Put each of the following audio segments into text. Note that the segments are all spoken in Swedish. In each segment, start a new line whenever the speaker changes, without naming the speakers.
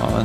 Ja,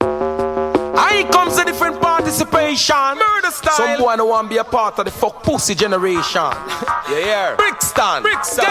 I comes a different participation. Murder style. Some boy no want be a part of the fuck pussy generation. yeah, yeah. Brixton. Brixton.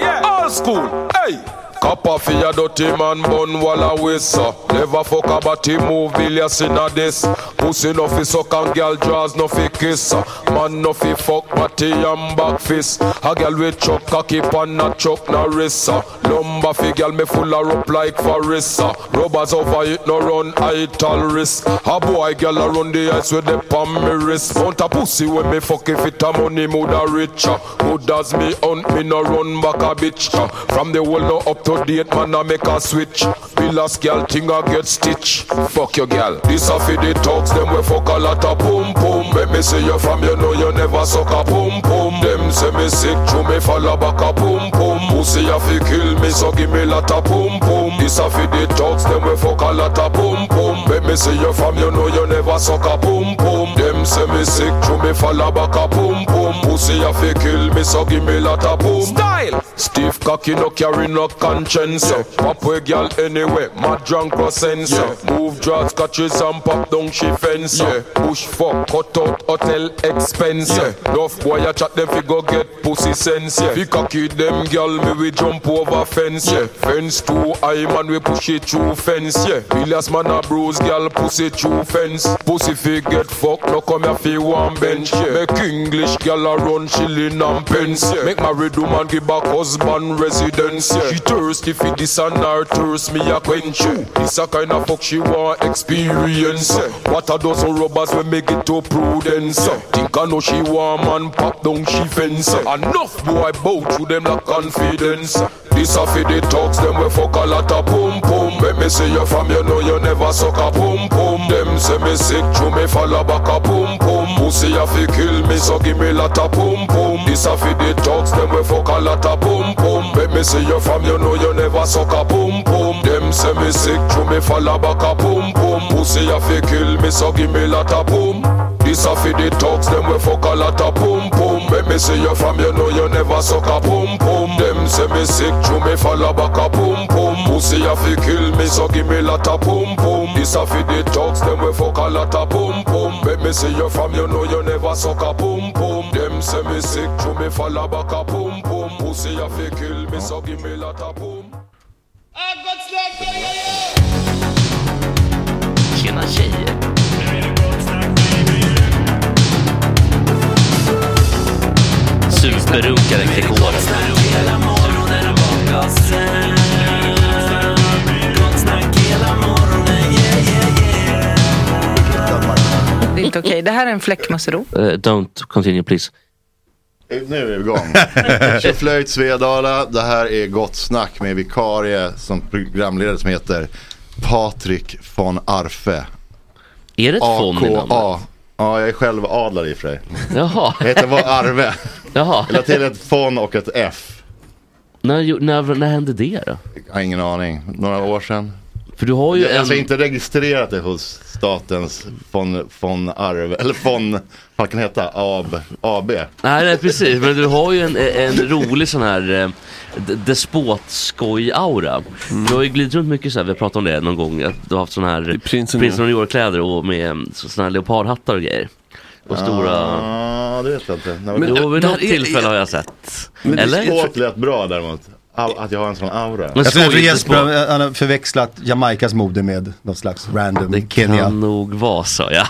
Yeah. Old school. Hey. Copper for your dirty man bun walla waist sir. Never fuck a batty move bilious inna this Pussy no fi suck and girl draws no fi kiss sir. Man no fi fuck batty and back fist A girl with chuck cocky pan a chuck na wrist sir. Lumber fi girl me full a rope like forest sir. Rubbers over it no run idle risk A boy girl a run the ice with the palm me wrist Mount a pussy when me fuck if it a money mood a richer Good as me hunt me no run back a bitch uh. From the world no up to date man a make a switch Be last girl thing a get stitch Fuck your girl This a fi the talks them we fuck a lot of boom boom Make me see you from you know you never suck a boom boom Them say me sick to me follow back a boom boom Pussy a fi kill me so give me lot of boom boom This a fi the talks them we fuck a lot of boom boom Make me see you from you know you never suck a boom boom Them say me sick to me follow back a boom boom Pussy a fi kill me so give me lot of boom Style Stiff cocky no carry no conscience yeah. Pop we girl anyway mad drunk cross sense yeah. Move drugs catches and pop down she fence yeah. Push fuck cut out hotel expense yeah. Duff boy a chat them fi go get pussy sense yeah. Fi cocky them girl me we jump over fence yeah. Fence too high man we push it through fence yeah. Villas man a bruise girl pussy through fence Pussy fi get fucked no come here fi one bench yeah. Make English girl a run chillin and pence yeah. Make married woman give back husband residence yeah. She thirsty fi this and her thirst me a quench yeah. This a kind of fuck she want experience yeah. What a dozen rubbers when make it to prudence yeah. Think I know she want man pop down she fence yeah. Enough boy bow to them like confidence This a fi the talks them we fuck a lot of boom boom Make me see you from you know you never suck a boom boom Them say me sick to me follow back a boom boom Pussy a fi kill me so give me lot of boom boom This a fi the talks them we fuck a lot of boom boom Make me see you from you know you never suck a boom boom Them say me sick to me follow back a boom boom Pussy a fi kill me so give me lot of boom This a fi the thugs, them we fuck a lot of pum pum. When me see you from, you know you never suck a pum pum. Them say me sick, true me follow back a pum pum. Pussy a fi kill me, so give me lot of pum pum. This a fi the thugs, them we fuck a lot of pum pum. When me see you from, you know you never suck a pum pum. Them say me sick, true me follow back a pum pum. Pussy a fi kill me, so give me lot of pum.
Tjena tjejer! Superrunkaren Gregoren.
Det är inte okej. Det här är en fläckmussero.
Eh, don't continue please.
Nu är vi igång. Tjoflöjt Svedala. Det här är Gott Snack med vikarie som programledare som heter Patrik von Arfe.
Är det ett fon i namnet?
AKA. Ja, jag är själv adlad i och för sig.
Jaha,
Jag heter var Arve.
jaha.
Jag lade till ett von och ett F.
När, gjo- när, när hände det då?
Jag har ingen aning. Några år sedan.
För du har ju
Jag har alltså
en...
inte registrerat det hos statens von, von Arve. Eller von, vad kan det heta? AB. AB.
Nej, nej precis, men du har ju en, en rolig sån här eh, d- despotskoj-aura. Du har ju glidit runt mycket så här, vi har pratat om det någon gång, att du har haft sån här
Prinsen,
Prinsen av New York-kläder och med mm, så- såna här leopardhattar och grejer. Och
Ah.
stora...
Ja, det vet jag inte. Nej,
Men,
det-
jo, vid
eh, det
något
här är-
tillfälle har jag sett.
Men
Eller?
Spåt lät bra däremot. Au- Att jag har en sån aura.
Men
Jag tror jag tror
skojigt
Jesper
despot.
har- eh, han har förväxlat Jamaikas mode med något slags random
Det
Kenya.
kan nog vara så ja.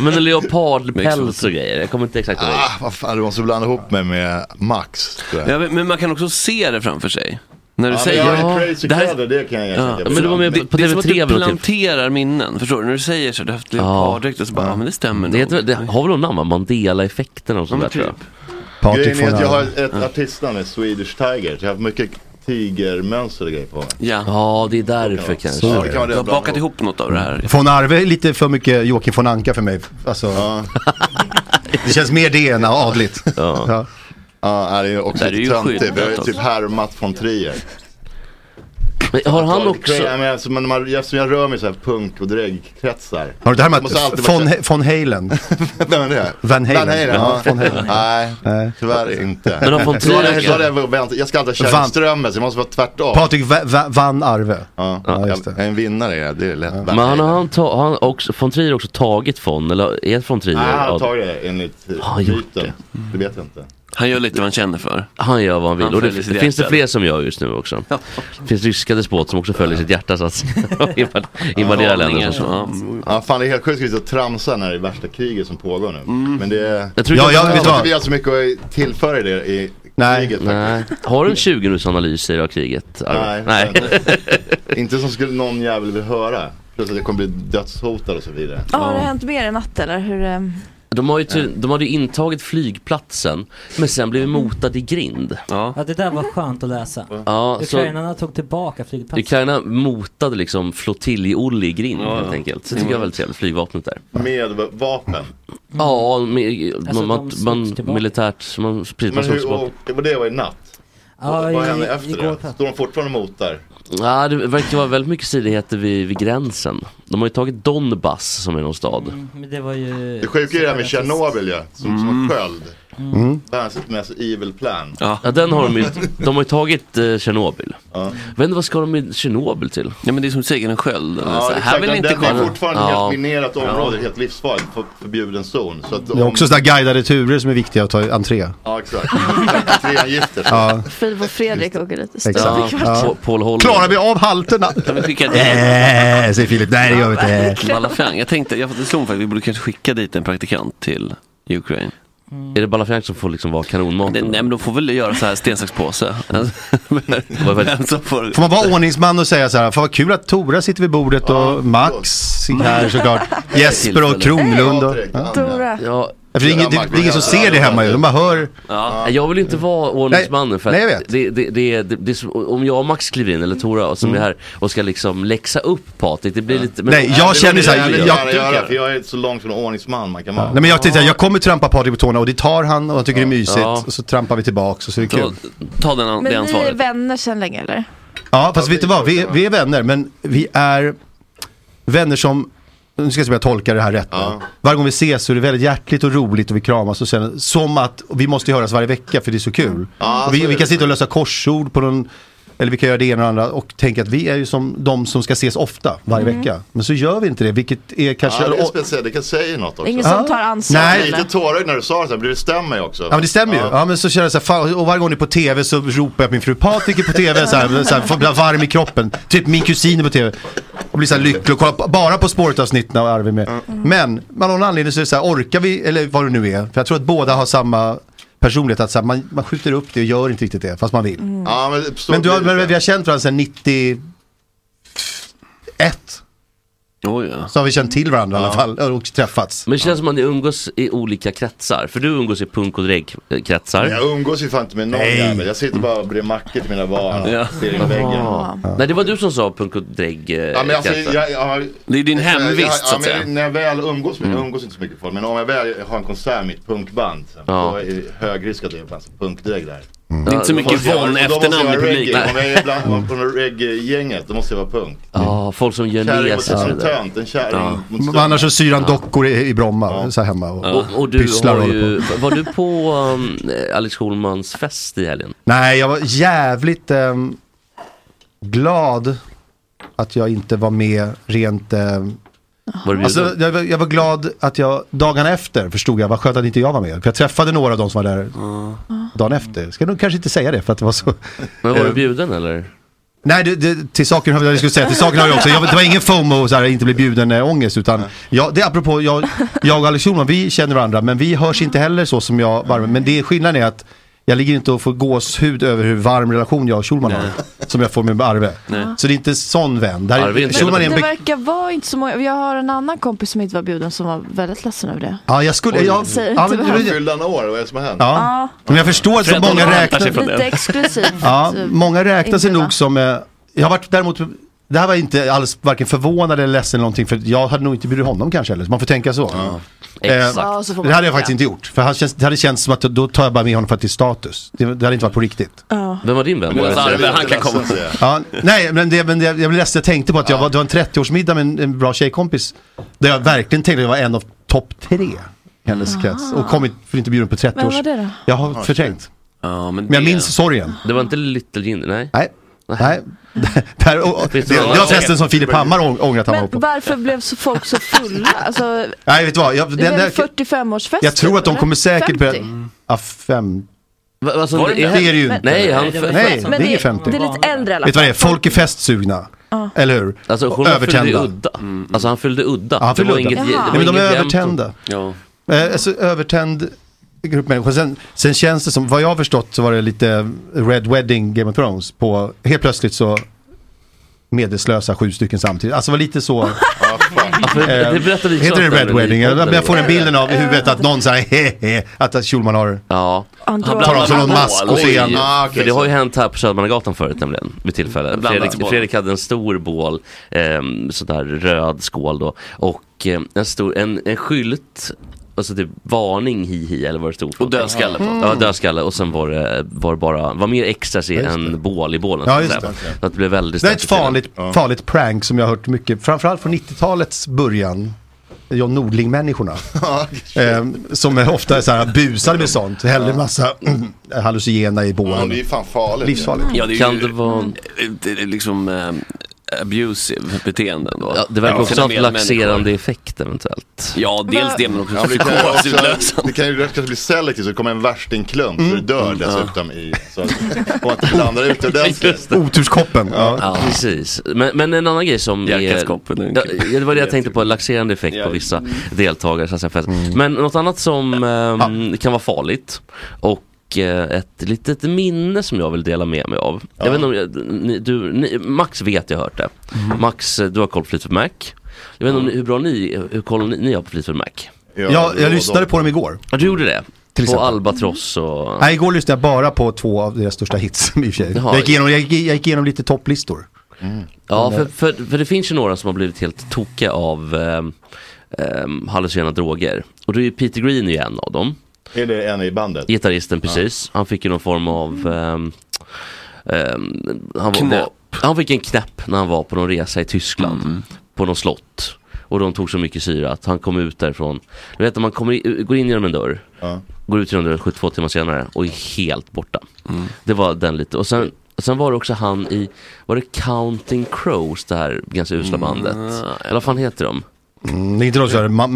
Men en leopardpäls och grejer, jag kommer inte exakt ihåg.
Ah, vad fan, du måste blanda ihop mig med Max. Tror jag.
Ja, men, men man kan också se det framför sig. När du
Ja, men
säger
jag har
Ja,
ju crazy
det här-
kläder, det kan jag erkänna.
Ja,
Men du var med på, på
det är som
typ
att
TV3
du
vid något tillfälle.
planterar minnen, förstår du? När du säger så, du har haft leoparddräkt och så bara, ja men det stämmer
Det,
nog.
heter, det har väl något namn? va? Mandela-effekten och
Ja,
sånt
men
där tror jag.
typ.
Patrik
Grejen är
von
att jag har
Arve.
ett ett artistnamn, är Swedish Tiger. Så jag har haft mycket tigermönster och grejer på mig.
Ja.
Ja, det är därför kanske.
Ja, det kan vara det
Du
jag
har
blandar
bakat ihop något av det här.
Von Arve är lite för mycket Joakim von Anka för mig. Alltså, Det känns mer det än adligt.
Ja.
Ja.
Ja, nej, det är ju också
Där är
lite
ju
töntigt.
skyddat
Jag har ju
alltså.
också.
typ härmat från Trier.
Men har han också...
Ja, men alltså, men man, jag, som jag rör mig i så här punk och dräggkretsar.
Har du det här med
Måste alltid
att
vara
von,
klädd-
von Halen?
Vem är det?
Van Halen.
ja.
Van Halen.
Nej, tyvärr inte.
Men de från
Så har det-
Trier-
så har det vänt. Jag ska alltid ha
Van-
Kärrströmmer, så det måste vara tvärtom.
Patrik Va- Va- van Arve.
Ja,
Ja,
jag
just
jag
det.
är en vinnare i det, här, det är lätt.
Men han har han, ta, har han också, von Trier har också tagit von, eller är von Trier?
Nej, han har
Ja,
tagit Ah, det enligt eh,
han gjort
myten. Det vet jag inte.
Han gör lite vad han känner för.
han gör vad han vill.
Han
och det,
följer sitt
finns det
hjärta.
fler som gör just nu också. Det finns ryska despot som också följer sitt hjärta så att invad- invadera länder.
Aningar
och
som,
sånt.
ja.
Ja, fan det är helt sjukt att sitta och tramsa när det är värsta kriget som pågår nu. Men det är...
Mm. Jag tror
Ja,
inte-
jag vet
Jag tror
vad.
inte vi har så mycket att tillföra i det i
Nej.
kriget
Nej. Har du en 20 minuts analys i det här kriget? Arvid?
Nej. Inte som skulle någon jävel vill höra. Plus att det kommer bli dödshotad och så vidare.
Ja, har det hänt mer i natt eller? Hur, ehm,
eh,
De, har ju ty- de hade ju intagit flygplatsen men sen blivit motade i grind.
Mm. Ja.
Ja, det där var skönt att läsa.
Ja, så
Ukrainarna tog tillbaka flygplatsen.
Ukraina motade liksom flottilj-Olle i grind helt enkelt.
Mm.
Så det tycker jag är väldigt trevligt, flygvapnet där.
Med v- vapen.
Ja, med,
Mm. Alltså,
man,
de
man,
slogs tillbaka.
militärt, man, precis, man
Men
slogs
hur,
tillbaka.
och, det var det var i natt.
Ja,
Vad
i-
hände efter
igår
det?
kväll.
Står de fortfarande och motar?
Ja, det verkar vara väldigt mycket stridigheter vid, vid gränsen. De har ju tagit Donbass som är någon stad.
Men det var ju...
Det sjuka är det här med Tjernobyl ju, som,
Mm.
som sköld.
Mm.
Världens mest evil plan.
Ja, den har de ju, de har ju tagit eh, Tjernobyl. Vet inte vad ska de med Tjernobyl till?
ja, men det är som segern en sköld. Eller så här, här
exakt.
vill inte
den, den är
komma.
fortfarande
Ja.
helt minerat område, helt livsfarligt, för, förbjuden zon. Så att
Det är
om,
också sådana guidade turer som är viktiga att ta i entré.
Ja exakt, triangifter.
Ja,
Filip och Fredrik åker lite
exakt. Ja.
Pa- Paul Holm.
Klarar vi av halterna?
Kan vi skicka dit
Äh, säger Filip. Nej, det gör vi inte.
Balafang? Jag tänkte, jag det slog mig faktiskt, vi borde kanske skicka dit en praktikant till Ukraina.
Mm. Är det Balafrank som får liksom vara
Det-
kanonmaten? Mm.
Nej men de får väl göra så här sten, sax, påse. Vem som får...
Får man vara ordningsman och säga så här, fan vad kul att Tora sitter vid bordet och Max sitter här såklart. Jesper och Kronlund och...
Patrik, Anna.
Stora.
Ja,
Ja, för det, är ingen, det, det är ingen som ser det hemma ju, de bara hör.
Ja, Jag vill inte vara ordningsmannen för att
Nej, jag vet.
Det, det, det, det, det, är som- om jag och Max kliver in eller Tora och som är här och ska liksom läxa upp Patrik, det blir lite men-
Nej, jag känner så här,
Jag,
jag,
jag, göra, för jag är så långt från ordningsman man kan vara.
nej men jag tänkte så här, jag kommer trampa Patrik på tårna och det tar han och han tycker det är mysigt
Ja.
och så trampar vi tillbaks och så är det
Ta,
kul.
ta den, an- det
Men ni är
ansvaret.
vänner sedan länge eller?
Ja fast vet du vad, vi, vi är vänner men vi är vänner som nu ska jag se om jag tolkar det här rätt. va? Varje gång vi ses så är det väldigt hjärtligt och roligt och vi kramas och sen, som att vi måste ju höras varje vecka för det är så kul.
Ja,
vi,
så är
vi
det.
kan sitta och lösa korsord på någon, eller vi kan göra det ena och det andra och tänka att vi är ju som de som ska ses ofta varje
Mm.
vecka. Men så gör vi inte det, vilket är kanske...
Ja, det är speciellt, det kan säga något också.
Ingen som Ja. tar ansvar,
Nej.
eller?
Lite tårögd när du sa det, så här, men det stämmer ju också.
Ja men det stämmer ju. Ja men så känner jag så här, fan, och varje gång det är på tv så ropar jag på min fru Patrik är på tv så här, så här får- blir varm i kroppen. Typ min kusin är på tv. Och blir så här lycklig och kollar på- bara på spåret-avsnitten och Arvid med. Men av någon anledning så är det så här, orkar vi, eller vad det nu är. För jag tror att båda har samma personlighet, att så här, man, man skjuter upp det och gör inte riktigt det, fast man vill.
Ja, men, det- så
Men du har,
blir det.
men vi har känt varandra sedan 91. Så har vi känt till varandra i alla fall och träffats.
Men det känns som att ni umgås i olika kretsar. För du umgås i punk och
Men
dreg-kretsar.
jag umgås ju fan inte med någon
Nej.
jävel. Jag sitter bara bredvid mackor till mina barn. Ja. Ser in i väggen.
Nej, det var du som sa punk och dreg eh,
Ja, men alltså,
kretsar.
jag, jag har,
Det är din
jag- jag-
hemvist, så att
ja, men
säga.
När jag väl umgås med, jag
Mm.
umgås inte så mycket med folk, men om jag väl har en konsert med ett punkband, så
Ja. Mm.
då är det hög risk att det är alltså, punkdrägg där.
Det är inte så
Då
mycket
måste jag-
Von
då måste jag
efternamn
vara
i publiken.
reggae. Om jag är bland, om- på reggae-gänget, då måste jag vara punk.
Ja, folk som gör
Kärring mot
nes och
en
sådär.
tönt, en kärring
Ja.
mot
Men Annars så syr han dockor i, i Bromma, så här hemma och,
Och, och du
pysslar och
har
håller på.
ju, var du på um, Alex Schulmans fest i helgen?
Nej, jag var jävligt ehm, glad att jag inte var med rent... ehm,
Var du
alltså,
bjuden?
jag, var- jag var glad att jag, dagen efter förstod jag, vad skönt att inte jag var med. För jag träffade några av de som var där dagen efter. Ska nog kanske inte säga det för att det var så...
Men var du
Eh,
bjuden eller?
Nej, det, det, till saken har jag skulle säga, till saken har jag också, jag, det var ingen FOMO så här, inte bli bjuden eh, ångest utan, jag, det är apropå, jag, jag och Alex Schulman, vi känner varandra men vi hörs inte heller så som jag, varm, men det skillnaden är att jag ligger inte och får gåshud över hur varm relation jag och Schulman har, som jag får med Arve. Så det är inte en sån vän. Där,
Arve är inte-
Schulman är
det
en be-
verkar vara inte så många. Jag har en annan kompis som inte var bjuden som var väldigt ledsen över det.
Ja, jag skulle,
Oj.
jag,
Säger
ja,
inte
men,
vad han
ja,
Fyllde han år, vad är det som har hänt?
ja. men jag förstår att så
Fredrik
många
Låntar sig
räknar
från
Lite exklusivt.
Ja,
typ.
många räknar sig
Inte,
nog
va?
som, eh, jag har varit däremot, det här var inte alls varken förvånad eller ledsen eller någonting för jag hade nog inte bjudit honom kanske eller så man får tänka så. Eh,
Exakt. Ja, så får man
det hade jag
tänka.
faktiskt inte gjort. För han känns, det hade känts som att då tar jag bara med honom för att det är status. Det, det hade inte varit på riktigt.
Vem var din vän?
Men alltså,
Arve, han kan komma.
Ja, nej, men, det, men det, jag blev ledsen. Jag tänkte på att jag var, det var en 30-årsmiddag med en, en bra tjejkompis. Där jag verkligen tänkte att jag var en av topp tre i hennes krets. Och kommit, för inte bjuden på 30
Vem
års...
var det då?
Jag har förträngt.
Ja, men,
Men jag
det-
minns sorgen.
Det var inte Little Jinder, nej?
Nej. Nej. Det, här, och, och, det, det var förresten som Filip Hammar ång- ångrar att han var
Men
på.
varför blev så folk så fulla? Alltså,
Nej, vet du vad? Jag,
det
den,
blev
där,
en 45-årsfest.
jag tror att de
eller?
kommer
50.
säkert börja... Ja, fem...
Va- alltså,
det,
det-
är det ju
Men-
inte.
Nej, han-
det, nej, det,
Men
är 50.
Det är lite äldre i alla
Vet du vad det är?
fall.
Folk är festsugna.
Ja.
Eller hur?
Alltså
Och
Schulman fyllde ju
övertända.
udda.
Mm.
Alltså han fyllde udda.
Ja, han fyllde
det var
udda.
inget,
Jaha.
det
Nej,
var
men de
inget
är
jämnt och-
övertända.
Ja.
Eh, alltså, övertänd grupp människor. Sen, sen känns det som, vad jag har förstått så var det lite Red Wedding Game of Thrones på, helt plötsligt så medelslösa sju stycken samtidigt. Alltså det var lite så.
Ja, för
Eh,
Alltså, det berättade vi
Heter det
också
Red
om
Wedding?
i
Jag,
podden.
jag får den bilden av i huvudet att någon säger hehe, att Schulman har...
Ja.
Han
tar av sig någon mask och så är han...
Ah, För det har ju hänt här på Södermannagatan förut nämligen, vid tillfälle.
Blandat
Fredrik,
bål.
Fredrik hade en stor bål, eh, sådär röd skål då, och eh, en, stor, en, en skylt, alltså typ varning hihi eller vad det stod. Och
dödskalle på.
Ja, dödskalle och sen var det, var det bara, var mer extras i
Ja, just
än bål i bålen.
Ja,
så att
just
säga.
det.
Så att det blev väldigt
Det är ett
stökigt.
farligt, farligt prank som jag har hört mycket, framförallt från 90-talets början. John Nordling-människorna. eh, som är ofta är så här busade med sånt. Häller massa eh, hallucinogena i bålen.
Ja, det är ju fan farligt.
Livsfarligt.
Ja, det är ju
Kan det vara-
det är liksom eh, abusive beteenden då.
Ja, det verkar också ha
Med
en laxerande effekt eventuellt.
Ja, dels det men också
Ja, men det, kan ju också,
psykosutlösande.
det kan ju rätt kanske bli selektivt, så det kommer en värstingklump, så du
Mm.
dör dessutom i... Så får man inte blanda ut det ordentligt.
Oturskoppen. Ja.
Ja, precis. Men, men en annan grej som är... Ja, ja, det var det jag tänkte på,
typ.
laxerande effekt på vissa deltagare. Så att säga, för att-
Mm.
Men något annat som ehm, kan vara farligt och eh, ett litet minne som jag vill dela med mig av. Jag vet inte om jag, ni, du, ni, Max vet jag har hört det.
Mm.
Max, eh, du har koll på Fleetwood Mac. Jag vet inte om ni, hur bra ni, hur koll ni, ni har på Fleetwood Mac.
Ja, jag lyssnade på dem igår.
Ja, du gjorde det?
Till
på
exempel.
Albatross och...
Nej, igår lyssnade jag bara på två av deras största hits i och för sig.
Jaha.
Jag gick, igenom, jag, gick, jag gick igenom lite topplistor.
Ja,
Men,
för, för, för det finns ju några som har blivit helt tokiga av ehm, ehm, hallucinerande droger. Och då är ju Peter Green ju en av dem.
Är det en i bandet?
Gitarristen, precis. Han fick ju någon form av... ehm, ehm, han, var,
Mm. Knäpp. Mm.
Var, han fick en knäpp när han var på någon resa i Tyskland. På något slott. Och Och de tog så mycket syra att han kom ut därifrån. Du vet när man kommer i, eh, går in genom en dörr, går ut genom dörren 72 timmar senare och är helt borta.
Mm.
Det var den lite. Och sen, sen var det också han i, var det Counting Crows, det här ganska
Mm.
usla bandet? Eller vad fan heter de?
Mm, det är inte de som gör ma-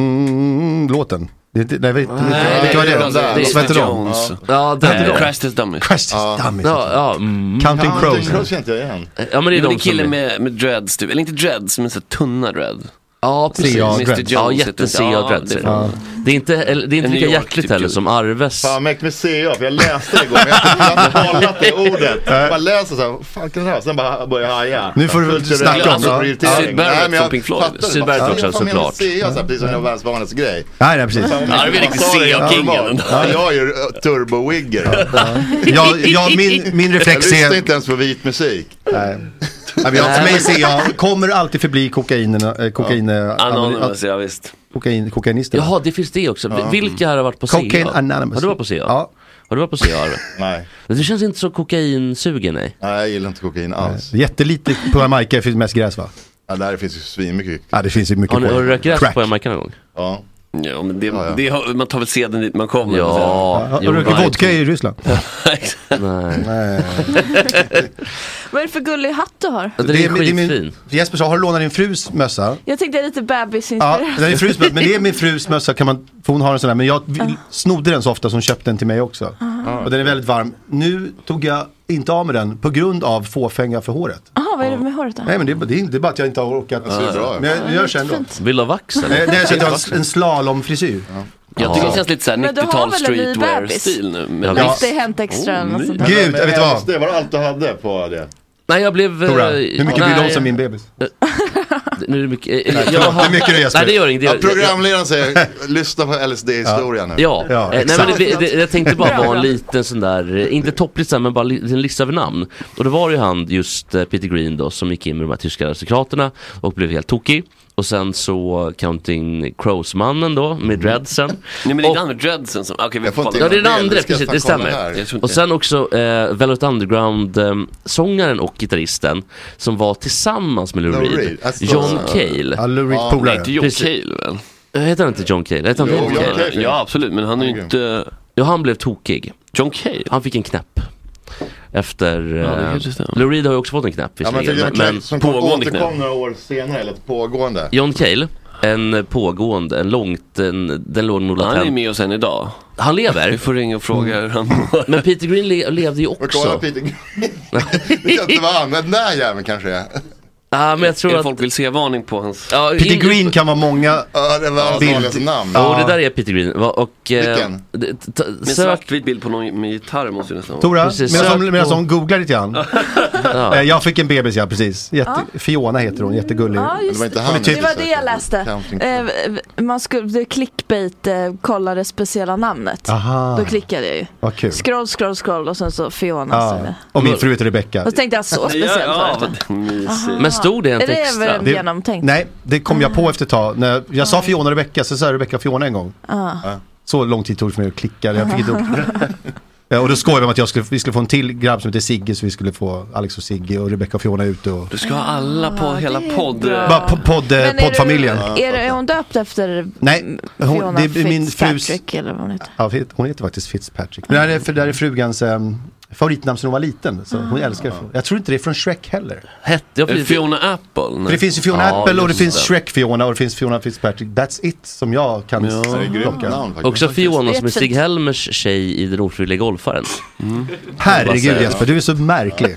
mm, låten. Det är inte, nej, vet,
Nej,
vilka var
det är
det?
de där.
Vad hette de?
Jones. Ja, det är de.
Crash Test Dummies.
Crash Test Dummies.
Ja, ja, mm. Eh,
Counting Crows.
Crows kände jag igen.
ja men det är
Det är
de
en
som
kille
är-
med, med dreads typ, eller inte dreads men så här tunna dread.
Ja, precis.
Ja,
Mr
dreads.
Jones.
Ja,
heter-
jättesea
Ja,
dreads.
det
är
är
det.
fan-
Det är inte, eller, det är inte
En
lika
New York
hjärtligt
typ
heller
kul.
som Arves.
Fan, mäktigt med CA, för jag läste det igår, men jag har inte kollat det ordet. Jag bara läser så här, vad fan kan det här? Sen bara börjar jag haja.
Nu får du väl
Kulturell
snacka om det.
appropriering.
Syd Barrett
Nej, men jag
från Pink Floyd. Mm.
fattar det.
Syd Barrett
Fan,
också,
jag fan menar
såklart.
CA, så här, precis som det var världens vanligaste grej.
Nej, nej precis.
Ja, det är riktigt CA-kingen.
Ja, jag är ju eh, turbo-wigger.
Jag, jag, min, min
Jag
reflex
lyssnar
är...
inte ens på vit musik.
Nej. Nej, men jag, för mig ser jag kommer alltid förbli kokain, eh, kokain, eh,
Anonymous, ja visst.
kokain, kokainister.
Jaha, det finns det också. Vilka här har varit på CA?
Cocaine Anonymous.
Har du varit på CA?
Ja.
Har du varit på CA Arve?
Nej,
Du känns inte så kokainsugen nej.
nej jag gillar inte kokain alls.
Jättelite på Jamaica, det finns mest gräs va?
Ja, där finns ju svinmycket.
Ja, det finns ju mycket
Har, ni, har du rökt gräs
Crack.
på Jamaica någon gång?
Ja.
Ja, men det,
ja.
det har- man tar väl seden dit man kommer.
Ja.
Har
jo,
du druckit
nej.
vodka i Ryssland?
Nej.
Nej.
Vad är det för gullig hatt du har?
Den
Det
är
är min- det är min-
skitfin.
Jesper sa, har du lånat din frus mössa?
Jag tyckte det är lite
Ja,
bebisinspirerad.
det är frus mössa, men det är min frus mössa, kan man, för hon har en sån här, men jag vill- snodde den så ofta så hon köpte den till mig också. Och den är väldigt varm. Nu tog jag inte av mig den på grund av fåfänga för håret.
Jaha, vad är det med håret då?
Nej men det är, det, är, det är bara att jag inte har orkat.
ser ju bra ut.
men jag, jag kör ändå.
Fint.
Vill du ha vax eller?
Nej, nej, så att jag har en slalomfrisyr.
Jag tycker det känns lite såhär
Men du har
90-tal
väl en ny
streetwear-stil nu. Men
Ja.
Ja. Det är Hänt Extra eller något sånt där.
Gud, jag vet du vad?
Det var allt du hade på det.
Nej jag blev... eh,
Tora, hur mycket blir de
nej.
som min bebis?
Nu är det mycket... eh, jag
förlåt,
har-
hur mycket är det, Jesper?
Nej det gör inget. det
Ja,
gör-
programledaren säger, lyssna på LSD-historia nu.
Ja,
Ja,
eh, nej, men
exakt.
det, det, jag tänkte bara
Bra,
vara en
bra.
liten sån där, eh, inte topplista men bara li, en lista över namn. Och då var ju han just eh, Peter Green då som gick in med de här tyska aristokraterna och blev helt tokig. Och sen så eh, Counting Crows-mannen då med
Mm.
dreadsen.
Nej men det är
Och-
inte han med dreadsen som, okej vi
Jag får
får
inte
kolla.
Ja det
Jag
är den
vet,
andra,
jag ska
precis
fan
det
kolla
stämmer.
här.
Jag tror inte-
Och sen också eh, Velvet Underground-sångaren och gitarristen som var tillsammans med Lou
Lou
Reed,
Reed, alltså-
John Cale.
Ja, Lou Reed
Ja,
Nej,
polare.
inte John
Precis.
Cale väl?
Eh, Heter han inte John Cale? Heter han
Jo,
John
John
Cale?
Cale.
Ja, Ja absolut, men han är ju
Okej.
inte
Ja han blev tokig.
John Cale.
Han fick en knäpp. Efter...
Ja, det
eh,
kanske stämmer.
Lou Reed har ju också fått en knäpp
Ja, men
visserligen. men,
men,
men
som kom,
pågående
återkom
knä.
några år senare, eller ett pågående.
John Cale, en pågående, en långt, en, den låg nog
Han är
latent.
med oss än idag.
Han
Vi
lever.
får ringa och fråga hur han mår.
Men Peter Green le levde ju
Vart var
också.
Peter Det kan inte vara han, den där jäveln kanske är.
Ja, men jag
Är
tror
det
att...
folk vill se varning på hans...
Ja,
Peter
in-
Green kan vara många.
Ja, det var hans
Bild.
vanligaste namn.
Ja, och det där är Peter Green. Va- Och, eh,
Vilken?
d- t- t-
Med
Sök...
svartvit bild på någon med gitarr måste ju nästan vara.
Tora,
Precis,
medan
sök
hon- medan
på-
hon googlar lite grann. Eh,
Ja.
Jag fick en bebis ja, precis. Jätte, Fiona heter hon, jättegullig.
Ja,
Men det
just
var
det.
inte han.
Det
typ-
var det jag läste.
Counting.
Eh, man skulle, det clickbait eh, kolla det speciella namnet.
Aha,
Då klickade jag ju.
vad kul.
Scroll, scroll, scroll och sen så Fiona.
Ja.
Ja.
Och min fru heter Rebecca.
Alltså, Och så tänkte jag så
Ja,
speciellt
ja,
var det.
vad mysigt.
Men stod det en
Är det Ah.
text
över-
Det-
genomtänkt.
Nej, det kom jag på efter ett tag. När jag, jag sa Fiona och Rebecca, så sa jag Rebecca och Fiona en gång.
Ah.
Så lång tid tog det för mig att klicka, jag fick inte upp Ja, Och då skojade vi om att jag skulle, vi skulle få en till grabb som heter Sigge, så vi skulle få Alex och Sigge och Rebecca och Fiona ute och...
Du ska ha alla på hela
det är
podd.
bra.
Bara po- podd, eh,
Men är
poddfamiljen.
Du, är, du, är hon döpt efter
Nej, hon,
Fiona
det är min frus...
Fitzpatrick eller vad hon heter?
Ja, hon heter faktiskt Fitzpatrick. Men det här är, för det här är frugans um, favoritnamn sedan hon var liten.
Ah.
Så hon älskar det. Jag tror inte det är från Shrek heller.
Hette jag
Eh,
precis?
Fiona Apple?
För det finns ju Fiona
Ja,
Apple och det
just
finns
det.
Shrek Fiona och det finns Fiona Fitzpatrick. That's it som jag kan
Det är ett grymt
plocka.
namn faktiskt.
Också Fiona som är
Jättefint.
Stig-Helmers tjej i Den ofrivilliga golfaren.
Mm. Herregud Jesper, du är så märklig.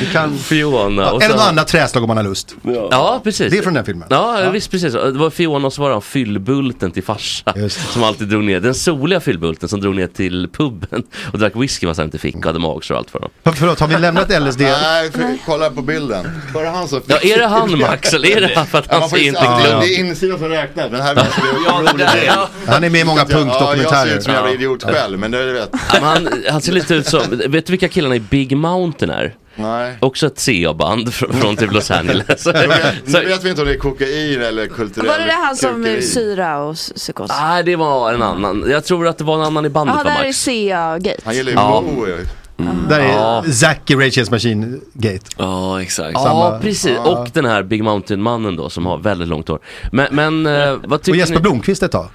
Du kan...
Fiona och
Eller något
sen-
annat träslag om man har lust.
Ja, precis.
Det är från den filmen.
Ja, visst precis. Det var Fiona och så var han fyllbulten till farsa.
Just det.
Som alltid drog ner, den soliga fyllbulten som drog ner till puben och drack whisky vad han inte fick och hade magsår och allt för honom.
För, förlåt, har vi lämnat LSD?
Nej, för, kolla på bilden. Var det han som
Ja, är det han Max eller är det han för att
Ja,
han
man får
ser
inte,
inte
ja,
glömd?
det är insidan som räknas, men här visar vi hur rolig det är.
Han är med i många
Ja, jag ser ut som en
punkdokumentärer.
jävla idiot själv, men det vet
Ja, men Han, han ser lite ut som, vet du vilka killarna i Big Mountain är?
Nej.
Också ett CA-band från, från typ Los Angeles. Så,
Nu vet- Nu vet vi inte om det är kokain eller kulturell
Var det det han som
kukeri.
är syra och s- psykos?
Mm.
Nej, det var en annan. Jag tror att det var en annan i bandet
Jaha,
va
där är Mm.
Max?
CA-gate.
Han gillar ju
Ja. Mm.
Moe.
Där är
Ja.
Zack i Rage Against Machine Gate.
Ja, exakt.
Samma-
Ja, precis.
Ja.
Och den här Big Mountain-mannen då som har väldigt långt hår. Men, men eh, vad tycker
Och Jesper
ni?
Blomqvist ett tag.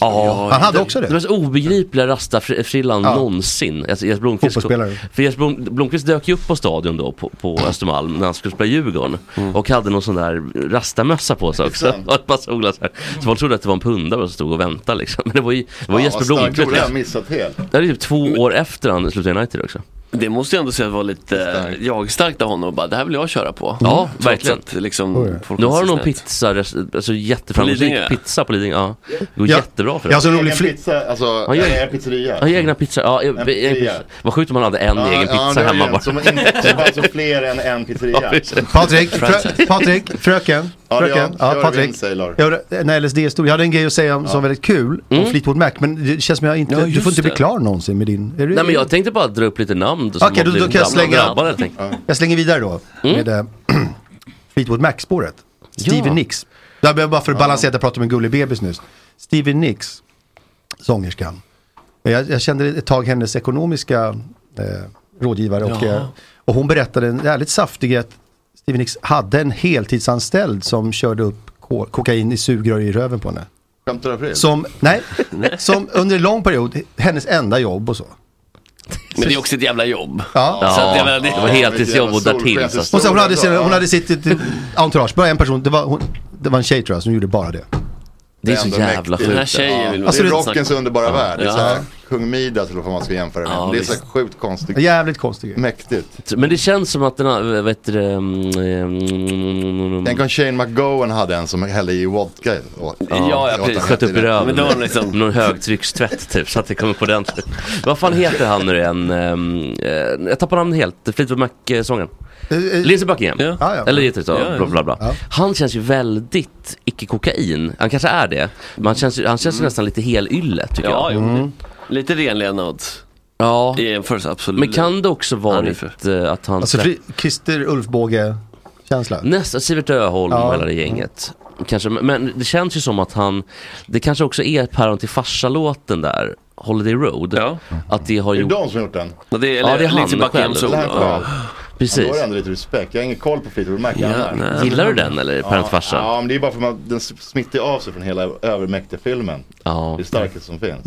Ja,
Han hade också det.
Den mest obegripliga rastafrillan
Ja.
någonsin. Alltså, Jesper Blomqvist,
Fotbollsspelare.
för Jesper Blom- Blomqvist dök ju upp på stadion då på, på Östermalm när han skulle spela Djurgården.
Mm.
Och hade någon sån där rastamössa på sig också.
sant?
Och ett par solglasögon. Så folk trodde att det var en pundare som stod och väntade liksom. Men det var ju, det var
Ja,
Jesper
vad starkt.
Blomqvist.
Tror det har
liksom.
jag missat helt.
Det är typ två år efter han slutade i United också.
Det måste jag ändå säga var lite eh, jag-starkt av honom och bara det här vill jag köra på.
Ja,
Trots
verkligen.
att, liksom,
Oh, ja.
folk
Nu har
ser
de någon
snett.
pizza, alltså
På
jätteframgångsrik
Lidingö?
pizza på Lidingö. Ja. Det går
Ja.
jättebra för
Jag har
dem.
så rolig
Egen
fli-
pizza, alltså
Ja,
ja,
ja.
en pizzeria.
Ja, egna pizza. Ja, e-
pizzeria.
egen pizza. Vad sjukt om man hade en
Ja,
egen
ja,
pizza
det är
hemma
en
bara.
Som inte som alltså fler än en pizzeria.
Patrik, frö, Patrik, fröken.
Ja, det är jag.
fröken.
Kör in, säger Lars.
Jag, gjorde en LSD-historia. Jag hade en grej att säga om, som var väldigt kul.
Mm.
Om Fleetwood Mac. Men det känns som jag inte,
Ja,
du
just
får inte bli
det.
klar någonsin med din. Är du,
Nej men jag tänkte bara dra upp lite namn. som
Okej, då-
har
då kan jag
blivit gamla
slänga-
grabbar, helt enkelt.
Jag slänger vidare då med eh, Fleetwood Mac-spåret. Stevie
Ja.
Nicks. Där behöver bara för att balansera att jag pratade om en gullig bebis nyss. Stevie Nicks, sångerskan. Jag, jag kände ett tag hennes ekonomiska eh, rådgivare och, eh, och hon berättade en jävligt saftig grej att Stevie Nicks hade en heltidsanställd som körde upp ko- kokain i sugrör i röven på henne.
15 april.
Som, nej, som under en lång period, hennes enda jobb och så.
Men det är också ett jävla jobb.
Ja.
Ja,
Så att jag menar, det-
det var heltidsjobb och därtill. så att-
Och sen hon hade, sin,
Ja.
hon hade sitt eh, entourage, bara en person, det var, hon, det var en tjej tror jag som gjorde bara det.
Det är så
ändå
jävla
mäktigt.
Den här
sjukt. det.
tjejen vill man
Alltså,
det är
inte
rockens
snacka om.
underbara värld. Det är
Ja.
så här, kung Midas eller vad fan man ska jämföra det med.
Ja,
det är så här
visst.
sjukt konstigt.
En Jävligt konstig grej.
Mäktigt.
Men det känns som att den har, vad heter det, mm, mm,
Tänk om Shane McGowan hade en som hällde i vodka åt
Ja, ja, precis.
eh, sköt upp i
Men
röven.
då var de liksom-
Någon högtryckstvätt typ så att det kommer på den. Vad fan heter han nu igen? Ehm, eh, Jag tappar namnet helt. Fleetwood Mac-sången.
Eh, eh,
Lindsey Buckingham.
Ja.
Ja, ja.
Eller gitarrist,
Ja, ja.
bla bla bla.
Ja.
Han känns ju väldigt icke-kokain. Han kanske är det. Men han känns, ju- han känns ju nästan lite helylle tycker
Mm. Ja,
jag.
jo.
Mm.
Lite renlevnad
Ja.
i jämförelse, absolut.
Men kan det också
Han är
varit
för-
eh, att han...
Alltså
träff-
fri, Christer Ulfbåge-känsla.
Nästa, Sivert Öholm
Ja.
och hela det gänget. Kanske, men- men det känns ju som att han, det kanske också är ett päron till farsa-låten där, Holiday Road.
Ja.
Att det har
Är det
gjort,
de som gjort den?
Ja, det är,
Ja, det är han
Lindsey Buckingham
själv.
solo.
Det här
Ja.
själv. Då
precis.
har jag ändå lite respekt. Jag har ingen koll på Fleetwood Mac.
Ja, nej.
Gillar du den eller päron till farsa?
Ja, men det är bara för att man, den smittar av sig från hela övermäktiga filmen.
Ja.
Det är starkaste som finns.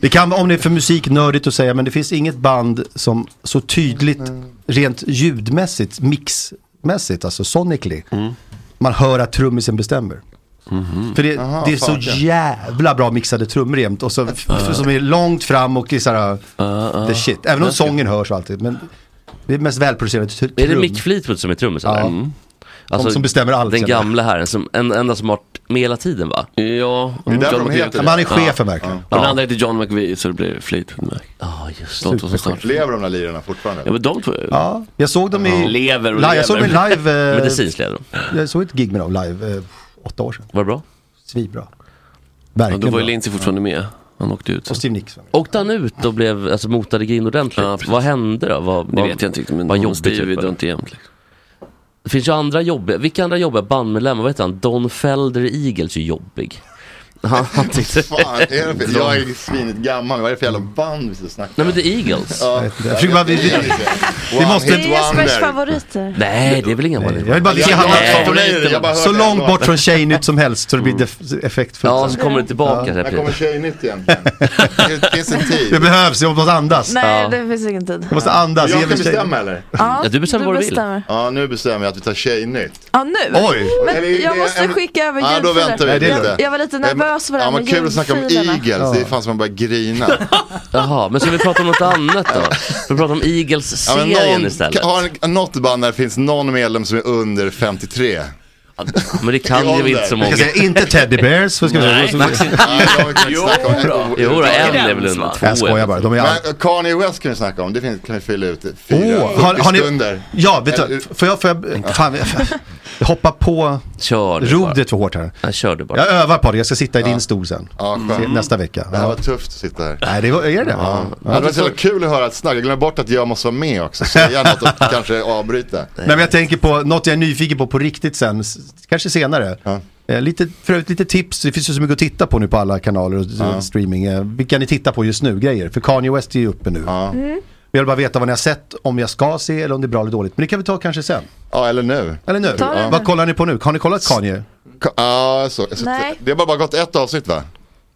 Det kan, om det är för musiknördigt att säga, men det finns inget band som så tydligt, rent ljudmässigt, mixmässigt, alltså sonically,
Mm.
man hör att trummisen bestämmer. För det,
Aha,
det är så
fan, ja.
jävla bra mixade trummor jämt och så, f- som är långt fram och i såhär, the shit. Även om sången hörs och alltid, men det är mest välproducerade tr-
Är det
trum.
Mick Fleetwood som är trummisen?
Ja.
där? Alltså,
Mm. som bestämmer allt,
Den
känner jag.
gamla herren, som, en, enda som har varit med hela tiden va?
Ja,
är därför
John
de
McVie
heter
Ja,
det.
men han är chefen
Ja.
verkligen.
Och den andra heter John McVie så det blir Fleetwood Mac.
Ja, just det.
De två som startar.
Lever de där lirarna fortfarande?
Ja men de två.
Ja, jag såg dem i...
Lever och
live, jag såg dem i
lever.
live, eh,
Medicinskt leder de.
jag såg ett gig med dem live, eh, åtta år sedan.
Var det bra?
Svinbra.
Ja,
Verkligen
då var ju
bra.
Lindsey fortfarande med. Han åkte ut.
Och
Liksom.
Steve Nicks. var med.
Åkte han ut och blev, alltså motade grind ordentligt?
Ja, precis.
vad hände då? Vad,
Det
vad-
vet jag inte riktigt men
vad
han och
jobbigt
Stevie
typ,
drar
eller?
inte jämnt. Liksom.
Det finns ju andra jobbiga, vilka andra jobbiga bandmedlemmar, vad heter han? Don Felder i Eagles är ju jobbig. Han, han tyckte,
Fan, är det för... Jag är svinigt gammal. Vad är det för jävla band vi ska snacka om?
nej men The Eagles.
Ja,
vet inte. Jag försöker bara- vi- vi-
vi
måste-
Det är Jespers favoriter.
Nej det är väl inga
Jag
bandmedlemmar.
vill bara att vi ska
Jag har
hamna
inte
Nej.
favoriter, jag bara hört
så
en
långt
låt.
bort från tjejnytt som helst så det blir def- effektfullt.
Ja så kommer det tillbaka. så här
När kommer
precis.
Tjejnytt egentligen? Det finns en tid.
Det behövs, jag måste andas.
Nej,
Ja.
det finns ingen tid.
Jag måste andas.
Jag
Ge
kan
mig tjej-
bestämma eller?
Ja,
Ja, du bestämmer vad du vill.
bestämmer.
Ja, nu bestämmer jag att vi tar Tjejnytt.
Ja, nu.
Oj!
Men
Eller är
jag
det
måste
en-
skicka över
Ja, då
ljudfilen.
väntar vi
Nej, det är
lite.
lugnt.
Jag var lite nervös för det
Ja,
här
men
med
kul att snacka om
ljudfilerna.
Eagles. Det är fan som man börjar grina.
Jaha, men ska vi prata om något annat då? Ska vi prata om
Ja, men
Eagles-serien
någon,
istället?
har något band där det finns någon medlem som är under 53?
Men det
i
kan ju
ålder.
inte så
Jag
många.
ska säga, inte Teddy Bears. Vad ska jag säga?
Nej, jag kan inte snacka om
Jo då, en är väl
Gräns,
en
va?
två.
Jag skojar bara. De är all...
Men Kanye West kan vi snacka om. Det finns, kan vi fylla ut fyra Eh,
oh, har, har ni...
stunder.
Ja, vet du,
Eller-
får jag, får jag, fan, jag- jag hoppa på
Kör du bara.
rodret för hårt här.
Ja, kör du bara.
Jag övar på det, jag ska sitta i din stol sen.
Ja, skönt.
Se- Nästa vecka.
Det här var
Ja.
tufft att sitta här.
Nej, det var, är det
Ja.
ja.
Det hade varit så jävla kul att höra ett snack. Jag glömde bort att jag måste vara med också. Säga något och kanske avbryta.
Nej men jag tänker på något jag är nyfiken på på riktigt sen, s- kanske senare.
Ja.
Eh, lite, för övrigt lite tips, det finns ju så mycket att titta på nu på alla kanaler och eh,
Ja.
streaming. Eh, vilka ni tittar på just nu, grejer. För Kanye West är ju uppe nu.
Mm.
Jag vill bara veta vad ni har sett, om jag ska se eller om det är bra eller dåligt. Men det kan vi ta kanske sen.
Ja, eller nu.
Eller nu.
Ta det nu.
Vad kollar ni på nu? Har ni kollat Kanye?
Ka- Ja, jag såg- jag såg-
Nej.
Det har bara bara gått ett avsnitt va?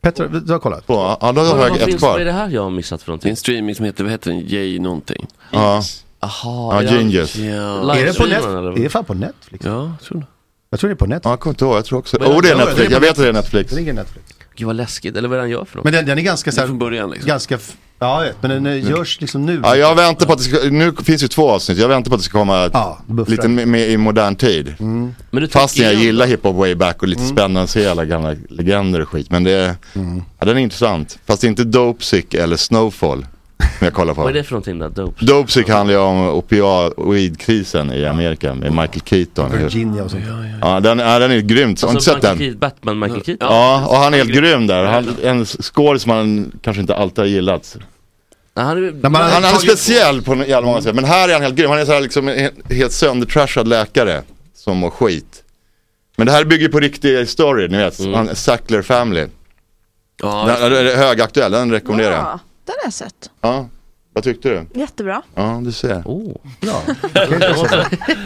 Petter, du har kollat?
På, ah. ja, då har
Vad
jag ett
finns- Vad är
kvar.
det här jag har missat för
Det är en
någonting?
streaming som heter, vad heter den? J någonting.
Ja,
Aha,
ja
är det-
Genius.
Ja,
Live-
Är det, på
Streamar,
Netflix?
eller?
är det fan på Netflix?
ja jag tror det.
Jag tror det är på Netflix.
Ja, jag kommer inte ihåg, jag tror också.
Men-
oh, det är
Ja, det är
Netflix,
på
jag vet att det är Netflix.
Det ligger Netflix.
Gud vad läskigt, eller vad är det han gör för något?
Men den, den är ganska
Det är
såhär,
från början liksom.
ganska, f- ja jag vet, men den eh, görs liksom nu.
Mm. Ja, jag väntar på att det ska, nu finns ju två avsnitt, jag väntar på att det ska komma
Ja, buffrar.
lite mer mer i modern tid.
Men du
Mm. Fast
tycker
jag
ju-
gillar hiphop way back och lite spännande att se alla gamla legender och skit. Men det är, ja, den är intressant. Fast det är inte Dopesick eller Snowfall som jag kollar
Vad är
på.
det för någonting där? Dope?
Dopesick handlar ju om opioidkrisen i Amerika med Michael Keaton.
Virginia och sånt.
Ja, den, ja, den är grymt. Har ni sett
Alltså,
den?
Michael Keaton, Batman Michael Keaton?
Ja, och han är helt grym där. Han, en skådis som man kanske inte alltid har gillat.
Nej, han är,
Nej, men han-
Han, han är speciell på jävla många sätt, men här är han helt grym. Han är så här liksom en he- helt söndertrashad läkare som mår skit. Men det här bygger på riktig story, ni vet. Han, Sackler Family.
Ja,
Den, den är högaktuell, den rekommenderar jag.
Ja, den har jag sett.
Ja. Vad tyckte du?
Jättebra.
Ja, du ser.
oh.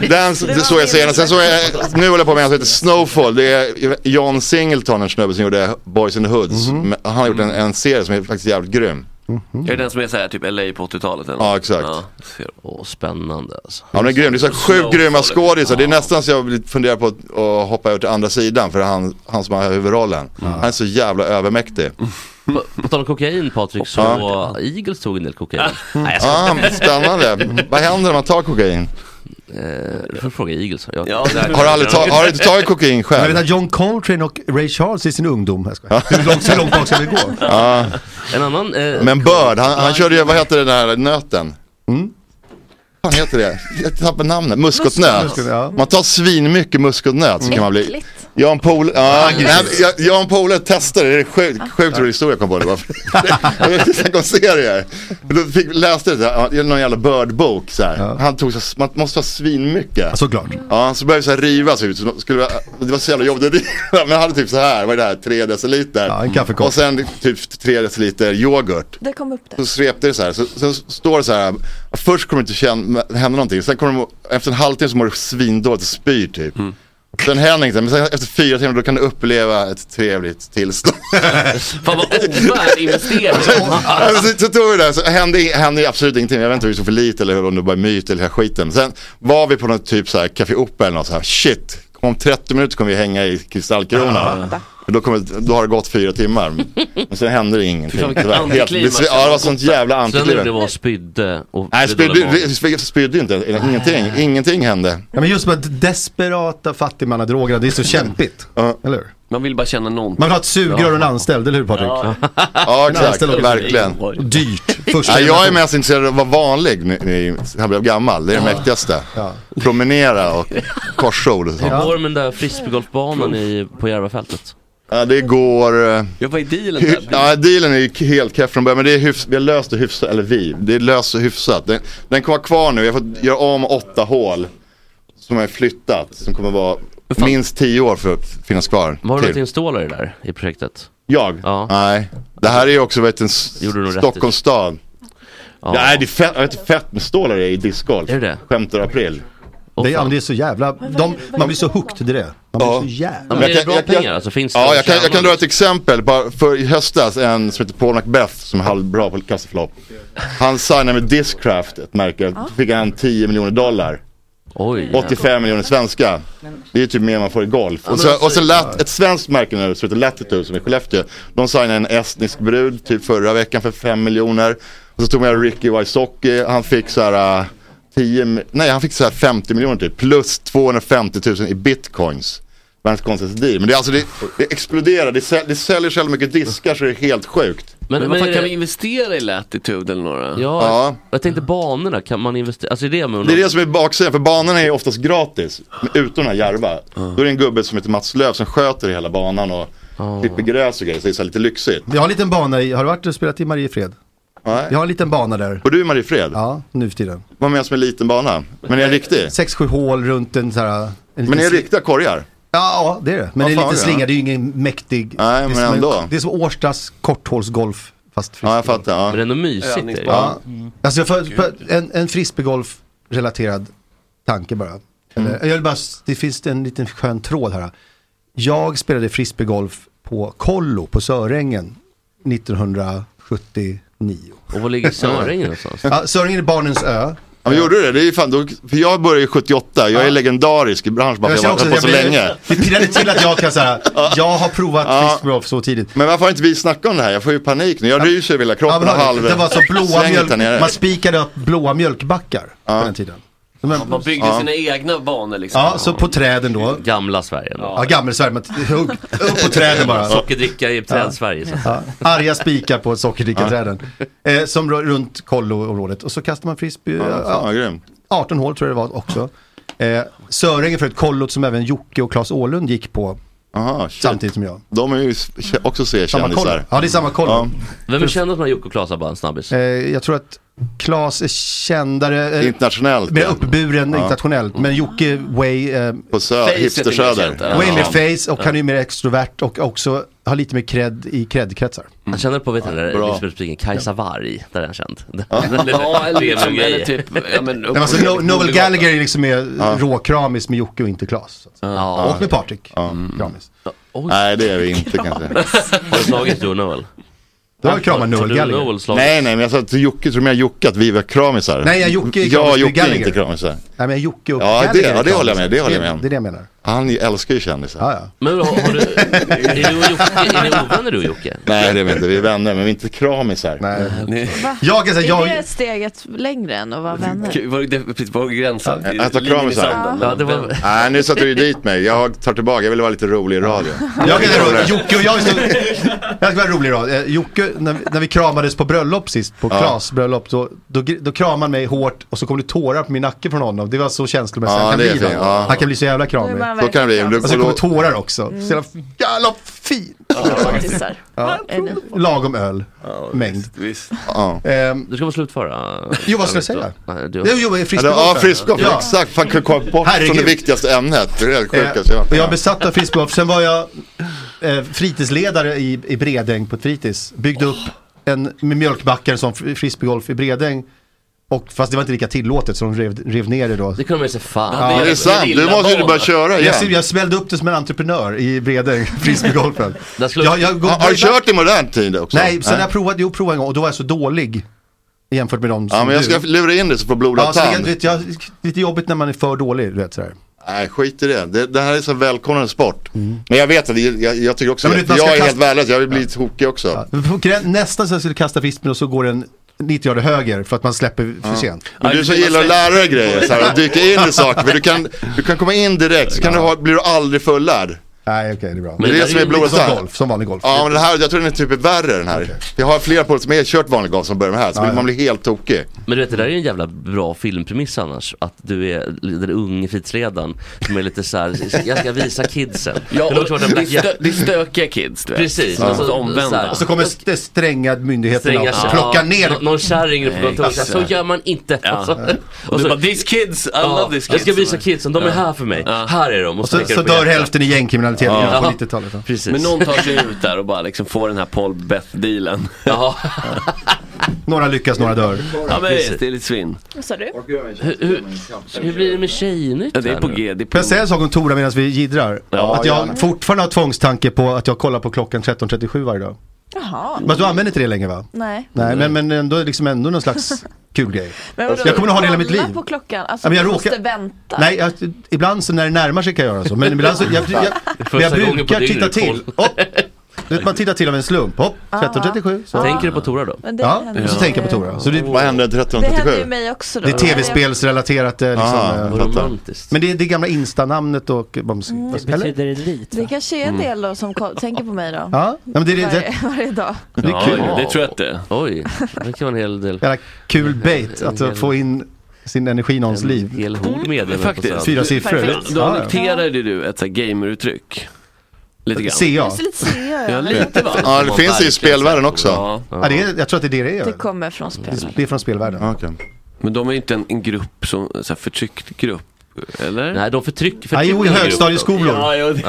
Den s- det såg jag senast. Sen såg jag, nu håller jag på med en som heter Snowfall. Det är John Singleton, en snubbe som gjorde Boys in the Hoods. Men Han har gjort en, en serie som är faktiskt jävligt grym.
Är det den som är såhär typ LA på 80-talet? eller?
Mm. Ja, exakt.
Ja, ser.
Åh, spännande alltså.
Ja, men det är grym. Det är så här sjukt
Snowfall.
grymma skådisar. Det är nästan så jag vill fundera på att att hoppa över till andra sidan för han, han som har huvudrollen. Han är så jävla övermäktig.
På, på tal om kokain Patrik, så
Ja.
Eagles tog en del kokain. Nej, jag ska,
Ah, spännande. Vad händer om man tar kokain?
eh, du får fråga Eagles. Jag,
Ja, det här-
Har du aldrig ta, har du inte tagit kokain
Jag vet
själv?
att John Coltrane och Ray Charles i sin ungdom, jag skojar. Hur långt, hur långt bak ska vi gå?
En annan, eh,
Men Bird, han, han körde ju, vad heter den här nöten? Mm? Vad fan heter det? Jag tappar namnet. Muskotnöt.
Muskotnöt, ja.
Man tar svinmycket muskotnöt så kan man bli...
Äckligt.
Jag och en pol- ja, nej, men jag, jag och en polare testade, det är en sjukt sjukt rolig historia jag kom på det bara. Sen kom serier. Då fick, läste det där, ja, någon jävla bördbok så här. Han tog så, man måste ha svinmycket.
Såklart.
Ja, så började det så här rivas ut. Så skulle, jag- det var så jävla jobbigt att riva. Men jag hade typ så här, vad är det här, tre deciliter.
Ja, en kaffekopp.
Och sen typ tre deciliter yoghurt.
Det kom upp där.
Så svepte det så här, så, så står det så här, först kommer det inte känna, hända någonting, sen kommer det, efter en halvtimme så mår du svindåligt och spyr typ.
Mm.
Sen händer ingenting, men sen efter fyra timmar då kan du uppleva ett trevligt tillstånd.
fan vad ovärd investering.
Alltså, så, så tog vi det, där, så hände, hände ju absolut ingenting. Jag vet inte om vi såg för lite eller om det bara är myt eller hela skiten. Sen var vi på något typ så här Café Opera eller något så här, shit, om 30 minuter kommer vi hänga i Kristallkrona. För Då, kommer, då har det gått fyra timmar. Men sen hände det ingenting.
Fy fan, vilket
Tyvärr. Helt
antiklimax.
besvi- ja, det var sånt jävla
Sen
antiklimax.
när det var spydde och...
Nej,
spydde
spydde,
alla
vi- vi spydde ju inte. Ingenting, ingenting hände.
Ja, men just med att desperata fattigmannadrogerna, det är så kämpigt.
Ja.
Eller hur?
Man vill bara känna någonting.
Man vill ha ett sugrör och en anställd, eller hur Patrik?
Ja, exakt.
anställd också.
Verkligen.
Och Dyrt. Första
Ja, jag är
generationen.
mest intresserad av att vara vanlig nu, i- när jag blev gammal. Det är det mäktigaste. Promenera och korsord. Och sånt.
barn. Går med den där frisbeegolfbanan i, på Järvafältet?
Ja, det går... eh,
Jag var i dealen
hy-
där.
Ja, dealen är ju k- helt keff från början, men det är hyfs, vi har löst det hyfsat, eller vi, det är löst och hyfsat. Den, den kommer vara kvar nu, jag har fått göra om åtta hål som är flyttat, som kommer vara
fan.
minst tio år för att finnas kvar.
Har du
till.
någonting stålar i det där, i projektet?
Jag?
Ja.
Nej. Det här är ju också vet, du, en s-
Gjorde du nog rätt
Stockholms stad.
Ja.
Nej, det är fett, jag vet inte, fett med stålar i discgolf.
Är det det?
Skämtar april.
Åh,
Det, är- ja,
fan.
men det är så jävla, de, man blir så hooked i det. Man blir
Ja.
så jävla...
Ja, men
Jag
är det
kan-
bra
jag kan-
pengar alltså? Finns det
Ja,
att
jag kan, jag
tjäna?
kan dra ett exempel. Bara för i höstas, en som heter Paul Macbeth som är halvbra på kassaflopp. Han signade med Discraft, ett märke. Då fick han 10 miljoner dollar.
Oj,
85 miljoner svenska. Det är ju typ mer än man får i golf. Och
alltså-
så, och så Lat, ett svenskt märke nu som heter Latitude som är i Skellefteå. De signade en estnisk brud typ förra veckan för 5 miljoner. Och så tog man Ricky Wysocki, han fick så här äh, 10, mi- nej han fick så här 50 miljoner typ. Plus 250 000 i bitcoins. Världens konstigaste deal. Men det, är alltså, det, det exploderar, det, säl, det säljer så jävla mycket diskar så det är helt sjukt.
Men,
Men
men,
vad fan,
är
kan
det-
vi investera i Latitude eller några?
Ja,
Ja.
jag tänkte banorna, kan man investera, alltså är det med
Det är det som är baksidan, för banorna är ju oftast gratis. men Utom den här Järva. Då är det en gubbe som heter Mats Löv som sköter hela banan och klipper gräs och grejer. Så det är så här lite lyxigt.
Vi har en liten bana i, har du varit och spelat i Mariefred?
Nej.
Vi har en liten bana där.
Och du Mariefred,
Ja, nu för tiden.
vad menas med liten bana? Men är det en riktig?
Sex, sju hål runt en så här... En
Men är det
liten-
riktiga korgar?
Ja, det är det. Men
Vad
det är
fan
lite
är det?
slinga, det är ju ingen mäktig...
Nej,
det är
men
som en-
ändå.
Det är som Årstas korthålsgolf. Fast
Ja, jag fattar. Ja.
Men det är ändå mysigt. det är ju.
Ja. Alltså jag för, för en, en frisbeegolf-relaterad tanke
Mm.
bara. Eller, Jag vill bara. s- Det finns en liten skön tråd här. Jag spelade frisbeegolf på Kollo på Sörängen 1979.
Och var ligger Söringen någonstans?
Ja, Sörängen är barnens ö.
Ja, men gjorde du det? det är ju fan, då, för jag började ju 78, jag är legendarisk i branschen bara för
Jag
jag
känner
har
också
varit
att
på
jag
så länge.
blir- Det pirrade till att jag kan säga, jag har provat frisbeegolf så tidigt.
Men varför har inte vi snackat om det här? Jag får ju panik nu. Jag ryser över hela
Ja,
kroppen
men
och
hörni,
halv...
det var så blåa
Släng
mjölk,
där nere.
man spikade upp blåa mjölkbackar på den tiden. Men-
Man byggde
Ja.
sina egna banor liksom.
ja, så på träden då.
Gamla Sverige ändå.
Ja, gammelsvärd, men hugg upp på träden bara.
Sockerdricka i Trädsverige. Så.
Ja, arga spikar på sockerdrickaträden. Eh, som rör- runt kolloområdet. Och så kastar man frisbee,
Ja,
ja,
fan vad grymt.
18 hål tror jag det var också. Eh, Söringen för ett kollot som även Jocke och Claes Åhlund gick på
Aha, shit.
samtidigt som jag.
De är ju s- också
Samma kollo.
C-kändisar.
Ja, det är samma kollo.
Ja.
Vem är känd från Jocke och Klaas bara en snabbis?
Eh, jag tror att Claes är kändare, eh,
Internationellt.
mer
ja.
uppburen internationellt. Men Jocke Way, eh,
På sö-
Facet är
hipstersöder.
lite känt,
Way med
Ja.
face och han är ju mer extrovert och också har lite mer cred i cred-kretsar.
Han Mm. känner på, vet du, den
bra.
där Lisbeth Kajsa Warg, där är han känd.
Ja, eller,
Lever
eller,
med
eller
i.
typ... Ja, men,
Men alltså no- Noel Gallagher är liksom mer råkramis med Jocke och inte Claes.
Ja,
Och med Patrik. Kramis.
Nej, det är vi inte kanske.
har du slagit du och Noel?
Då har jag kramat
Har
Noel
du
Gallagher.
Noel slagit?
Nej, nej, men jag sa till Jocke, tror du jag Jocke att vi var kramisar?
Nej, jag Jocke är
Ja,
kramis med
Jocke är
Gallagher.
inte kramisar.
Nej men Jocke och
Ja, det-
Gallagher är
ja, det håller jag
kramis.
med, det håller jag med om.
Det är det jag menar.
Han ju- älskar ju kändisar.
Ja, ja.
Men har, har du, är du och Jocke, är ni ovänner du och Jocke?
Nej, det är vi inte. Vi är vänner, men vi är inte kramisar.
Nej.
Ni-
Jag kan säga,
Är det
jag...
steget längre än att vara vänner?
Gud, Var det precis var gränsen?
Ja, äta
Linjen i
kramisar.
sanden. Mm.
Ja, det var,
Nej, nu satte du dit mig. Jag tar tillbaka, jag ville vara lite rolig i radio.
Jag kan säga, Jocke och jag är så... Jag ska vara rolig idag. Eh, Jocke, när, vi- när vi kramades på bröllop sist, på Klas bröllop, då, då, gr- då kramade han mig hårt och så kom det tårar på min nacke från honom. Det var så känslomässigt
Ja,
han kan
det är
bli. då.
fint. Ja.
Han kan bli så
Då
jävla
är
kramig.
man Mm.
Så kan det bli.
verkligen
Du-
Och så Alltså, kommer
Förlåt.
tårar också. Så jävla, jävla fin.
kompisar. Är ni-
Lagom öl, mängd.
Visst.
Ja.
Ehm,
du ska få slutföra.
Jo, vad skulle jag säga?
Nej, du,
Jo, jo,
Eller,
frisbeegolfen.
ja, friskgolf,
Ja.
exakt. Fan, kan komma bort från det
Herregud.
viktigaste ämnet. Det är det sjukaste
Eh,
jag
och jag är besatt av frisbeegolf. Sen var jag eh, fritidsledare i, i Bredäng på ett fritids. Byggde upp en med mjölkbackar som fr- frisbeegolf i Bredäng. Och, fast det var inte lika tillåtet så de rev, rev ner det då.
det kunde man ju säga fan.
Ja, det är sant. Du måste ju bara köra
Jag, ser-
igen.
jag smällde upp det som en entreprenör i Bredäng, frisbeegolfen.
Där skulle-
jag, jag,
Har har du kört i modern tid också?
Nej, sen jag provade, jo provade en gång och då var jag så dålig jämfört med dem som
Ja, men jag
du.
ska lura in det så får blodad
Ja, så det,
tand.
vet, jag, lite jobbigt när man är för dålig, du vet sådär.
Nej, skit i det. det. Det här är så välkomnande sport. Men jag vet att jag, jag, jag tycker också
Mm. Ja, men
att jag
man ska
är
kasta-
helt värdelös. Jag vill bli tokig också.
Men på grän- Nästan så jag skulle kasta frisbeen och så går den 90 grader höger för att man släpper för sent.
Men du som gillar att lära dig grejer, så här, och dyka in i saker. För du kan, du kan komma in direkt, så kan du ha, blir du aldrig fullärd.
Nej okej, det är bra.
Det är
det
det
där
som
är
är
ju
blodad
som
tand.
golf, som vanlig golf.
Ja, men den här, jag tror den är typ värre den här. Jag har flera polare som har kört vanlig golf som börjar med det här, så man blir helt tokig.
Men du vet det där är ju en jävla bra filmpremiss annars. Att du är den unge fritidsledaren som är lite såhär, jag ska visa kidsen.
Ja,
Hur långt var
och
den
det, är
Black Jack?
stö- det är stökiga kids du vet.
Precis,
Ja.
och så-
Alltså omvända.
Och så kommer st- stränga myndigheterna
Stränga
och plocka ner.
Nå- Någon kärring på kontoret,
exakt.
så gör man inte. Alltså.
Och
Och så,
bara, these kids, I love
ja,
these kids.
jag ska visa kidsen, de är här för mig. Här är de. Och
Så,
pekar
så
du på
dör
hjärtat.
hälften i gängkriminalitet ja. på
Ja.
90-talet. Ja.
Precis.
Men någon tar sig ut där och bara liksom får den här Paul Beth-dealen.
ja.
Några lyckas, några dör.
Ja men visst, det är lite svinn.
Vad sa du?
hur, hur, hur blir det med tjejnytt
Ja, det är
här
på
nu?
G, det är
Får
på
jag säga en sak om Tora medan vi jiddrar?
Ja,
att jag fortfarande har tvångstanke på att jag kollar på klockan 13.37 varje dag.
Jaha,
Men du använder inte det längre va?
nej.
Nej, men, men ändå, liksom ändå någon slags kul grej.
Men vadå,
Jag kommer att ha det hela mitt
kolla
liv.
på klockan,
Ja,
alltså
men jag
du
råkar-
måste vänta.
Nej, jag, ibland så när det närmar sig kan jag göra så. Men ibland så, jag, jag, men jag
gången på
brukar
dygnet,
titta till. Hopp. Du vet, man tittar till av en slump. Hopp,
Ah.
13.37. Så.
Tänker du på Tora då?
Men det
Ja,
händer
och så
ju-
tänker jag på Tora. Så det,
Vad hände
Det händer ju
13.37?
mig också då.
det är tv-spelsrelaterat. eh, Liksom,
Ah,
eh,
Vad romantiskt.
men det är det gamla instanamnet och... vad man ska-
Mm.
vad- Eller?
Betyder elit?
Det kanske är en del då som ko- tänker på mig då.
Mm. Ja, nej, men det är det, det,
Varje, varje dag.
det är kul.
det tror jag att det är.
Oj, det kan vara en hel del.
Jävla kul bait att få in sin energi i någons
En
liv.
hel hord medlemmar på
Faktiskt.
Söder.
Fyra siffror.
Perfekt.
Då
Ja, ja.
annekterade du ett så här gameruttryck. Lite grann.
Ser jag.
Jag är så lite seg
Ja,
jag.
lite va?
Ja, det finns ju i spelvärlden också.
Ja,
Ja, det är, jag tror att det är det det
Det
är.
Mm.
kommer från spel.
Det är från spelvärlden.
Okej.
men de är ju inte en, en grupp som, så här förtryckt grupp. Eller?
Nej, de förtryck, förtrycker
jo, i
gruppen.
högstadieskolor.
Ja, jo, det-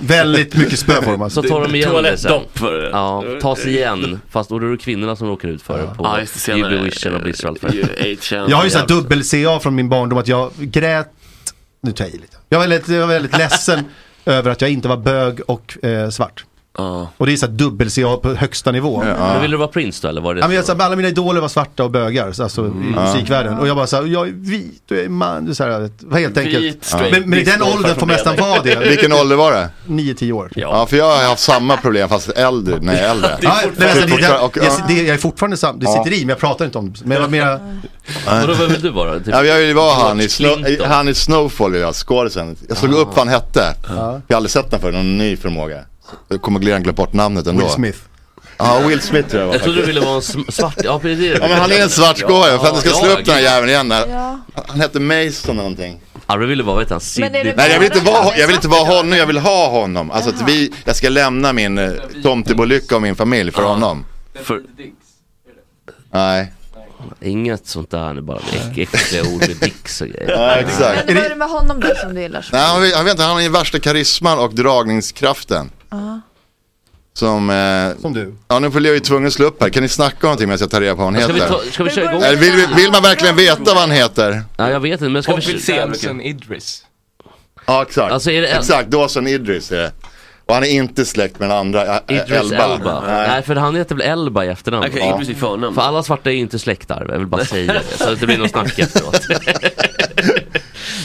Väldigt mycket spöform alltså.
Så tar de igen det sen.
Toalettdopp för det.
Ja, tas igen. Fast då är det kvinnorna som råkar ut för det på
Ja, just det, senare.
Jubilewishen och Bliss Welfare.
Jag har ju såhär dubbel-CA från min barndom att jag grät, nu tar jag i lite. Jag var väldigt, jag var väldigt ledsen över att jag inte var bög och eh, svart.
Ja.
Och det är såhär dubbel-CA på högsta nivå.
Men ville du vara Prince då eller var det
Ja, men jag, så här, alla mina idoler var svarta och bögar, så, alltså,
Mm.
i musikvärlden. Och jag bara såhär, jag är vit och jag är man. Det är Så här, jag vet, var helt enkelt. Men,
straight,
men i den
bisexuell,
åldern får man nästan vara det.
Vilken ålder var det?
9-10 år.
Ja. för jag har haft samma problem fast äldre, när jag är äldre.
Ja, men alltså, det,
fortfarande-
jag,
och-
jag, det, jag är fortfarande sam, det sitter i men jag pratar inte om det. Men jag var mera,
Vadå, vem vill du vara? Typ,
Ja, jag ville vara han i,
Clinton.
Snow, han i Snowfall, jag, skådisen. Jag slog upp vad han hette. Jag har aldrig sett den för någon ny förmåga. Jag kommer redan glömt bort namnet ändå.
Will Smith.
Ja, Will Smith tror jag det var.
jag trodde du
faktiskt.
ville vara en sm- svart, ja precis.
Ja, men han är en svart skådis, för att jag ska
Ja,
slå upp den här
gud.
jäveln igen. När,
Ja.
Han hette Mason någonting.
Arve ville vara, vet han, Sidney.
det-
Nej jag vill inte vara, jag vill inte vara honom, jag vill ha honom. Alltså att vi, jag ska lämna min eh, tomtebolycka och min familj för honom.
För,
Nej,
Inget sånt där, det är bara äck, äckliga ord med dicks och grejer.
ja, exakt.
Men vad är det med honom då som du gillar?
Nej, han, vet- han, vet inte, han har ju värsta karisman och dragningskraften. Som, eh,
Som du.
ja nu blir jag ju tvungen att slå upp här. Kan ni snacka om någonting medan jag tar reda på vad han
Ska vi,
heter?
ta, ska vi köra igång?
Eller vill, vi- vill man verkligen veta vad han heter?
Ja, jag vet inte, men ska vi...
Idris.
Ja exakt,
Alltså, är det en-
exakt. Dawson Idris är det. Och han är inte släkt med den andra, eh, eh,
Idris Elba. Nej.
Nej.
för han heter väl Elba i efternamn?
okej,
Ja.
Idris i förnamn.
För alla svarta är ju inte släkt där, jag vill bara säga det. Så att det blir någon snack efteråt.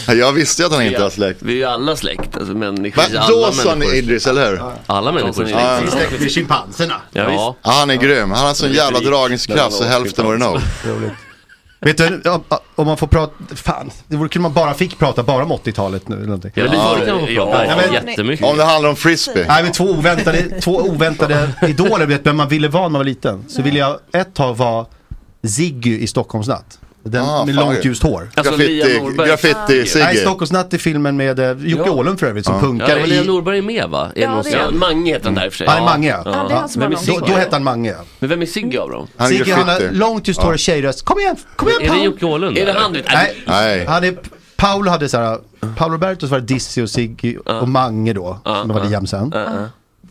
Jag visste ju att han inte var släkt.
Vi är ju alla släkt, alltså människor.
Men
alla
Dawson
människor.
Idris, eller hur?
Alla människor är
Ja,
släkt.
ja.
Det är schimpanserna.
Ja,
Ja,
visst.
Ja, han är grym. Han har sån jävla
rik.
dragningskraft så
Men-
hälften var det nog.
Vet du, om- om man får prata, fan, det vore kul om man bara fick prata bara om 80-talet nu eller någonting.
ja,
Ja,
det kan man
ja.
prata om
Nej, men-
jättemycket.
Om det handlar om frisbee.
Nej men två oväntade, två oväntade idoler vet vem man ville vara när man var liten. Så ville jag ett tag vara Ziggy i Stockholmsnatt. Den
Ah,
med
fan,
långt
vad-
ljust hår.
Alltså,
Graffiti,
Lia Norberg.
graffiti
Nej,
Sigge.
Stockholmsnatt i filmen med eh, Jocke Åhlund för övrigt som
Ja,
punkare
men Lea
i...
Norberg är med va? Är
Ja,
någon
det
sån?
är
Ja, Mange heter han där i och för sig.
Han är Mange ja.
Ja, det är han som
Men
har
vi
lång
Då,
ser-
då hette han Mange ja.
Men vem är Sigge av dem?
Han är
Ziggy han har
graffiti.
långt ljust hår och tjejröst. Kom igen, kom igen
Är det
Paul!
Jocke Åhlund?
Är det
eller?
han? du vet?
Nej,
Nej.
han är, Paul hade såhär, Paul Roberto var Dizzy och Ziggy och Mange då, som var Liam sen.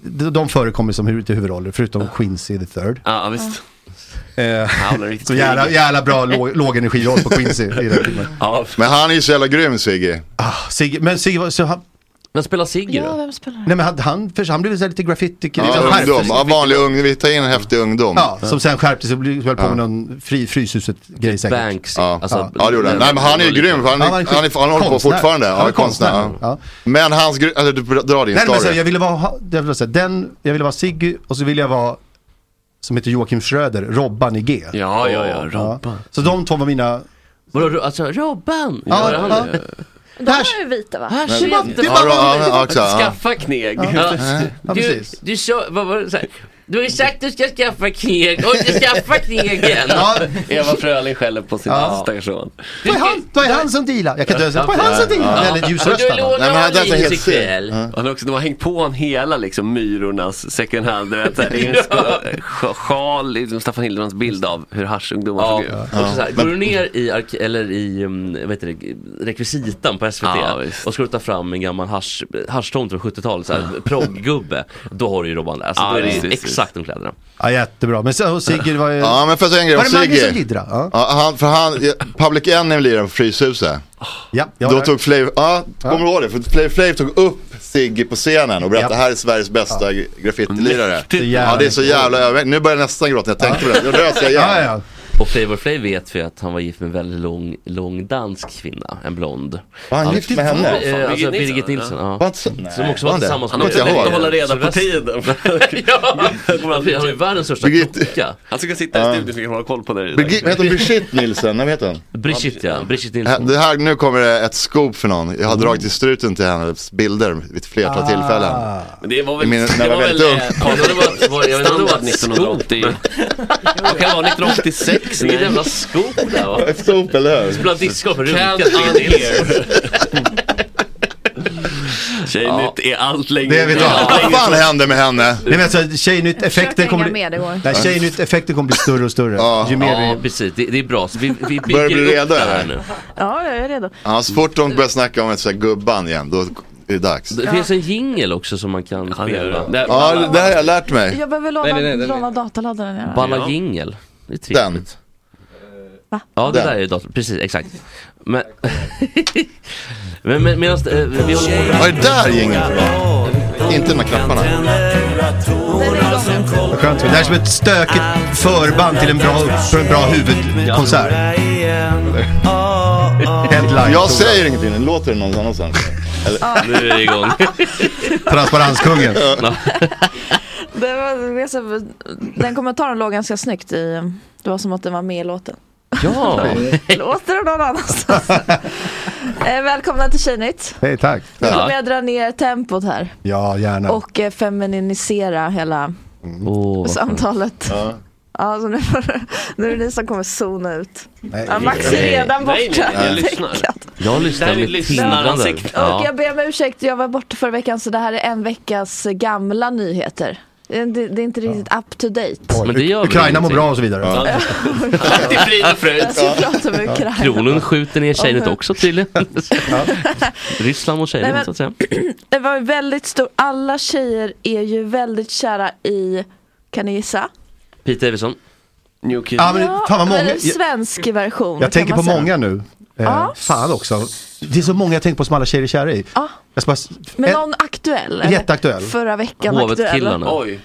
De de förekommer som hu- till huvudroller, förutom Quincy the third.
Ja, visst.
Eh,
Han är riktigt
Så jävla, jävla bra lå- lågenergiroll på Quincy i den filmen.
Ja,
Men han är ju så jävla grym Sigge.
Sigge, men Sigge var, så han,
Men spelar Sigge
Ja,
då?
vem spelar det?
nej men han, han, för, han blev så här lite graffiti ja,
Ja, ungdom. Ja, vanlig ung. Vi tar in en häftig ungdom.
Ja, som sen skärpte sig och blev- höll på med någon fri, Fryshuset-grej säkert.
Banks.
Ja, ja. ja det gjorde han. Nej men han är ju grym. för Han,
Ja, han är
han, är- han håller på
konstnär.
fortfarande.
Han
Ja,
är
konstnär.
konstnär,
Ja.
ja.
Men hans gr- eller du drar din
Nej men så, jag
story.
ville vara, ha- jag ville säga, den, jag ville vara Siggy och så ville jag vara, som heter Joakim Schröder, Robban i G.
ja, ja, ja, Robban.
Så de två var mina,
Vadå, du- alltså Robban?
Ja,
Gör han
ja.
det?
De är ju vita va?
Här ser
Men-
man inte.
Ja, ja, ja, också, ja.
Skaffa kneg.
ja
Du,
precis.
du sa, vad var det så här? Du har ju sagt att du ska skaffa kneg, och du skaffar knegen!
Ja,
Eva Fröling skäller på sin
Ja.
stackars son.
det är han, det är han som dealar. Jag kan inte säga, det är han som dealar. Väldigt
Men du
ljusröstad. va?
Nej, men
lånar
det är
honom
helt
Linus
fel.
ikväll.
Han har också, de har hängt på honom hela liksom myrornas second hand, du vet, så här, det är en sko- sj- sjal, liksom Staffan Hildebrands bild av hur haschungdomar
Ja,
såg ut.
också så här, går du ner i, ark- eller i um, vad heter det, rekvisitan på SVT
Ja, visst.
och ska du ta fram en gammal hasch- haschtomt från 70-talet, så här, proggubbe, då har du ju Robban där. Alltså,
Ja,
då är det
visst,
ju
visst,
exakt de kläderna.
Ja jättebra, men så, och Sigge var ju,
Ja men får jag säga en grej
var
om
det Mange som
Sigge?
jiddrade? Ja.
Ja, han, för han, Public Enemy lirade på Fryshuset.
Ja, jag var
Då
där.
tog Flav, ja, kommer du ihåg det? För Flav Flav tog upp Sigge på scenen och berättade
Ja.
här är Sveriges bästa ja. graffitilirare.
jävla
Ja, det är så jävla överväldigande. Nu börjar jag nästan gråta när jag tänkte på det. Då rös jag igen.
Ja, ja.
Och Flavor Flav vet vi att han var gift med en väldigt lång, lång dansk kvinna, en blond.
Var han gift med henne?
Eh,
Birgit Nilsson,
alltså Birgit Nilsson, ja.
Var inte så-
Som
Nej.
också var
Var det?
tillsammans
Han har
Kommer inte
också
jag
lätt att
ihåg.
hålla reda på
Sylvester.
tiden.
ja, han har ju världens största
Birgit-
klocka.
Han ska sitta i studion så vi kan hålla koll på dig.
Birgit, vad heter hon? Brigitte Nielsen? Nej, Vad heter hon?
Brigitte ja, Brigitte
Här-
Nilsson.
Det här, nu kommer det ett scoop för någon.
Mm.
Jag har dragit i struten till hennes bilder vid ett
Ah.
flertal
Ah.
tillfällen.
Men det var väl...
I min- när jag
det
var väldigt ung.
eh,
Ja, men det var- var- Jag vet inte om det
Standard
var ett skop,
1980. Vad kan det vara? 1986?
vilket
Nej.
jävla skop det här var.
Ett scoop, eller hur?
Bland discgolf,
Can
runkat Birgit Nilsson.
Tjejnytt är allt längre
Det vet jag. Vad fan hände med henne?
Nej men alltså tjejnytt-effekten
Försök
kommer,
hänga med, det går.
bli- Nej, tjejnytt-effekten kommer bli större och större. Ju mer
Ja,
vi...
precis. Det, det är bra. Så vi, vi
Börjar bli
bygger upp
redo,
det här
eller?
nu.
Ja, jag är redo.
Ja, så fort de börjar snacka om ett sånt här gubban igen, då är det dags.
Det finns en jingel också som man kan spela. Där,
Ja, det
balla,
det här har jag lärt mig.
Jag behöver
Nej, nej,
låna,
nej, nej.
låna dataladdaren. gärna.
balla jingel. Det är trevligt.
Den.
Ja, det
Den.
där är datorn. Precis, exakt. Men, men, men medan eh, vi håller på
Vad är det där gängen för då? Inte de här knapparna.
Vad Skönt. Det här är som ett stökigt förband till en bra, för en bra huvudkonsert. Headline.
Jag säger ingenting, nu låter det någon annanstans.
Nu är det igång.
Transparenskungen.
Det var, det var så- den kommentaren låg ganska snyggt i... Det var som att den var med i låten.
Ja,
Låter det någon annanstans? eh, välkomna till Tjejnytt.
Hej, tack.
Nu kommer jag dra ner tempot här
Ja, gärna.
och eh, feminisera hela
Åh,
samtalet. Ja. så nu, får, nu är det ni som kommer zona ut.
Nej.
Ja, Max är
Nej.
redan borta.
Nej, nej, jag lyssnar.
täckat.
jag lyssnar
Där är
med
lyssnarnas
tindrande.
sikte.
Och
Ja.
jag ber om ursäkt, jag var borta förra veckan så det här är en veckas gamla nyheter. Det, det det är inte riktigt up to date.
Men det gör väl
Ukraina mår
ingenting.
bra och så vidare.
Allt i frid och fröjd.
Jag ska prata med Ukraina.
Kronen skjuter ner tjejnet också tydligen. Ryssland mot
Nej, men-
tjejnet så att säga.
Det var ju väldigt stor, alla tjejer är ju väldigt kära i, kan ni gissa?
Pete Davidson.
New Kid.
Ja, men fan vad många.
eller
Jag,
svensk version. kan
jag tänker på
man säga.
många nu. Eh,
Ja.
fan också. Det är så många jag tänker på som alla tjejer är kära i.
Ja.
Jag ska bara,
Men
Eh,
någon aktuell? eller?
Jätteaktuell.
Förra veckan aktuell.
Hovet-killarna.
Oj.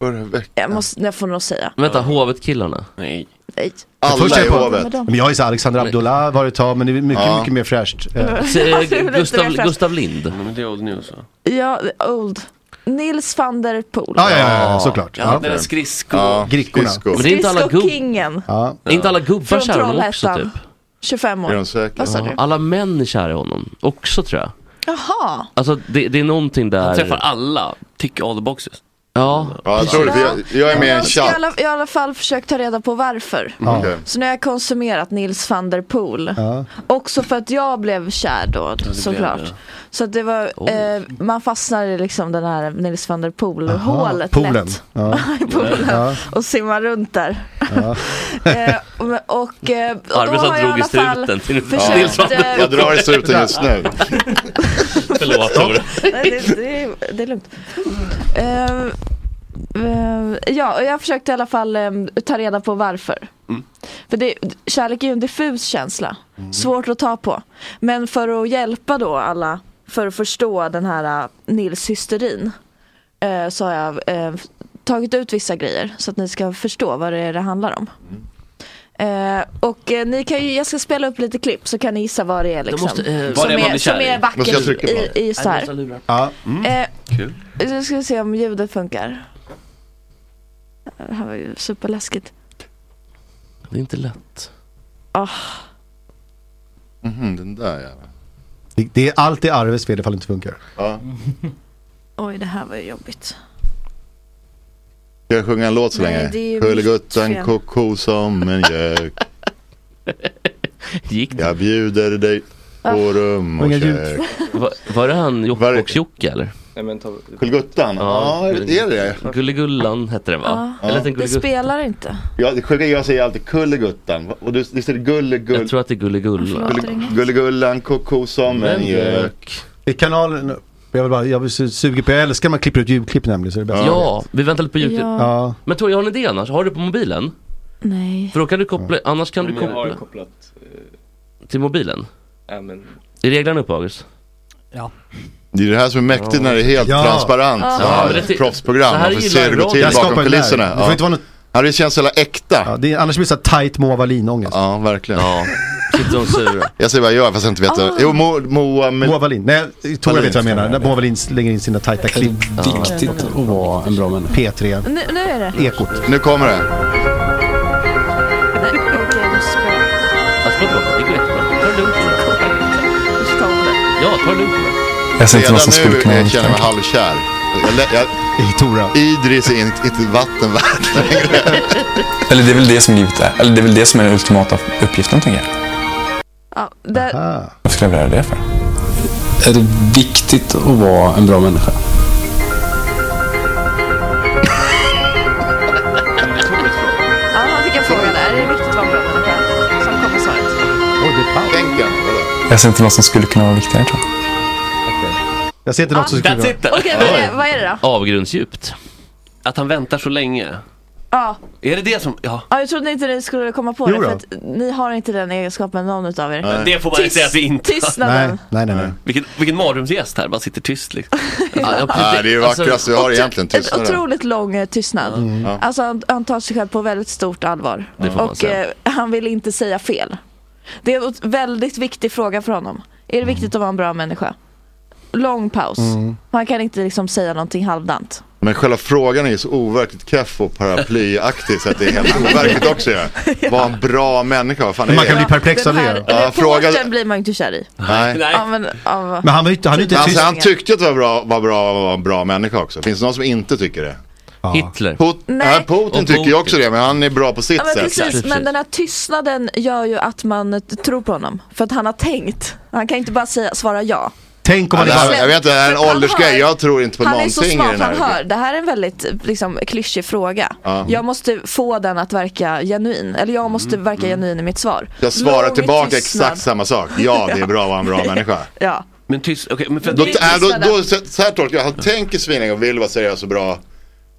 Förra veckan.
Jag, måste, jag får nog säga.
Vänta, Hovet-killarna.
Nej.
Nej.
Först
Alla
är
i
på-
Men
hovet.
de-
men jag är så Alexander Abdullah var det ett tag, men det är mycket,
Ja.
mycket mer fräscht. Eh,
Mm.
Se,
det är väl
Gustav,
inte det
Gustav Lind.
Men det är old news va?
Ja, old. Nils van der Poel.
Ja, ja, ja, ja, eh, såklart.
Ja,
Ja.
den där skridsko...
Ja,
Grickorna.
disco.
Men det är inte alla, gubb,
Kingen
Ja.
är inte alla gubbar
från
kära honom också
Trollhättan.
typ?
25
Är de
år.
säkra?
Vad sa du?
Alla män är kära i honom också tror jag.
Jaha.
Alltså det, det är någonting
Han träffar
där.
alla. Tick all the boxes.
Ja,
Ja, jag tror det. för Jag, jag är med i en
Jag ska i
chatt. Mm,
alla, i alla fall försökt ta reda på varför.
Okej.
Så nu har jag konsumerat Nils van der Poel.
Ja.
Också för att jag blev kär då
det.
såklart. Så att det var, eh, man fastnar i liksom den här Nils van der Poel hålet
Poolen.
lätt.
Ja.
I poolen och simmar runt där. eh, och och eh, och då har
Arvidsson
jag
drog
i
i
alla fall
struten till Nils
försökt,
van
eh,
Jag drar i struten just nu.
Förlåt Tore.
Nej, det, det, är- det är lugnt. Eh, eh, ja, och jag försökte i alla fall eh, ta reda på varför. För det, kärlek är ju en diffus känsla. Svårt att ta på. Men för att hjälpa då alla, för att förstå den här eh, Nils-hysterin. eh, så har jag eh, tagit ut vissa grejer så att ni ska förstå vad det är det handlar om. Eh, och eh, ni kan ju, jag ska spela upp lite klipp så kan ni gissa vad det är liksom.
måste, eh, vad
som,
det är man
är,
blir
som
kär i.
är
Måste jag
vackert
trycka på
i, i så här.
Ja.
Mm.
Mm.
Eh,
Kul.
nu ska vi se om ljudet funkar. Det här var ju superläskigt. Ah.
Det är inte lätt.
Mhm, den där jäveln.
Det, det är alltid Arves fel ifall det inte funkar.
Ja.
Oj, det här var ju jobbigt.
Ska jag sjunga en låt så
Nej,
länge?
det är ju
Hulleguttan
mitt fel.
koko som en gök.
Gick det?
Jag bjuder dig
Ah.
på rum och
Sjunga ljud.
kök.
Var, var det han
Var det-
Jokkmokks-Jocke eller?
Hulleguttan? Ja, är det
Gulligullan hette den va? Eller hette den
Det
Gulliguttan?
spelar inte.
Ja, det sjuka är jag säger alltid Kulleguttan. Va- Och du, visst är det
Jag
Gullegull...
tror att det är Gulligullan.
Gulle- Gullegullan, koko som en gök.
I kanalen, jag vill bara, jag vill su- suger på, jag älskar när man klipper ut ljudklipp nämligen så är det bästa.
Ja, vi väntar lite på Youtube.
Ja,
Ja.
Men Tore, jag har en idé annars. Har du det på mobilen?
nej.
För då kan du koppla, annars kan du koppla
kopplat...
eh,
till mobilen.
Ja, men...
Är reglerna uppe August?
Det är det här som är mäktigt när det är helt
Ja.
transparent.
Ja.
Ja,
men det-
proffsprogram,
det här
man
är
får
ju
se hur det går
live-radio.
till
Jag skapar
bakom
en
kulisserna.
nerv. Det får
Ja.
inte vara något,
Ja, det känns så jävla
ja,
äkta.
det är, annars blir det så här tight Moa Wallin-ångest.
Ja, verkligen.
Ja. Sitter de sura?
Jag säger vad jag gör fast jag inte vet.
Ah.
vad- Jo, Mo- Moa... Mo,
Moa Wallin, nej jag tror jag vet vad jag menar. När Moa Wallin slänger in sina tajta klipp.
Viktigt att vara en bra människa.
P3,
Nu, nu är det.
Ekot.
nu kommer det.
Nej, Okej, nu spelar
Alltså, förlåt, förlåt, det går jättebra. Ta det lugnt Tore.
vi om det.
Ja, ta det lugnt Tore.
Jag ser inte
Redan
vad som skulle
nu
kunna
eh, känner jag mig
vara
halvkär. Jag, lä- jag,
I Tora.
Idris är inte, inte vatten värt längre.
Eller det är väl det som livet är. Eller det är väl det som är den ultimata uppgiften, tänker jag.
Ja, det,
Ah.
Varför skulle jag vilja göra det för? är det viktigt att vara en bra människa?
Ja, han fick en fråga där. Är det viktigt att vara en bra människa? Som kommer svaret.
Tänken, eller?
Jag ser inte något som skulle kunna vara viktigare tror jag.
Jag ser inte något som skulle
That's it!
Okej, vad, är- vad är det då?
Avgrundsdjupt.
Att han väntar så länge.
Ja.
Är det det som... Ja.
ja, jag trodde inte ni skulle komma på
Jo
det
då.
för att ni har inte den egenskapen någon utav er.
Det får man inte
Tyst-
säga att vi inte har.
Tystnaden.
nej, nej, nej.
Vilken, vilken mardrömsgäst här, bara sitter tyst liksom. ja, alltså,
Nej, det är det vackraste jag har egentligen,
En
tystnaden.
otroligt lång eh, tystnad.
Mm. Ja.
Alltså han, han tar sig själv på väldigt stort allvar.
Det får man
Och
säga.
eh, han vill inte säga fel. Det är en ot- väldigt viktig fråga för honom. Är det viktigt att vara en bra människa? Lång paus.
Mm.
Man kan inte liksom säga någonting halvdant.
Men själva frågan är ju så overkligt keff och paraplyaktig så att det är helt overkligt också ju. Var en bra människa, vad fan är
Man kan
det?
bli perplex av det.
Ja, fråga...
Frågan... blir man ju inte kär i.
Nej.
Ja, men, av...
Men han var ju inte- han är ju inte
alltså,
tyst.
han tyckte att det var bra, var bra att vara en bra människa också. Finns det någon som inte tycker det?
Hitler.
Put,
Nej.
nej, Putin
Och
tycker ju
Putin.
också det, men han är bra på sitt
Ja, men
sätt.
precis, men den här tystnaden gör ju att man eh, tror på honom. För att han har tänkt. Han kan inte bara säga, svara ja.
Tänk om
han
man
ja,
inte-
det här- Jag vet inte, det här är
Han
en åldersgrej.
hör-
Jag tror inte på
han är så
någonting i
smart,
den här.
han hör. Det här är en väldigt eh, liksom, klyschig fråga.
Ja.
Jag måste få den att verka genuin. Eller jag måste
Mm,
verka
mm.
genuin i mitt svar.
Jag svarar
Lång
tillbaka
tystnad.
exakt samma sak. Ja, det är bra att vara en bra människa.
Ja.
Men tyst, okej. men för...
Då, äh, då, då, så så här tolkar jag, han tänker svinlänge och vill vara seriös och bra.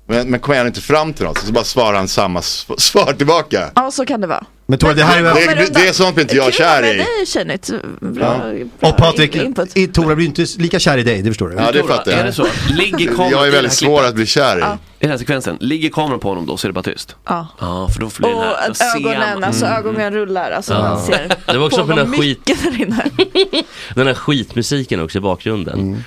Men, men kommer han inte fram till något så bara svarar han samma s- svar tillbaka.
Ja, så kan det vara.
Men Tora, det här
Det,
är...
det, det är sånt inte jag är kär i.
Det är tjejnytt. Bra.
Och Patrik, i Tora blir ju inte lika kär i dig, det förstår du.
Ja, det fattar jag.
Är det så? Ligger kameran
Jag är väldigt svår att bli kär i.
Ja.
I den här sekvensen, ligger kameran på honom då så är det bara tyst?
Ja.
Ja, för då blir den
Och
här...
att ögonen, alltså ögonen rullar. Alltså,
Mm. Ja.
man ser
Det var också
på
för den
vad
här skit-
mycket där inne.
Den här skitmusiken också i bakgrunden.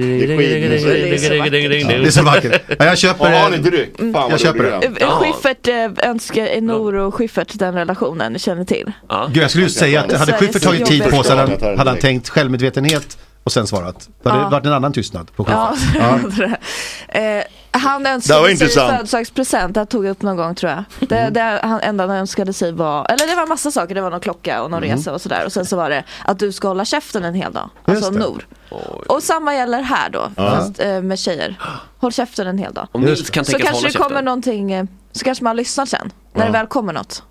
liksom-
Det är så vackert. Ja, jag köper
Och har
det.
ni dryck?
Mm.
Fan vad
Jag köper
rolig
det.
den.
Ja. Schiffert eh, önskar Nor och Schiffert den relationen, ni känner till.
Gud, jag skulle just säga att hade
Sveriges
Schyffert tagit tid på sig
jobbigaste-
hade, hade han tänkt självmedvetenhet och sen svarat. Då hade
Ja.
det varit en annan tystnad på
Ja,
Schyffert. Ja.
eh, han
Det var
önskade sig
intressant.
födelsedagspresent, det här tog jag upp någon gång tror jag. Det, det han, enda han önskade sig var, eller det var massa saker, det var någon klocka och någon
Mm.
resa och sådär. Och sen så var det att du ska hålla käften en hel dag,
Just
alltså
det.
Nor. Och samma gäller här då,
Ja.
fast eh, med tjejer. Håll käften en hel dag.
Om Nils kan
så
tänkas
kanske
hålla
det kommer
käften.
någonting, eh, så kanske man lyssnar sen, när
Ja.
det väl kommer något.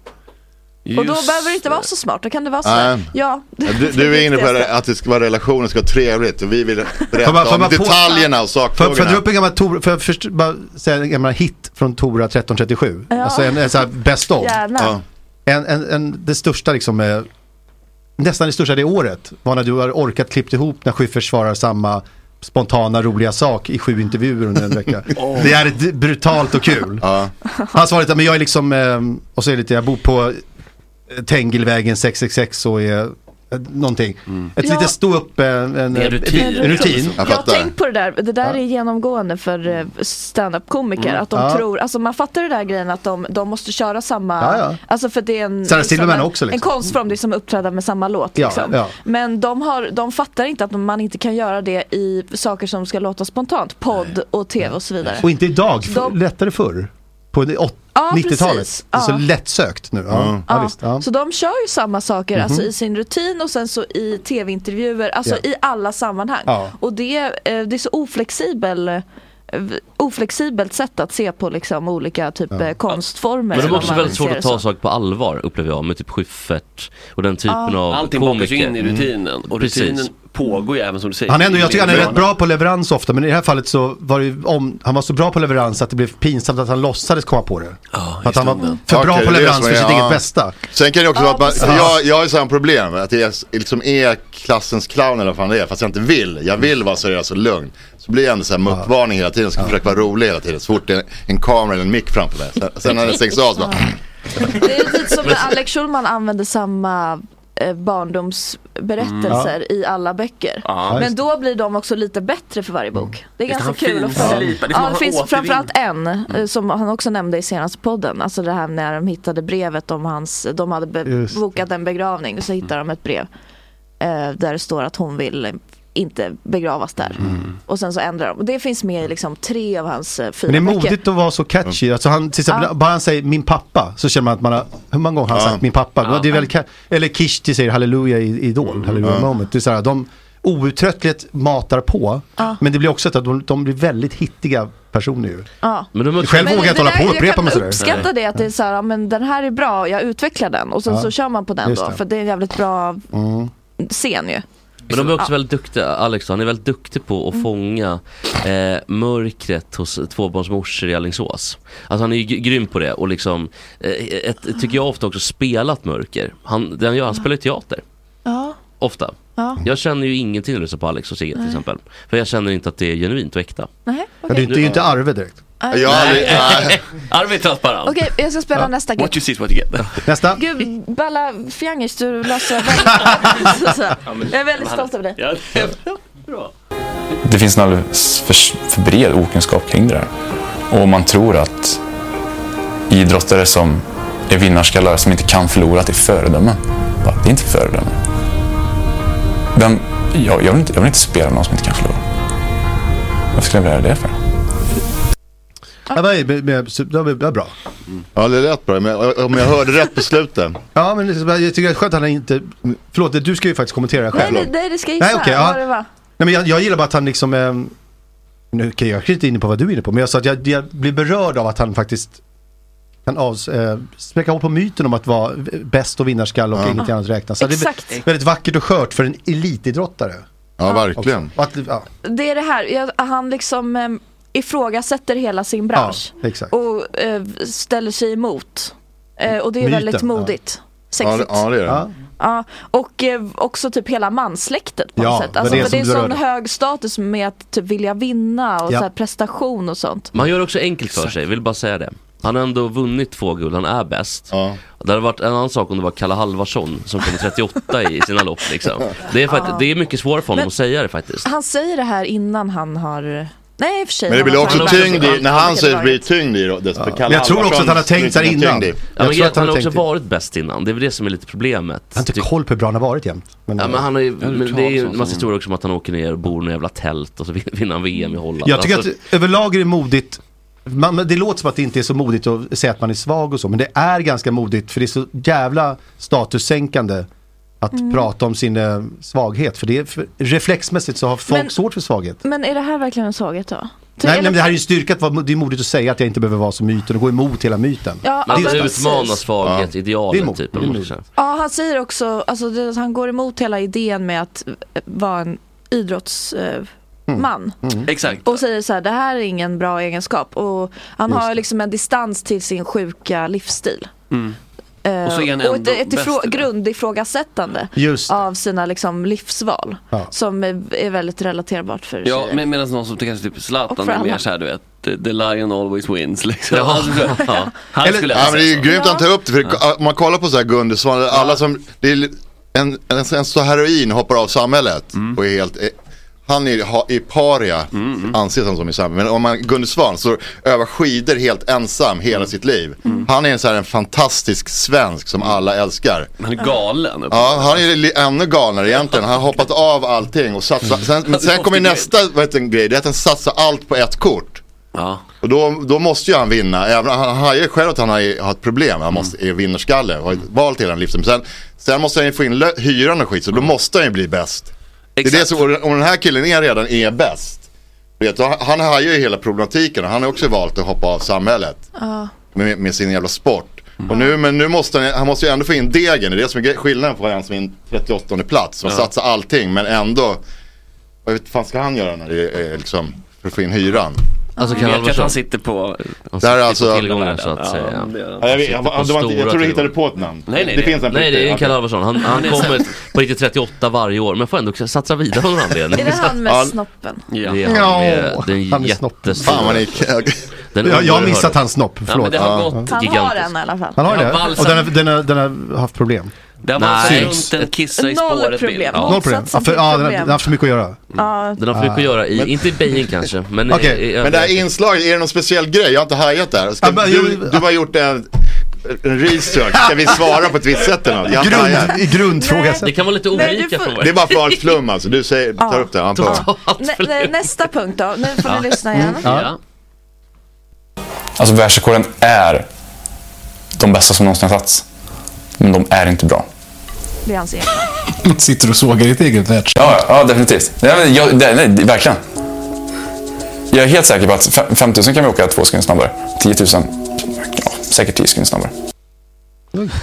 och då
Just
behöver det inte vara så smart, då kan det vara så här,
Nej.
ja.
Du, du är inne på det, att det ska vara relationer ska vara trevligt och vi vill berätta
Får man- får
om
man på-
detaljerna och
För, för att dra
sakfrågorna.
upp en gammal Tor, för att först, bara säga en gammal hit från Tora 1337.
Ja.
Alltså en, en sån här best of.
Gärna. Ja.
En, en, en, det största liksom, eh, nästan det största det året var när du har orkat klippt ihop när Schyffert svarar samma spontana roliga sak i sju intervjuer under en vecka.
Åh.
Det är ett brutalt och kul. Han svarar lite, men jag är liksom, eh, och så är det lite, jag bor på eh, Tängelvägen 666 och är eh, någonting. Ett
Ja.
litet stå upp, eh, en, en,
Det är en rutin.
en rutin.
Jag har tänkt på det där, det där är genomgående för eh, stand-up-komiker.
Mm.
Att de
Ja.
tror, alltså man fattar det där grejen att de, de måste köra samma,
Ja, ja.
alltså för det är en,
Sarah Silverman
en,
också, liksom.
en konstform, det är som att uppträda med samma låt.
Ja,
liksom.
ja.
Men de, har, de fattar inte att man inte kan göra det i saker som ska låta spontant, podd och tv och så vidare.
Och inte idag, f-
De-
lättare förr. På det åt-
Ja,
90-talet.
precis.
Det är så
Ja.
lättsökt nu. Ja, ja.
Ja,
visst. Ja.
Så de kör ju samma saker
Mhm.
alltså i sin rutin och sen så i tv-intervjuer, alltså
Ja.
i alla sammanhang.
Ja.
Och det, eh, det är så oflexibel eh, oflexibelt sätt att se på liksom olika typ eh, konstformer.
Men det
om
var också
man
väldigt svårt
ser
att
det
ta
så.
saker på allvar upplever jag med typ Schyffert och den typen
Ja.
av
Allting
komiker.
bakas ju in i rutinen och rutinen
Precis.
pågår ju även som du säger.
Han är ändå, jag tycker han är rätt
bra.
bra på leverans ofta, men i det här fallet så var det ju om, han var så bra på leverans att det blev pinsamt att han låtsades komma på det. att han var för bra
Okej,
på
det är
leverans
som
för
är-
sitt
ja.
eget bästa.
Sen kan det också vara
Ja,
att man,
precis.
jag, jag har ju samma problem, att jag är- liksom är klassens clown eller vad fan det är, fast jag inte vill. Jag vill vara seriös och lugn. Så blir jag ändå så här muppvarning hela tiden, ska försöka vara rolig hela tiden. Så fort det är en kamera eller en mick framför mig. Sen- Sen när den stängs av så bara,
Det är lite som när Alex Schulman använder samma eh, barndomsberättelser
Mm.
i alla böcker.
Ja,
Men
just
då blir de också lite bättre för varje bok. Det är
Just
ganska
det, han
kul att
finslipa,
följa.
det får
Ja,
man
det finns
återvinn-
framförallt en eh, som han också nämnde i senaste podden. Alltså det här när de hittade brevet om hans, de hade be-
Just det.
bokat en begravning och så hittar de ett brev eh, där det står att hon vill eh, inte begravas där.
Mm.
Mm.
Och sen så ändrar de. Och Det finns med i liksom tre av hans eh, fyra
Men det är
böcker.
modigt att vara så
Mm.
catchy. Alltså han, till exempel,
Ja.
Bara han säger min pappa så känner man att man har, hur många gånger har han
Ja.
sagt min pappa?
Ja.
Det är väl, ca- eller Kishti säger halleluja i i Idol, halleluja
Mm. Ja.
moment. Det är så här, de, outtröttligt matar på.
Ja.
Men det blir också att de, de blir väldigt hittiga personer ju.
Ja.
Men de
Själv vågar jag inte hålla på och
Jag
upprepa
kan
mig sådär.
uppskatta det att det är såhär, ja, men den här är bra, jag utvecklar den och sen
Ja.
så kör man på den
Just
då.
det.
För det är en jävligt bra scen ju.
Men de är också
Ja.
väldigt duktiga, Alex han är väldigt duktig på att
Mm.
fånga eh, mörkret hos tvåbarnsmorsor i Alingsås. Alltså han är ju gr- grym på det och liksom, eh, ett, tycker jag ofta också spelat mörker. Han, den gör, han spelar ju teater,
Ja.
ofta.
Ja.
Jag känner ju ingenting när jag lyssnar på Alex och Sigge till
Nej.
exempel. För jag känner inte att det är genuint och äkta.
Nej,
Ja, det är
okej.
ju inte- det är ju inte Arve direkt.
Nej. Jag har aldrig- nej.
Arvid är transparent.
Okej, jag ska spela nästa grej.
you see is what you get.
Nästa.
Gud, balla fjangers, du löser väldigt- så- så här. Jag är väldigt stolt över det.
Det finns en alldeles för, för bred okunskap kring det där. Och man tror att idrottare som är vinnarskallar som inte kan förlora, att det är föredömen. Bara, Det är inte föredömen. Vem, jag, jag, vill inte, jag vill inte spela med någon som inte kan förlora. Varför skulle jag vilja göra det för?
Ja, men, men, men, så- det var- det var bra.
Ja, det lät bra. Men, om jag hörde rätt på slutet.
Ja, men liksom, jag tycker det är skönt att han inte... Förlåt, du ska ju faktiskt kommentera det här
Nej,
själv.
nej, nej, det ska jag gissa.
Nej, okej, ja.
vad det var.
Nej, men jag, jag gillar bara att han liksom... Eh, nu kan jag är inte inne på vad du är inne på, men jag sa att jag, jag blir berörd av att han faktiskt kan avs, eh, spräcka hål på myten om att vara v- bäst och vinnarskalle och
Ja. Ah.
inget annat räknas. Så Det är
Exakt.
väldigt vackert och skört för en elitidrottare.
Ja, verkligen.
Och att, ja,
Det är det här, jag, han liksom eh, ifrågasätter hela sin
ja,
bransch.
exakt.
Och eh, ställer sig emot. Eh, och det är
Myten,
väldigt
ja.
modigt. Sexigt.
Ja, det- ja, det är det. Ja.
Ja, och eh, också typ hela manssläktet på
Ja,
något sätt. Alltså,
det är
för det är
som
sån
berör.
hög status med att typ vilja vinna och
Ja.
så här prestation och sånt.
Man gör det också enkelt för sig, vill bara säga det. Han har ändå vunnit två guld, han är bäst. Det hade varit en annan sak om det var Kalle Halvarsson som kom 38 i sina lopp liksom. Det är, fakt-
Ja.
det är mycket svårare för honom
Men-
att säga det faktiskt.
Han säger det här innan han har Nej i och för sig.
Men det blir
han har
också
tagit-
tyngd i, när han säger det blir
Vilket
tyngd i då, desto
Ja.
Kalle
Jag tror också
Alvarsson
att han har tänkt så här
tyngd i.
innan.
Jag
Ja, men
tror att
han
han
har
har
också
tänkt det.
varit bäst innan, det är väl det som är lite problemet.
Jag har inte koll på hur bra han har varit jämt. Men,
Ja, men han har ju,
Ja, det är
men det är ju en
klart,
massa
alltså.
historier också om att han åker ner och bor i något jävla tält och så vin- vinner han VM i Holland.
Jag tycker
Alltså,
att överlag är det modigt. Man, men det låter som att det inte är så modigt att säga att man är svag och så, men det är ganska modigt för det är så jävla statussänkande att
Mm.
prata om sin eh, svaghet. För, det är, för reflexmässigt så har folk
Men-
svårt för svaghet.
Men är det här verkligen en svaghet då? Ty-
Nej, nej,
eller-
men det här är ju styrka att vara, det är modigt att säga att jag inte behöver vara som myten och gå emot hela myten.
Ja,
Man
Det är-
utmanar svaghet,
Det är
idealen
mo-
typ.
det är
eller
mo-
så.
Ja, han säger också, alltså det, att han går emot hela idén med att eh, vara en idrottsman.
Mm.
man
Exakt.
Och säger så här, det här är ingen bra egenskap. Och han
Just
har
det.
liksom en distans till sin sjuka livsstil.
Mm.
Eh,
Och så är han
och ett,
ändå
ett ifrå-
bäst i det.
grundifrågasättande
Just det.
av sina liksom livsval. Som är, är väldigt relaterbart för
Ja,
tjejer.
men medan någon som kanske typ
Och
Zlatan
för
är mer
alla.
såhär du vet, the, the lion always wins liksom.
Ja.
Ja. Han
Eller,
skulle alltså-
ja, men det är ju
så.
grymt att han tar upp det, för det- om man kollar på så här Gunde Svan, alla som, det är li- en, en, en så heroin hoppar av samhället
Mm.
och är helt, eh, han är, ha, är paria, anses han som i samhället. Men om man, Gunde Svan så övar skidor helt ensam hela
Mm.
sitt liv. Han är en, så här, en fantastisk svensk som alla älskar.
Han är galen.
Ja, han är li- ännu galnare egentligen. Han har hoppat av allting och satsar. Sen, men sen kommer nästa vad heter det, grej, det är att han satsar allt på ett kort. Och då, då måste ju han vinna. Även, han hajar ju själv att han har, har ett problem. Han måste, är vinnarskalle. Har valt hela livsen. Men sen, sen måste han ju få in lö- hyran och skit. Så då måste han ju bli bäst. Det är det som, och den här killen är redan är bäst. Du Vet, och han- han hajar ju hela problematiken. och Han har också valt att hoppa av samhället
Ja.
med, med sin jävla sport. Och nu, men nu måste han, han måste ju ändå få in degen. Det är det som är gre- skillnaden på en som är in 38 plats. Som
Ja.
satsar allting men ändå. Vad vet fan ska han göra när det är, är liksom, för att få in hyran?
Alltså,
Jag vet att han sitter på...
Det här är alltså...
tillgångar, så att säga.
Ja, det gör han.
Ja, jag, vet,
Sitter
jag,
på
jag, det var inte, jag
stora
tror du hittade
tillgångar.
på ett namn.
Nej, nej,
det
nej.
finns en på
nej, det är
riktigt.
Kalle Alvarsson. Han, han kommer på riktigt 38 varje år, men får ändå satsa vidare av någon anledning.
Är det han med
Ja.
snoppen?
Ja, det är han med den
han är
jättestora.
Fan, vad ni-
jag,
Den
jag har
oerhörda.
missat hans snopp, förlåt.
Han har den i alla fall.
Han har
Ja,
det?
valsen.
Och den har, den, har, den har haft problem?
Det har
Nej.
varit runt en kissa i
Noll
spåret bild.
problem.
Noll problem? Ja, för, ja, den, har- den har haft för mycket att göra.
Mm.
Ja.
Den har
Ah.
för mycket att göra i, inte i Beijing kanske, men
Okej,
i, i
men det här inslaget, är det någon speciell grej? Jag har inte hajat där. Ska, du, du har gjort en, en research, ska vi svara på ett visst sätt eller något? Jag har inte
Grund-
hajat.
grundfråga sen.
Det kan vara lite
Nej, du
olika
får-
frågor.
Det är bara för allt flum alltså, du säger, tar
Ja.
upp det. Anton.
Nä, nä, nästa punkt då, nu får ni lyssna igen.
Mm.
Alltså världsrekorden är de bästa som någonsin har satts. Men de är inte bra.
Det är hans egna.
Sitter och sågar ditt eget världsarv.
Ja, ja definitivt. Nej, men jag, det, nej, det- verkligen. Jag är helt säker på att fe- 5 000 kan vi åka två sekunder snabbare. 10 000, ja, säkert 10 sekunder snabbare.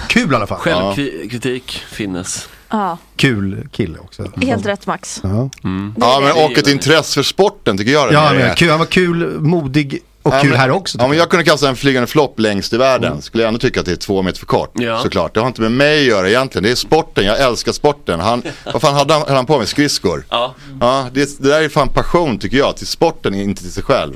Kul i alla fall.
Självkritik finnes.
Ja,
Kul kille också.
Mm.
helt rätt Max.
Mm.
Ja, men och ett intresse för sporten tycker jag. den
Ja,
här är.
men, kul, han var kul, modig och
Ja,
kul
men-
här också. Mm.
Ja, men jag kunde kasta en flygande flopp längst i världen. Skulle jag ändå tycka att det är två meter för kort.
Ja.
Såklart. Det har inte med mig att göra egentligen. Det är sporten. Jag älskar sporten. Han, vad fan hade han, höll han på med? Skridskor?
Ja.
det, det där är fan passion tycker jag. Till sporten, inte till sig själv.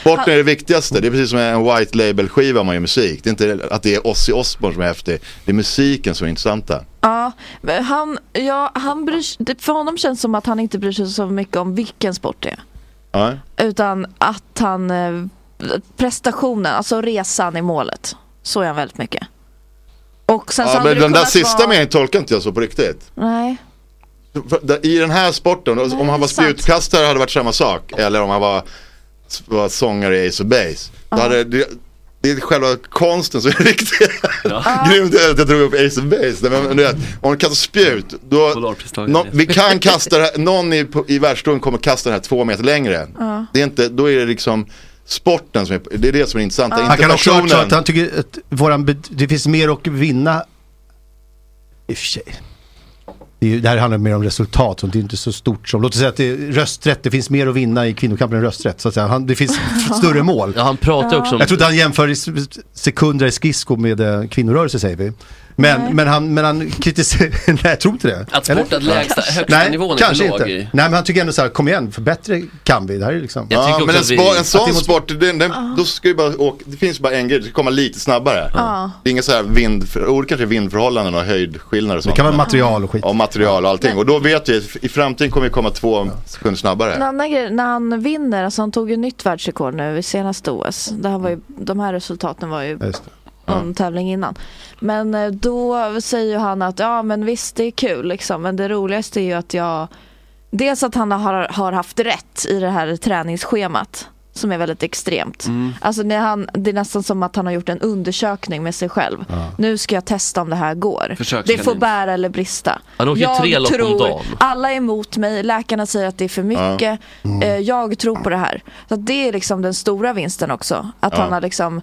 Sporten är det viktigaste. Det är precis som en white label skiva om man gör musik. Det är inte att det är Ozzy Osbourne som är häftig. Det är musiken som är intressanta.
Ja, men han, ja, han bryr, sig- det- för honom känns det som att han inte bryr sig så mycket om vilken sport det är.
Ja.
Utan att han, eh, prestationen, alltså resan i målet. Så är han väldigt mycket. Och sen så
Ja,
hade
men
det
den där
kunnat
sista
vara-
meningen tolkar inte jag så på riktigt.
Nej.
För- där- I den här sporten, om han var spjutkastare hade det varit samma sak. Eller om han var, var sångare i Ace of Base. Då hade, det, det är själva konsten som är viktig. Grymt att jag drog upp Ace of Base. Nej, Men, du vet, om du kastar spjut, då, nå- vi kan kasta det här, någon i, på- i världstoren kommer kasta den här två meter längre.
Ja.
Det är inte, då är det liksom sporten som är, det är det som är intressant.
Han
Inte
kan också ha varit så
personen.
att han tycker att våran, bet- det finns mer att vinna. I och för sig. Det, är ju, det här handlar mer om resultat, så det är inte så stort som, låt oss säga att det är rösträtt, det finns mer att vinna i kvinnokampen än rösträtt. Så att säga. Han, det finns större mål.
Ja, han pratar också om...
Jag tror inte han jämför i s- sekunder i skridsko med eh, kvinnorörelse säger vi. Men, men han, men han kritiserar, nej jag tror inte det.
Att sport att lägsta- högsta
nej,
nivån är för
kanske
låg
inte.
i.
Nej men han tycker ändå så här, kom igen, för bättre kan vi. Det här är liksom.
Ja, men en, spa, en
Att
sån
det måste-
sport, den, den, då ska ju bara åka, det finns bara en grej, det ska komma lite snabbare.
Ja.
Det är inga så här vind, ord kanske är vindförhållanden och höjdskillnader och
Det
sånt,
kan vara
men-
material och skit.
Ja, material och allting. Och då vet vi, i framtiden kommer det komma två sekunder
En
snabbare.
annan grej, när han vinner, alltså han tog ju nytt världsrekord nu i senaste OS. Det här var ju, de här resultaten var ju någon tävling innan. Men eh, då säger ju han att ja men visst det är kul liksom, men det roligaste är ju att jag Dels att han har, har haft rätt i det här träningsschemat som är väldigt extremt.
Mm.
Alltså när han, det är nästan som att han har gjort en undersökning med sig själv.
Ja.
Nu ska jag testa om det här går. Det
Försökskanin.
får bära eller brista.
Han åker ju tre lopp om dagen.
alla är emot mig, läkarna säger att det är för mycket.
Ja. Mm.
Eh, jag tror på det här. Så att det är liksom den stora vinsten också. Att
Ja.
han har liksom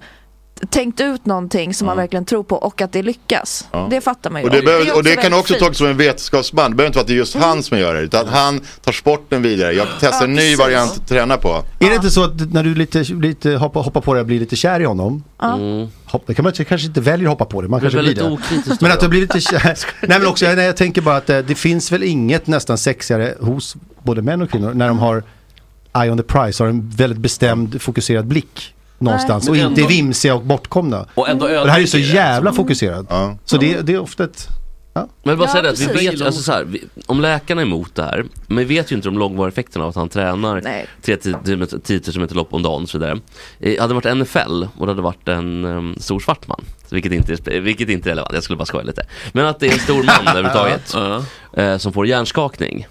tänkt ut någonting som han verkligen tror på och att det lyckas.
Ja.
Det fattar man ju.
Och det, behöver, och det kan
väldigt
också
fint.
tolkas som en vetenskapsman, det behöver inte vara att det är just han som gör det, utan han tar sporten vidare. Jag testar en ny
precis.
variant att träna på.
Är det inte så att när du lite, lite hoppar, hoppar på det och blir lite kär i honom? Hopp, det kan man kanske inte väljer att hoppa på det, man
Det är
kanske blir
Mm. väldigt
det.
okritiskt
Men
då.
att du blir lite kär. Nej men också, nej, jag tänker bara att eh, det finns väl inget nästan sexigare hos både män och kvinnor när de har eye on the prize, har en väldigt bestämd fokuserad blick någonstans
Men
och
ändå-
inte är vimsiga och bortkomna.
Och ändå
det här är ju så
ödmjuk i det,
jävla
alltså.
fokuserat. Så det, det är ofta ett... Ja.
Men bara
Ja,
säga det, att vi
precis.
vet, alltså så här, vi, om läkarna är emot det här, men vi vet ju inte de långvariga effekterna av att han tränar
Nej.
30 000 10 000 meter lopp om dagen och så vidare. Eh, Hade det varit NFL och det hade varit en um, stor svart man, vilket inte, är, spe- vilket inte är relevant, jag skulle bara skoja lite. Men att det är en stor man överhuvudtaget eh, som får hjärnskakning.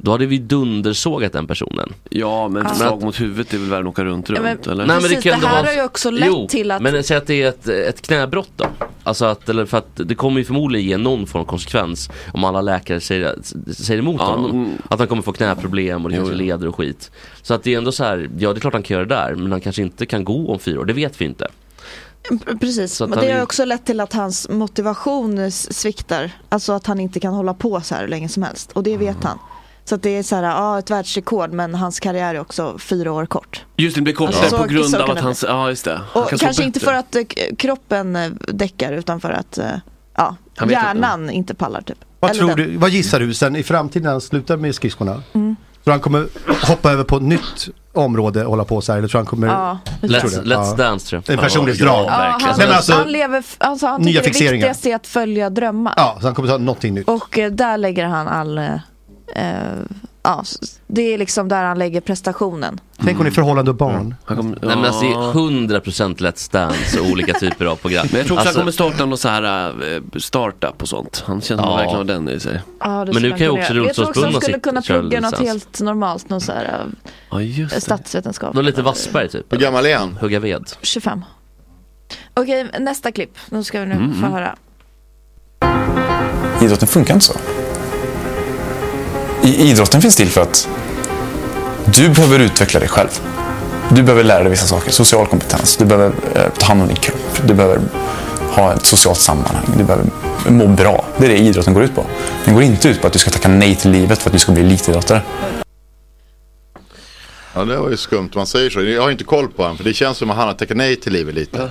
Då hade vi dundersågat den personen.
Ja, men
Ja.
ett slag mot huvudet är väl värre än att åka runt runt?
Ja, men
eller?
precis, det här har ju också lett till att-
men säg att det är ett, ett knäbrott då. Alltså att, eller för att det kommer ju förmodligen ge någon form av konsekvens om alla läkare säger, säger emot
Ja,
honom.
mm.
Att han kommer få knäproblem och det
Jo,
kanske
jo.
leder och skit. Så att det är ändå så här, ja det är klart han kan göra det där men han kanske inte kan gå om fyra år, det vet vi inte.
Mm, Precis,
Så att
men
han
det har
är-
också lett till att hans motivation s- sviktar. Alltså att han inte kan hålla på så här hur länge som helst. Och det vet han. Så att det är så här, ja ett världsrekord men hans karriär är också fyra år kort.
Just det, det blir kortare
Alltså, så-
på grund
så
av
kan
att
det
hans, ja just det. Han
Och
kan stå
kanske inte
bättre.
för att eh, k- kroppen eh, däckar utan för att eh, ja,
Han vet inte.
hjärnan inte pallar typ.
Vad,
Eller
tror
den.
du, vad gissar du sen i framtiden när han slutar med skridskorna?
Mm.
Tror han kommer hoppa över på ett nytt område och hålla på så här? Eller tror han kommer...
Ja, det tror
Tror
Let's,
du?
let's
Ja.
dance tror
Det är
jag.
en personlig drag.
Ja, han,
Nej, men alltså,
han lever, f- alltså han
nya
tycker det
fixeringar.
viktigaste är att följa drömmar.
ja, så han kommer ta någonting nytt.
Och eh, där lägger han all, eh, eh, ja, s- det är liksom där han lägger prestationen.
Tänk om ni är förhållande och barn.
Mm. Nej men alltså det är 100% Let's Dance och olika typer av program.
Men jag tror också
Alltså-
han kommer starta någon så här eh, startup och sånt. Han känner
Ja.
verkligen har den i sig.
Ja, det
Men nu
skulle
kan ju
han kunna
också
göra. Jag tror också de
rullstolsbundna
skulle
sitta-
kunna
köra
plugga något
licens.
helt normalt, någon så här
Ja
eh,
just det.
statsvetenskap.
Någon lite Wassberg typ.
Hur gammal är han?
Hugga ved.
25. Okej, nästa klipp. Nu ska vi nu
Mm,
få
mm.
höra.
Idrotten funkar inte så. I idrotten finns till för att du behöver utveckla dig själv. Du behöver lära dig vissa saker. Social kompetens. Du behöver eh, ta hand om din kropp. Du behöver ha ett socialt sammanhang. Du behöver må bra. Det är det idrotten går ut på. Den går inte ut på att du ska tacka nej till livet för att du ska bli elitidrottare.
Ja, det var ju skumt man säger så. Jag har inte koll på honom för det känns som att han har tackat nej till livet lite.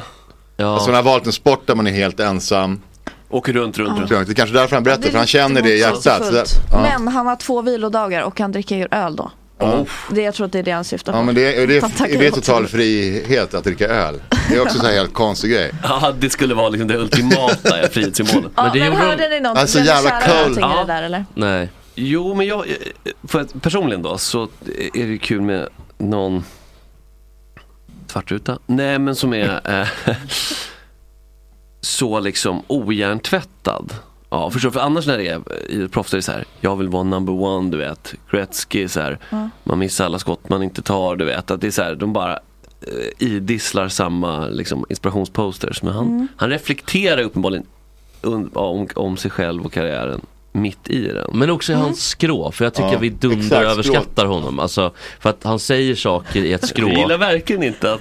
Alltså man har valt en sport där man är helt ensam.
Åker runt, runt,
runt. Det är kanske därför han berättar,
Det är
för han
lite
känner det i hjärtat. Så där,
motsägelsefullt.
ja.
Men han var två vilodagar och han dricker ju öl då.
Ja.
Det, jag tror att det är det han syftar på.
Ja men det är, är det,
Han tackar
är det
ja till
total frihet att dricka öl. Det är också så här helt konstig grej.
Ja, det skulle vara liksom det ultimata frihetssymbolen.
Ja, men hörde ni någonting?
Alltså,
Blev ni
jävla
kära
cool.
någonting i
Ja.
det där eller?
Nej.
Jo, men jag, för att personligen då så är det ju kul med någon svartruta. Nej, men som är eh, så liksom ohjärntvättad. Ja, förstår du? För annars när det är i proffs är det så här, jag vill vara number one, du vet. Gretzky så här,
Ja.
man missar alla skott man inte tar, du vet. Att det är så här, de bara eh, idisslar samma liksom, inspirationsposters. Men han,
Mm.
han reflekterar uppenbarligen und- om, om sig själv och karriären mitt i den.
Men också i hans skrå, för jag tycker
Ja,
vi
exakt,
dunderöverskattar honom. Alltså, för att han säger saker i ett skrå.
Jag gillar verkligen inte att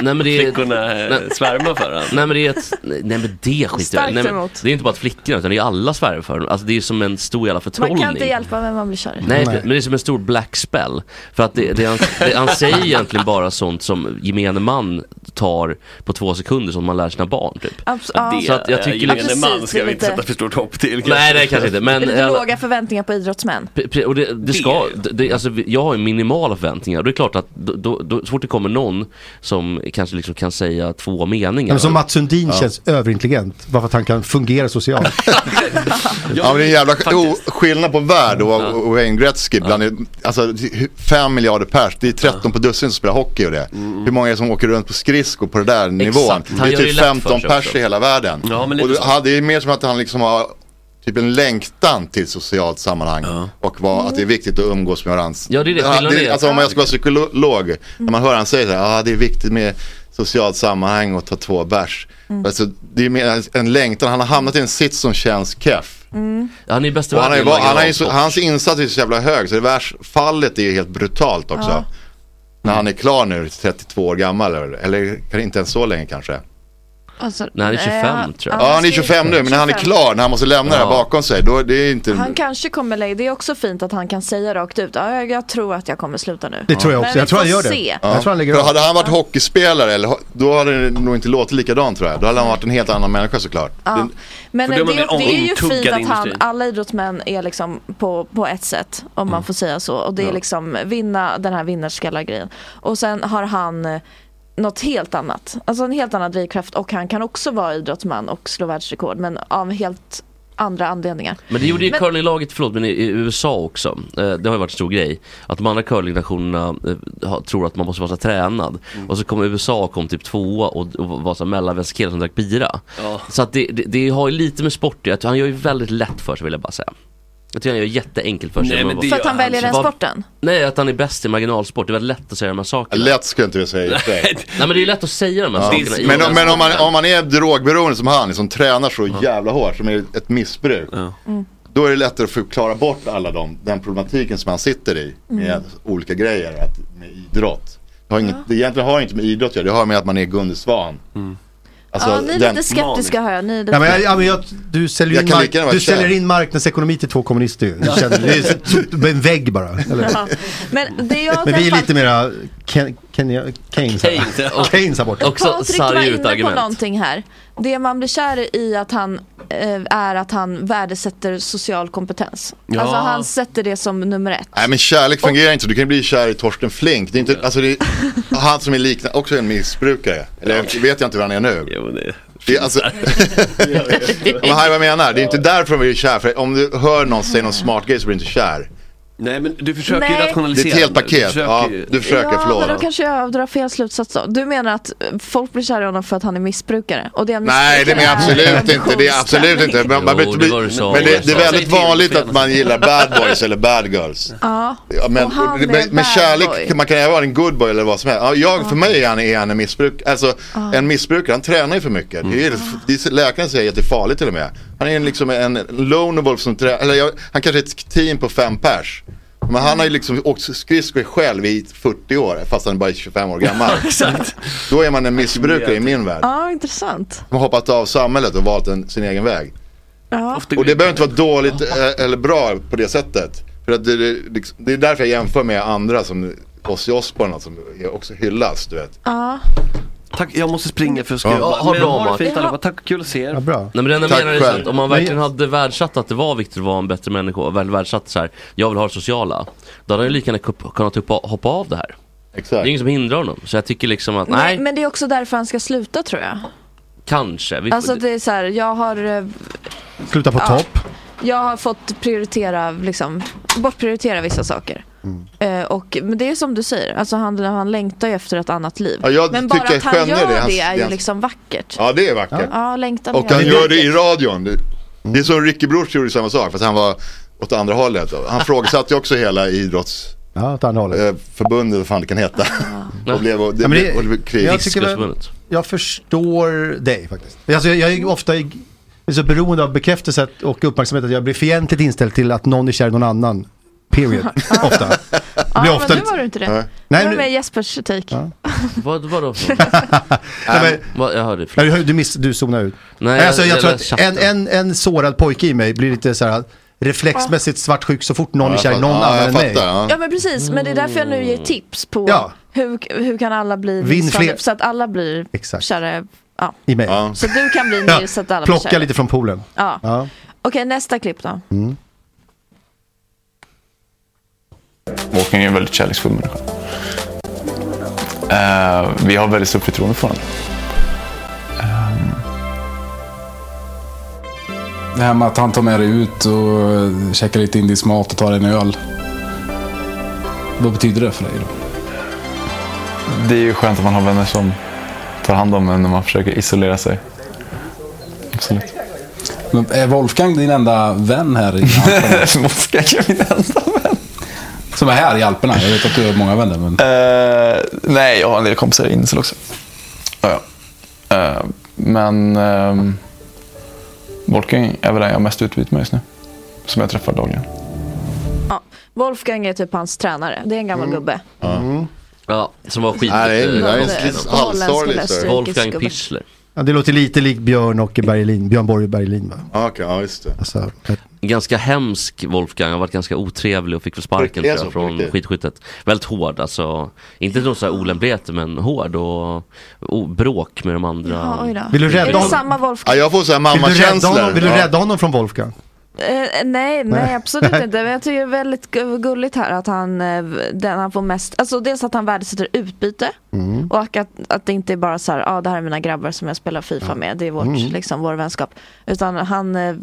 nej, men det är,
flickorna eh, svärmar för honom.
Nej men det är ett, nej men det skiter jag i.
Starkt
nej, men,
emot.
Det är inte bara att flickorna utan det är alla svärmar för honom. Alltså det är som en stor jävla
Man
förtrollning.
kan inte hjälpa vem man blir kär i.
Nej, men det är som en stor black spell. För att det, det, han, det, han säger egentligen bara sånt som gemene man tar på två sekunder som man lär sina barn typ.
Abs- ja.
så att jag tycker
Ja,
liksom-
precis, det är lite-
för stort hopp till.
Nej, nej kanske inte. Men,
Lite
eh,
låga förväntningar på idrottsmän.
Pre- pre- Och det, det ska, det- det, alltså, vi- jag har ju minimala förväntningar och det är klart att då, då, då, så fort det kommer någon som kanske liksom kan säga två meningar.
Men som Mats Sundin
Ja.
känns överintelligent. Bara för att han kan fungera socialt.
Ja men det är en jävla o, skillnad på värld och, och Wayne Gretzky. Bland, Alltså 5 miljarder pers, det är 13 på dussin som spelar hockey och det. Hur många är det som åker runt på skridskor på den där nivån?
Mm, Han
Det är
gör det
typ
lätt för sig
15 pers
också.
i hela världen.
Ja, men lite
och det,
så.
han, det är mer som att han liksom har typ en längtan till socialt sammanhang. Och vad, att det är viktigt att umgås med varandra.
Ja, det är det.
Han-
Skillnaden är-
Alltså om jag ska vara psykolog,
Mm.
när man hör han säga så här, ah, det är viktigt med socialt sammanhang och ta två bärs.
Mm.
Alltså, det är mer en längtan, han har hamnat i en sits som känns keff.
Mm.
Han är bäst i
Och han är,
världen
ju
i
bara- han är ju så,
marginalsport.
hans insats är så jävla hög så det värst, fallet är ju helt brutalt också.
Ja.
När han är klar nu, 32 år gammal eller, eller kan inte ens så länge kanske.
Alltså,
Nej, han är 25, tror jag.
Ja, han är 25 nu men när han är
25.
klar, när han måste lämna det här
Ja.
bakom sig, då det är inte...
Han kanske kommer lägga, det är också fint att han kan säga rakt ut, ja, jag, jag tror att jag kommer sluta nu. Men vi får se.
Ja. För hade han varit hockeyspelare, eller, ho- då hade det nog inte låtit likadant tror jag. Då hade han varit en helt annan människa såklart.
Ja.
Den-
Men
För
det,
då är man
det,
mer
är ju
omtuggad
fint att han,
industri. Mm.
alla idrottsmän är liksom på, på ett sätt, om man får säga så. Och det är
Ja.
liksom vinna den här vinnarskallargrejen. Och sen har han eh, något helt annat, alltså en helt annan drivkraft och han kan också vara idrottsman och slå världsrekord men av helt andra anledningar.
Men det gjorde ju
Men-
curlinglaget, förlåt, men i, i USA också. Eh, det har ju varit en stor grej. Att de andra curlingnationerna eh, har- tror att man måste vara så här tränad.
Mm.
Och så kom USA och kom typ tvåa och, och var så här mellanvänsterkille som drack bira.
Ja.
Så att det, det, det har ju lite med sport att Han gör ju väldigt lätt för sig vill jag bara säga. Jag tycker han gör jätteenkelt för sig.
Nej,
genom
men
att
det
För
vara-
att han väljer den
Vad-
sporten?
Nej, att han är bäst i marginalsport. Det är väldigt lätt att säga de här sakerna.
Lätt skulle jag inte vilja säga. i och för sig.
Nej men det är ju lätt att säga de här
Ja.
sakerna. i
Men, om-
den här
men om, man,
sporten.
om man är drogberoende som han, som tränar så jävla hårt, som är ett missbruk.
Mm.
Då är det lättare att förklara bort alla de, den problematiken som han sitter i med
Mm.
olika grejer, att, med idrott. Det, har inget, det egentligen har inte med idrott att göra, det har med att man är Gunde Svan.
Mm.
Alltså,
ja, ni är
den-
lite skeptiska hör jag. Ni är lite...
Ja, men jag, ja, men jag, du säljer,
Jag
in,
kan
mark-
lika gärna vara
du säljer
kär.
in marknadsekonomi till två kommunister ju. Du känner, det är så- en vägg bara. Eller?
Ja. Men det jag
Men vi är
träffat-
lite mera Ken, Ken, Keynes här.
Keynes,
Keynes här borta.
Patrik var inne på någonting här. Det man blir kär i att han eh, är att han värdesätter social kompetens.
Ja.
Alltså han sätter det som nummer ett.
Nej men kärlek fungerar inte, du kan ju bli kär i Torsten Flink. Det är inte, alltså det är, han som är liknande, också en missbrukare. Eller jag vet jag inte hur han är nu. det är alltså, men här är vad jag menar, det är inte därför de blir kär. För om du hör någon säga någon smart grej så blir du inte kär.
Nej men du försöker ju
Nej.
rationalisera.
Det är ett helt paket. Ja, du försöker,
ja,
förlåt.
men då kanske jag drar fel slutsats då. Du menar att eh, folk blir kär i honom för att han är missbrukare? Och det är en
Nej det
missbrukare
menar jag
är
absolut
en
inte. Det är absolut inte. Man, man,
Jo,
behöver
det
inte bli-
var du sa,
men det,
jag
det är
sa.
väldigt
Säg till,
vanligt
fel.
att man gillar bad boys eller bad girls.
Ja.
Ja, men,
Och han är
men,
en
men
bad
kärlek,
boy.
man kan ju vara en good boy eller vad som helst. Ja, jag, För mig är han, är han en
Mm.
liksom- missbrukare. Alltså, En missbrukare, han tränar ju för mycket. Det är, ju- det är, läkaren säger att det är farligt till och med. Han är ju liksom en lone wolf som trä, eller jag, han kanske är ett team på fem pers. Men han har ju liksom åkt skridskor själv i 40 år, fast han bara är 25 år gammal.
Exakt.
Då är man en missbrukare i min värld.
Ja, intressant.
Man har hoppat av samhället och valt en, sin egen väg.
Ja.
Och det behöver inte vara dåligt eh, eller bra på det sättet. För att det, det, liksom- det är därför jag jämför med andra som Ozzy Osbourne som också hyllas, du vet.
Ja.
Tack, jag måste springa för jag ska
Ja.
jobba.
Ha
Men
bra,
Ha det
Mark.
fint allihopa, tack, kul att se er.
bra.
Nej men det enda jag
Tack
menar är
själv.
så att om man
Men-
verkligen hade värdsatt att det var Viktor var en bättre människa, väl värdsatt så här, jag vill ha det sociala. Då hade han ju lika gärna kupp- kunnat hoppa, hoppa av det här.
Det är
ingen som hindrar honom. Så jag tycker liksom att, nej,
Nej. Men det är också därför han ska sluta tror jag.
kanske. Vi,
Alltså det är så här, jag har, eh,
Sluta på
Ja.
topp.
jag har fått prioritera, liksom, bortprioritera vissa saker.
Mm.
Eh, och, men det är som du säger, alltså han, han längtar ju efter ett annat liv.
Ja, jag
men bara
tycker
att han
skönjer
gör
det,
det,
hans-
är
det
ju
hans-
liksom vackert.
Ja, det är vackert.
Ja, längtan
Och
är
han
vacker.
gör det i radion. Det,
Mm.
det är som Ricky Bruch gjorde samma sak, fast han var åt andra hållet. Och Han frågesatte ju också hela idrotts...
Ja, åt andra hållet.
Eh, Förbundet, vad fan det kan heta. och blev, och det,
Ja, men det-
och det blev krig.
jag tycker väl- Jag förstår dig faktiskt. Alltså, jag, jag är ju ofta i- så beroende av bekräftelse att- och uppmärksamhet att jag blir fientligt inställd till att någon är kär i någon annan. Period. ofta.
Ja,
blir
men
ofta
nu
lite-
var du inte det.
Nej.
Nej,
Nej,
nu var
nu-
med Jespers take.
Vad, vadå?
Nej,
vad, jag hörde,
Nej, du, du, miss, du zonade ut.
Nej,
Nej, alltså, jag,
jag
tror
läser
att en, en, en sårad pojke i mig blir lite så här reflexmässigt svartsjuk så fort någon
Ja,
är
jag
kär i
fatt-
någon
ja, jag
annan än mig.
fattar, ja.
Ja men precis, men det är därför jag nu ger
Mm.
tips på
Ja.
hur, hur kan alla bli
Vinn
misshandlade,
fler-
så att alla blir
Exakt.
kära. Ja.
I mig.
Så du kan bli
Ja,
mer så att alla blir
Plocka
kära.
lite från poolen.
Ja.
Ja.
Okej, nästa klipp då.
Mm. Håkan är en väldigt kärleksfull människa. Eh, vi har väldigt stort förtroende för honom. Ehm,
Det här med att han tar med dig ut och käkar lite indisk mat och tar en öl. Vad betyder det för dig? Då?
det är ju skönt att man har vänner som tar hand om en när man försöker isolera sig. Absolut.
Men är Wolfgang din enda vän här i
Wolfgang är min enda
vän. Som är här i Alperna. Jag vet att du har många vänner. Men...
Eh, nej, jag har en del kompisar i Insel också. Ja, ja. Eh, men um, Wolfgang är väl den jag har mest utbyte med just nu. Som jag träffar dagligen.
Ja. Wolfgang är typ hans tränare, det är en gammal gubbe.
ja, som var skit...
Nej, det är- det är en
eh,
halvsorglig story.
Wolfgang Pichler.
Ja, det låter lite likt Björn och Berlin, Björn Borg och Berlin va?
Ja, okej, ja just det.
Alltså,
Ganska hemsk Wolfgang, han har varit ganska otrevlig och fick väl sparken
Det är
tror
så,
jag, från
riktigt.
skidskyttet. Väldigt hård alltså, inte någon sån här olämpligheter men hård och, och bråk med de andra.
Ja, oj då.
Vill du rädda
är det
honom?
samma Wolfgang?
jag får så här
vill, du rädda
mammakänslor.
honom, vill du
Ja.
rädda honom från Wolfgang?
Eh, nej, nej
Nej.
absolut inte. Men jag tycker det är väldigt gu- gulligt här att han, eh, den han får mest, alltså dels att han värdesätter utbyte
Mm.
och att, att det inte är bara så här, ah, det här är mina grabbar som jag spelar Fifa med, det är vårt,
Mm.
liksom, vår vänskap. Utan han, eh,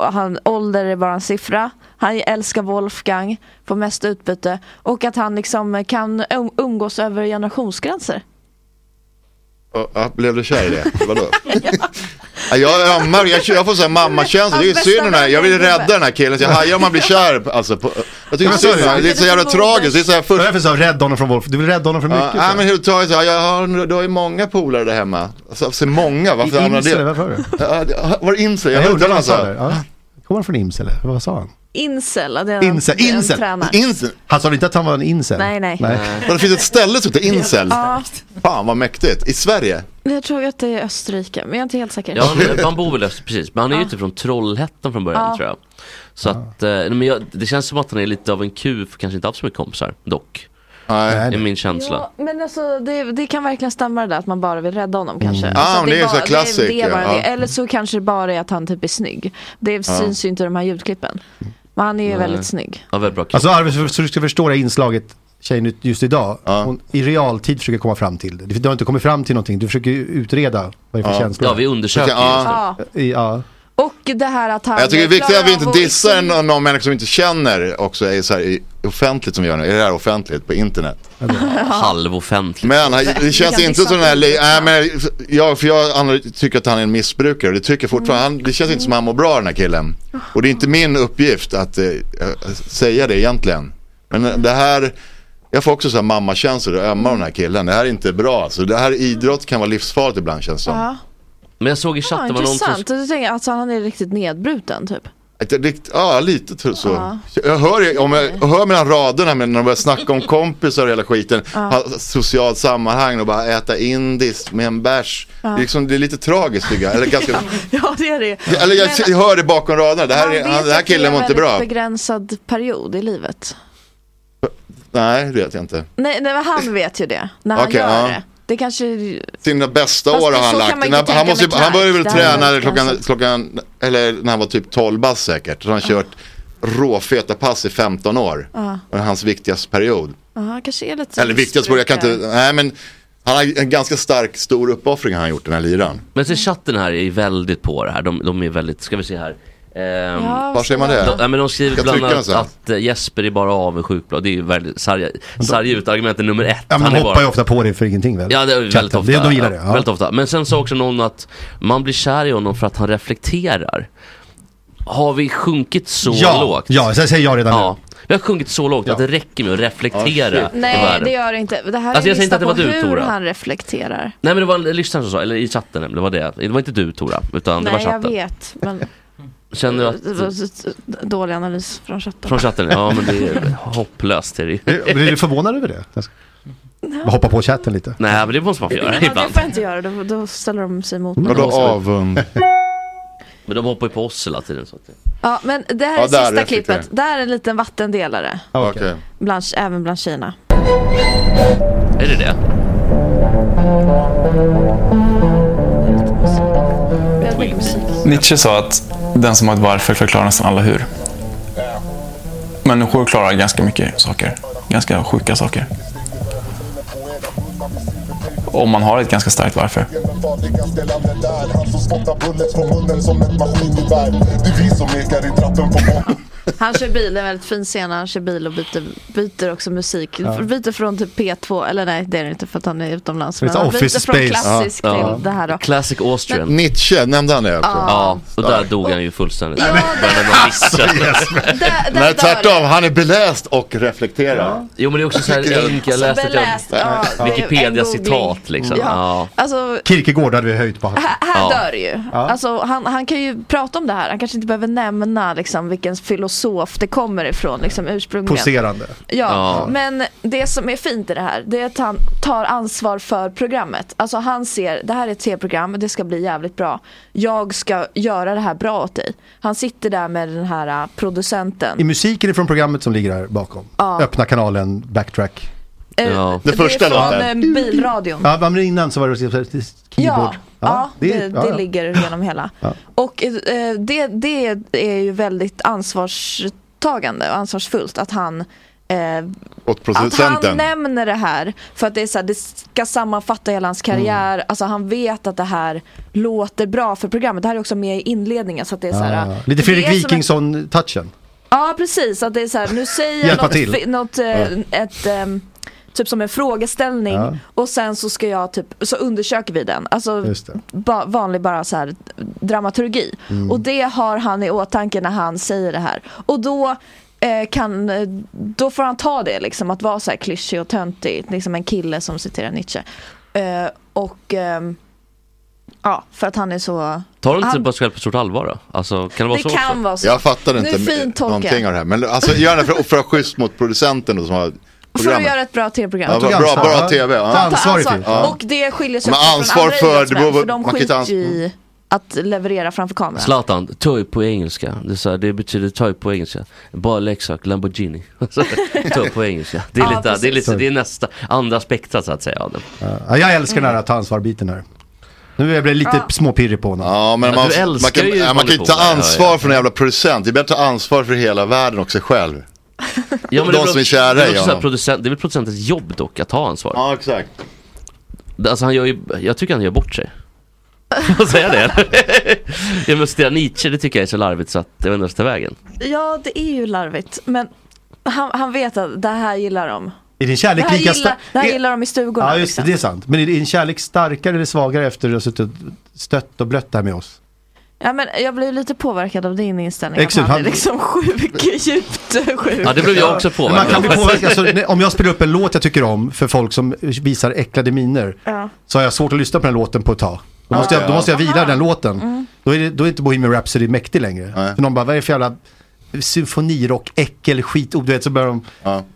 han, ålder är bara en siffra, han älskar Wolfgang, får mest utbyte och att han liksom kan um- umgås över generationsgränser.
Ja, ja, blev du kär i det? Vadå? ja. Jag ammar, jag, jag får såhär mammakänsla, det är ju synd om den här, jag vill rädda den här killen, så jag hajar om man blir kär alltså, på, Jag tycker
Men
synd om
sorry.
honom. det är så jävla tragiskt, det är så här
Vad är
först
det för så här, rädda honom från Wolfgang? Du vill rädda honom från
Ja,
mycket?
ja,
så.
men överhuvudtaget, ja, jag har, du har ju många polare där hemma. Alltså, alltså många, varför
I
hamnar
Imsele,
det?
varför har du?
Ja, det- Var det Imsele? Jag hörde
vad
honom
han sa
alltså.
där. Ja. Kommer han från Imsele? Vad sa han?
Incel, det är en,
Insel,
en
insel,
tränare.
insel.
Han sa inte att han var en insel?
Nej, nej.
Ja, Det finns ett ställe som heter Incel.
Ja.
Fan vad mäktigt, i Sverige.
Jag tror att det är Österrike, men jag är inte helt säker.
Ja, han, han bor väl efter, precis. Men han är ju typ från Trollhättan från början
Ja.
tror jag. Så att, eh, nej, men jag, det känns som att han är lite av en kuf, kanske inte haft så mycket kompisar dock.
Nej.
Det är min känsla.
Ja, men alltså det, det kan verkligen stämma det där att man bara vill rädda honom kanske.
Mm.
Alltså,
Ah, men det är
bara-
så här klassiker,
Det är bara
ja.
det. Eller så kanske det bara är att han typ är snygg. Det syns ju inte i de här ljudklippen. Men han är ju
Nej.
väldigt snygg.
Ja, väldigt bra
Alltså Arvid, för- så du ska förstå det här inslaget, tjejen ut- just idag, hon i realtid försöker komma fram till det. Du har inte kommit fram till någonting, du försöker ju utreda vad det är för känslor.
Ja, vi undersöker
Ja.
just
I- Ja.
Och det här att han
Jag tycker det är viktigt
klarar
att vi
av
inte
att-
dissar någon, någon människa som vi inte känner också är så här i- offentligt som vi gör nu. Är det här offentligt på internet?
Halvoffentligt.
Men han-
Vi
det känns
kan
inte
dissa
som den här,
honom.
li- nej men jag, för jag andra tycker att han är en missbrukare. Det tycker jag fortfarande, han, det känns inte som han mår bra den här killen.
Oh.
Och det är inte min uppgift att eh, eh, säga det egentligen. Men
Mm.
eh, det här, jag får också så här mammakänslor och ömmar om den här killen. Det här är inte bra alltså. Det här idrott kan vara livsfarligt ibland känns det som.
Ja.
Men jag såg i
Ja,
chatten var någon som...
intressant. Och då tänker jag, alltså, han är riktigt nedbruten typ.
Ett rikt- Ja, lite t- så.
Ja.
Jag, hör, om jag, jag hör mellan raderna men när de börjar snacka om kompisar och hela skiten.
Ja.
ha- Socialt sammanhang och bara äta indiskt med en bärs.
Ja.
Det, är liksom, det är lite tragiskt tycker jag. Eller, ganska,
Ja det är det
eller jag, jag hör det bakom raderna. Det här, är,
Man vet
han, den här
att det är typ
killen
en
mår inte
väldigt
bra.
begränsad period i livet.
Nej, det vet jag inte.
Nej, nej men han vet ju det. När han
Okej,
gör
ja.
det. Det kanske
Sina bästa
Fast
år har
så
han
kan
lagt.
man ju
När-
tänka
han, måste,
med
han började väl
Clark. Det här
träna
är
klockan,
ganska-
klockan, eller när han var typ 12 bast säkert. Så han har kört råfeta pass i 15 år.
Ja.
Det är hans viktigaste period.
Ja, han kanske är lite
Eller viktigast vore, jag kan inte, nej men han har ju en ganska stark, stor uppoffring har han gjort den här liraren.
Men så chatten här är väldigt på det här. De, de är väldigt, ska vi se här. Ehm,
Ja, Var ser man det?
De, nej, men de skriver
Ska jag
bland
trycka
annat
någonstans?
att eh, Jesper är bara avundsjuk. på- Det är ju väldigt, sarga, sarga ut argumentet nummer ett.
Ja, men
Han är
hoppar
bara-
ju ofta på det för ingenting väl?
Ja, det är
Chatten.
väldigt ofta.
Det- De gillar det. Ja.
Väldigt ofta. Men sen sa också någon att man blir kär i honom för att han reflekterar. Har vi sjunkit så
ja,
lågt?
Ja, så jag säger jag redan
Ja. Vi har sjunkit så lågt att det räcker med att reflektera i
Nej
världen.
det gör det inte. Det här
Alltså,
är
jag
en
säger inte
lista
att det
på
var du,
hur
Tora.
han reflekterar.
Nej men det var en lyssnare som sa, eller i chatten, det var det. Det var inte du Tora, utan det var
Nej jag
chatten.
vet. Men
Känner du
det var
att...
så- dålig analys från chatten.
Från chatten? Ja men det är hopplöst. Är det.
nu. Blir du förvånad över det? Jag ska- Hoppa på chatten lite.
Nej men det måste man få göra
Ja, det
ibland.
får jag inte göra, då, då ställer de sig emot mig.
Vadå
avund?
Men de hoppar ju på oss hela tiden. Så att det...
Ja, men det här
Ja,
är
där
sista
reflekterar.
klippet. Där är en liten vattendelare.
Ah, Okej.
Bland, även bland tjejerna.
Är det det?
Nietzsche sa att den som har ett varför förklarar nästan alla hur. Människor klarar ganska mycket saker. Ganska sjuka saker. Om man har ett ganska starkt varför.
Han kör bil, en väldigt fin scen. Han kör bil och byter, byter också musik.
Ja.
Byter från typ P2, eller nej det är det inte för att han är utomlands.
Lite
han
Office
byter från
Space.
klassisk
Ja.
till
Ja.
det här då.
Classic Austrian.
Nietzsche, nämnde han det också?
Ja.
Ja, och där dog han ju fullständigt.
Ja,
Alltså, Nej, tvärtom, han är beläst och reflekterar.
Jo men det är också så
Tycker
här
du?
enkelt, jag läste
Beläst, ja,
ett
det är en
Wikipedia-citat
googling.
liksom.
Ja.
Ja.
Alltså, Äh.
Kierkegaard hade vi höjt på hatten.
här, här dör det ju.
Ja.
Alltså, han, han kan ju prata om det här. Han kanske inte behöver nämna liksom, vilken filosof det kommer ifrån liksom, ursprungligen.
Poserande.
Ja,
Ja.
men det som är fint i det här det är att han tar ansvar för programmet. Alltså han ser, det här är ett tv-program, det ska bli jävligt bra. Jag ska göra det här bra åt dig. Han sitter där med den här äh, producenten.
I musiken ifrån programmet som ligger här bakom.
Ja.
Öppna kanalen, backtrack.
Eh, det är från, eh, Bilradion.
Ja, men innan så var det så- så- så- keyboard.
Ja, ja, det, det,
ja, ja.
ligger genom hela.
Ja.
Och eh, det, det är ju väldigt ansvarstagande och ansvarsfullt att han eh,
Åt
Att han
producenten.
nämner det här för att det, är så här, det ska sammanfatta hela hans karriär.
Mm.
Alltså han vet att det här låter bra för programmet. Det här är också med i inledningen. Så att det är så här,
Ja. Ah.
det
Lite
är
Fredrik
som en-
Wikingsson-touchen.
Ja precis, att det är så här, nu säger jag
Hjälpa
något,
till.
fi- något eh, ett, ehm, typ som en frågeställning
Ja.
och sen så ska jag typ, så undersöker vi den. Alltså
Just det.
ba, vanlig bara så här dramaturgi.
Mm.
Och det har han i åtanke när han säger det här. Och då eh, kan, eh, då får han ta det liksom, att vara så här klyschig och töntig, liksom en kille som citerar Nietzsche. Eh, och ehm, ja, för att han är så
Tar du inte
han,
bara sig själv på stort allvar då? Alltså, kan det vara
Det
så
kan
också?
vara så.
Jag fattar inte
Nu fintolkar
någonting
jag.
av det här. Men alltså, gör det för, för att vara schysst mot producenten då, som har
För att
programmet.
göra ett bra tv-program.
Ja, bra, bra, bra tv. Ja.
Ta ansvar. Och det skiljer sig
Men
också
ansvar
från andra
för-
idrottsmän,
det
för de
man kan
skiter
inte ans- Mm.
ju i att leverera framför kameran.
Zlatan, toy på engelska. Det, är så här, det betyder toy på engelska. Bara leksak, Lamborghini. Alltså, toy på engelska. Det är,
Ja,
lite, det är, lite,
precis.
det är nästa, andra spektra så att säga. av den.
Ja, jag älskar den här
Mm.
ta ansvar-biten här. Nu blir jag lite småpirrig på honom.
Ja, men man, man kan ja, man kan ju ta ansvar för en jävla producent. Det är bättre att ta ansvar för hela världen också själv.
Ja,
De
men det
som
är
är
också-
kära
det är
i
också så här
honom.
producent, Det är väl producentens jobb dock, att ta ansvar.
Ja, exakt.
Alltså, han gör ju, jag tycker han gör bort sig. Får jag säga det? jag måste citera Nietzsche, det tycker jag är så larvigt så att jag vet inte vart jag ska ta vägen.
Ja, det är ju larvigt. Men han, han vet att det här gillar de.
Är din
Det
kärlek
här
lika
gillar,
stark?
det här gillar de i stugorna.
Ja, just det,
liksom.
det är sant. Men är din kärlek starkare eller svagare efter att du har suttit och stött och blött det här med oss?
ja, men jag blev lite påverkad av din inställning.
Exakt,
Exakt, han är
han-
liksom sjuk, djupt sjuk.
Ja, det blev jag också
Men Man
påverkad.
kan bli påverkad. Alltså, nej, om jag spelar upp en låt jag tycker om för folk som visar äcklade miner
Ja.
så har jag svårt att lyssna på den här låten på ett tag. Då måste,
Okej,
jag, då
ja.
måste jag vila den låten.
Mm.
Då, är det, då är inte Bohemian Rhapsody mäktig längre. För någon bara, vad är det för jävla symfonirock, äckel, skit, och du vet så börjar de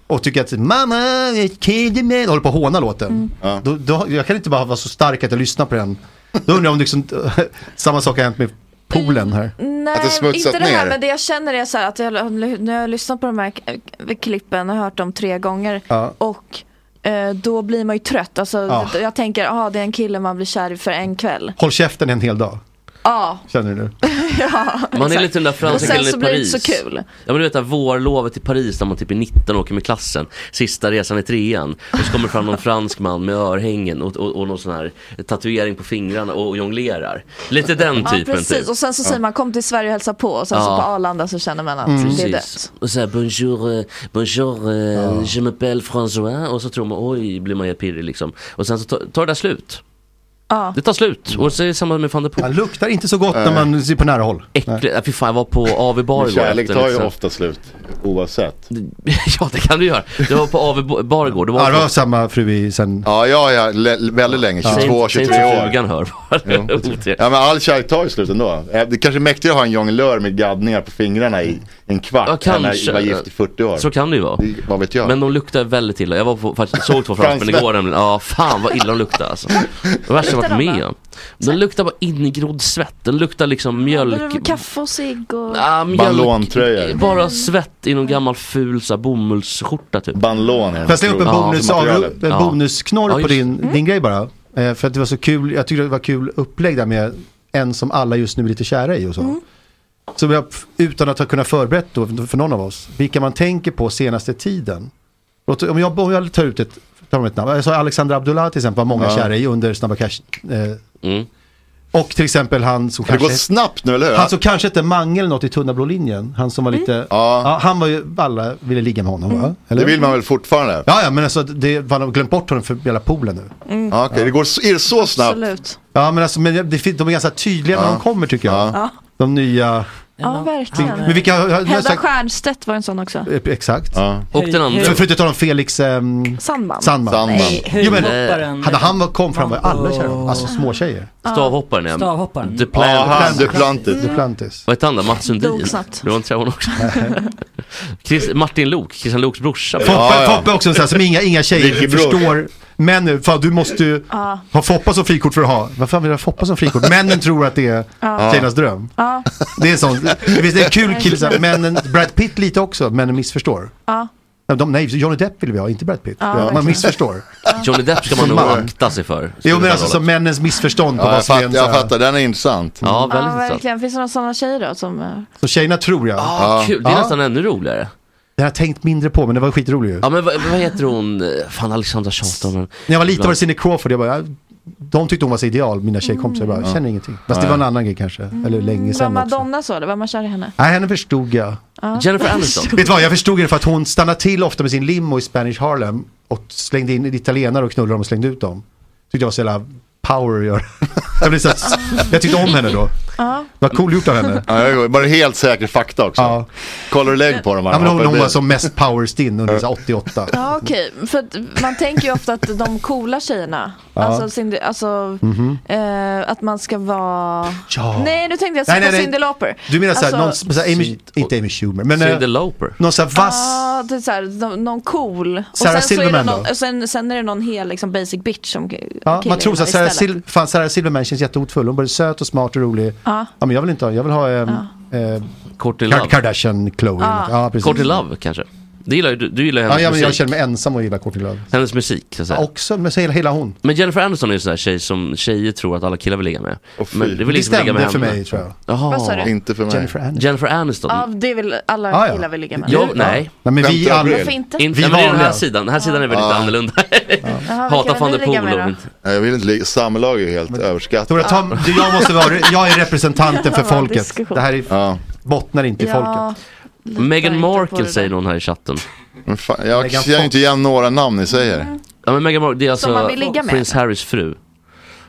och tycker att mamma, you're kidding me, håller på att håna låten.
Mm.
Då, då, jag kan inte bara vara så stark att jag lyssnar på den. Då undrar jag om liksom, samma sak har hänt med poolen här.
Nej,
Att det smutsat
inte det här,
ner.
men det jag känner är så här att jag, när jag lyssnar på de här k- klippen och hört dem tre gånger
Ja.
och eh, då blir man ju trött. Alltså,
Ja.
Jag tänker, ja det är en kille man blir kär i för en kväll.
Håll käften en hel dag,
Ja,
känner du nu.
ja.
Man är lite den där
Och
franska
sen
killen i
så blir det
Paris.
inte så kul.
Ja men du vet det här vårlovet i Paris när man typ är 19 och åker med klassen. Sista resan i trean. Och så kommer det fram någon fransk man med örhängen och, och, och någon sån här tatuering på fingrarna och, och jonglerar. Lite den
Ja,
typen
precis.
typ.
Och sen så säger man kom till Sverige och hälsa på och sen så
Ja.
på Arlanda så känner man att Mm. det är dött.
Precis. Och så här, bonjour, eh, bonjour, eh, je m'appelle François. Och så tror man, oj, blir man helt pirrig liksom. Och sen så tar, tar det där slut.
Ja.
Det tar slut. Och så är det samma med van der Poel.
Han luktar inte så
Eh,
gott när man ser på nära håll.
Äckligt. Ja, Fy fan, jag var på AV Bar
Men
igår.
kärlek
efter
tar ju
liksom.
ofta slut, oavsett.
Ja, det kan du göra. Du var på AV Bar igår. Det var
Arva har samma fru i sen...
Ja, ja, ja, le- väldigt länge,
Ja.
22,
Säg
23
inte
år.
frugan hör bara.
Ja men all kärlek tar ju slut ändå. Eh, Det kanske är mäktigare att ha en jonglör med gaddningar på fingrarna i en kvart
Ja,
än att
kanske.
vara gift i 40 år.
Så kan det ju vara.
Vad vet jag.
Men de luktar väldigt illa. Jag var på, faktiskt, såg två fransmän
Fransmän.
igår nämligen. Ja, fan vad illa de luktar alltså. Det värsta jag
Luktar
varit
de
med om. De luktar bara ingrodd svett. De luktar liksom
Både
mjölk.
med kaffe och cigg och...
Ja, Ah, mjölk- Eh,
Ballontröjor.
Bara svett i någon gammal ful så här, bomullsskjorta typ.
Banlån
Får jag slänga upp en, bonus, avru- en bonusknorr
Ja,
på
just- Mm.
din, din grej bara? Eh, för att det var så kul, jag tyckte det var kul upplägg där med en som alla just nu är lite kära i och så. Så vi har, utan att ha kunnat förberett då för någon av oss, vilka man tänker på senaste tiden. Låt, om, jag, om jag tar ut ett, tar om ett namn, jag sa Alexander Abdullah till exempel var många
Ja.
kära i under Snabba Cash. Eh,
Mm.
Och till exempel han som
Det går
kanske... Alltså,
snabbt nu, eller hur?
Han som kanske hette Mange eller något i Tunna blå linjen. Han som var
Mm.
lite... Ja. han var ju... Alla ville ligga med honom va? Eller?
Det vill man väl fortfarande?
Ja, ja, men alltså det, man har glömt bort honom för hela poolen nu.
Mm.
Ja, Okej, det går så, är det så snabbt?
Absolut.
Ja, men alltså men det, fin- de är ganska tydliga när de kommer tycker jag.
Ja.
De nya...
Ja, verkligen.
Men vilka- jag- jag-
Hedda
jag-
Stiernstedt var en sån också.
eh, Exakt.
Och den andra.
För, för att inte tala om Felix ehm,
Sandman.
Sandman.
Sandman. Nej,
Jo, men,
huvudhopparen.
hade han var- kom fram var ju alla kära i honom. Alltså små tjejer.
Stavhopparen ja.
Stavhopparen.
Duplantis.
Ja, han, Duplantis. Duplantis.
Vad hette han då? Mats Sundin?
Dog snabbt.
Du var inte så här hon också? Chris, Martin Lok, Christian Loks brorsa.
Foppa, Foppa är också en sån här som inga, inga tjejer
Vilken bror.
förstår. Men nu, fan du måste ju
Ja.
ha Foppa som frikort för att ha. Vad fan vill jag ha Foppa som frikort? Männen tror att det är
Ja.
tjejernas dröm.
Ja,
Det är sånt. Visst det är en kul kille så här, männen, Brad Pitt lite också, männen missförstår.
ja.
Nej, De, nej, Johnny Depp vill vi ha, inte Brad Pitt.
Ja,
man
verkligen.
missförstår.
Johnny Depp ska man
Som
nog
man.
akta sig för.
Jo men alltså som männens missförstånd på
Ja,
vad
jag,
som är
fatt,
en så
jag
här,
fattar, den är intressant.
Ja,
ja verkligen. Finns det några sådana tjejer då som... eh,
som tjejerna tror jag.
Ah, kul. Det är
Ja.
nästan ännu roligare.
Det har jag tänkt mindre på men det var skitroligt ju.
Ja men vad, vad heter hon? Fan Alexandra tjatar om henne.
När jag var liten var det Cindy Crawford, jag bara, jag- de tyckte hon var så ideal, mina tjejkompisar. Jag bara,
Mm.
jag känner ingenting. Fast det var en annan grej kanske,
Mm,
eller länge
Var
sedan också.
Madonna så eller? Var man kär i henne?
Nej, henne förstod jag.
Ja.
Vet du vad, jag förstod henne för att hon stannade till ofta med sin limo i Spanish Harlem och slängde in italienare och knullade dem och slängde ut dem. Tyckte jag var så jävla power att göra. Jag, blev så här, jag tyckte om henne då.
Ja.
Vad coolt gjort av henne.
Ja, jag går- bara helt säker fakta också. Kollar och lägg på dem här.
Ja, men hon, hon var som
mest
mest powerstinn under så här 88.
Ja okej, för att man tänker ju ofta att de coola tjejerna,
Ja.
alltså, Cindy, alltså
Mhm.
eh, att man ska vara...
Ja.
Nej nu tänkte jag
Nej, nej,
på
nej.
Cyndi Lauper.
Du menar såhär,
Alltså-
någon, så här, Amy, inte Amy Schumer, men... eh,
Cyndi Lauper.
Någon såhär vass...
Ja, det är så här, någon, någon cool. sen,
Sarah
så är det
Silverman
någon,
då?
och sen, sen är det någon hel liksom, basic bitch som
Ja, man tror såhär, Sarah,
istället.
Sil- fan, Sarah Silverman känns jättehotfull. Hon var söt och smart och rolig.
Ja.
Ja, men jag vill inte ha, jag vill ha... ehm, eh,
Courtney
Kar-
Love.
Kardashian, Chloe.
Ja.
Ja, precis.
Courtney Love kanske? Det gillar, ju- du, du gillar ju
Ja,
hennes
ja, men jag
musik.
känner mig ensam och gillar Courtney Love.
Hennes musik så att säga.
Också, men så hela, hela hon.
Men Jennifer Aniston är ju en sån här tjej som tjejer tror att alla killar vill ligga med. men
Det stämde för mig, tror jag.
Jaha.
Vad sa du?
Inte för mig.
Jennifer Aniston.
Ja, det vill alla
Ah, ja.
killar vill ligga med.
Ja, nej.
Nej, men vi alla...
Varför inte?
In, vi nej, men det är den här sidan, den här sidan är väldigt
Ja.
annorlunda.
Jaha,
Hatar
vilka
van
vill ni
der
ligga
Poel.
med
och-
då?
Nej, jag vill inte ligga. Samlag är ju helt överskattat.
Tora, ta, du, jag måste vara, jag är representanten för
Ja,
folket.
diskussion.
Det här är, bottnar inte i folket.
Meghan
på det
Markle
där.
säger någon här i chatten.
Men fan, jag
Megan
känner ju
Fox.
inte igen några namn ni säger.
Ja men Meghan Markle, det är alltså
Som man vill ligga med?
prins Harrys fru.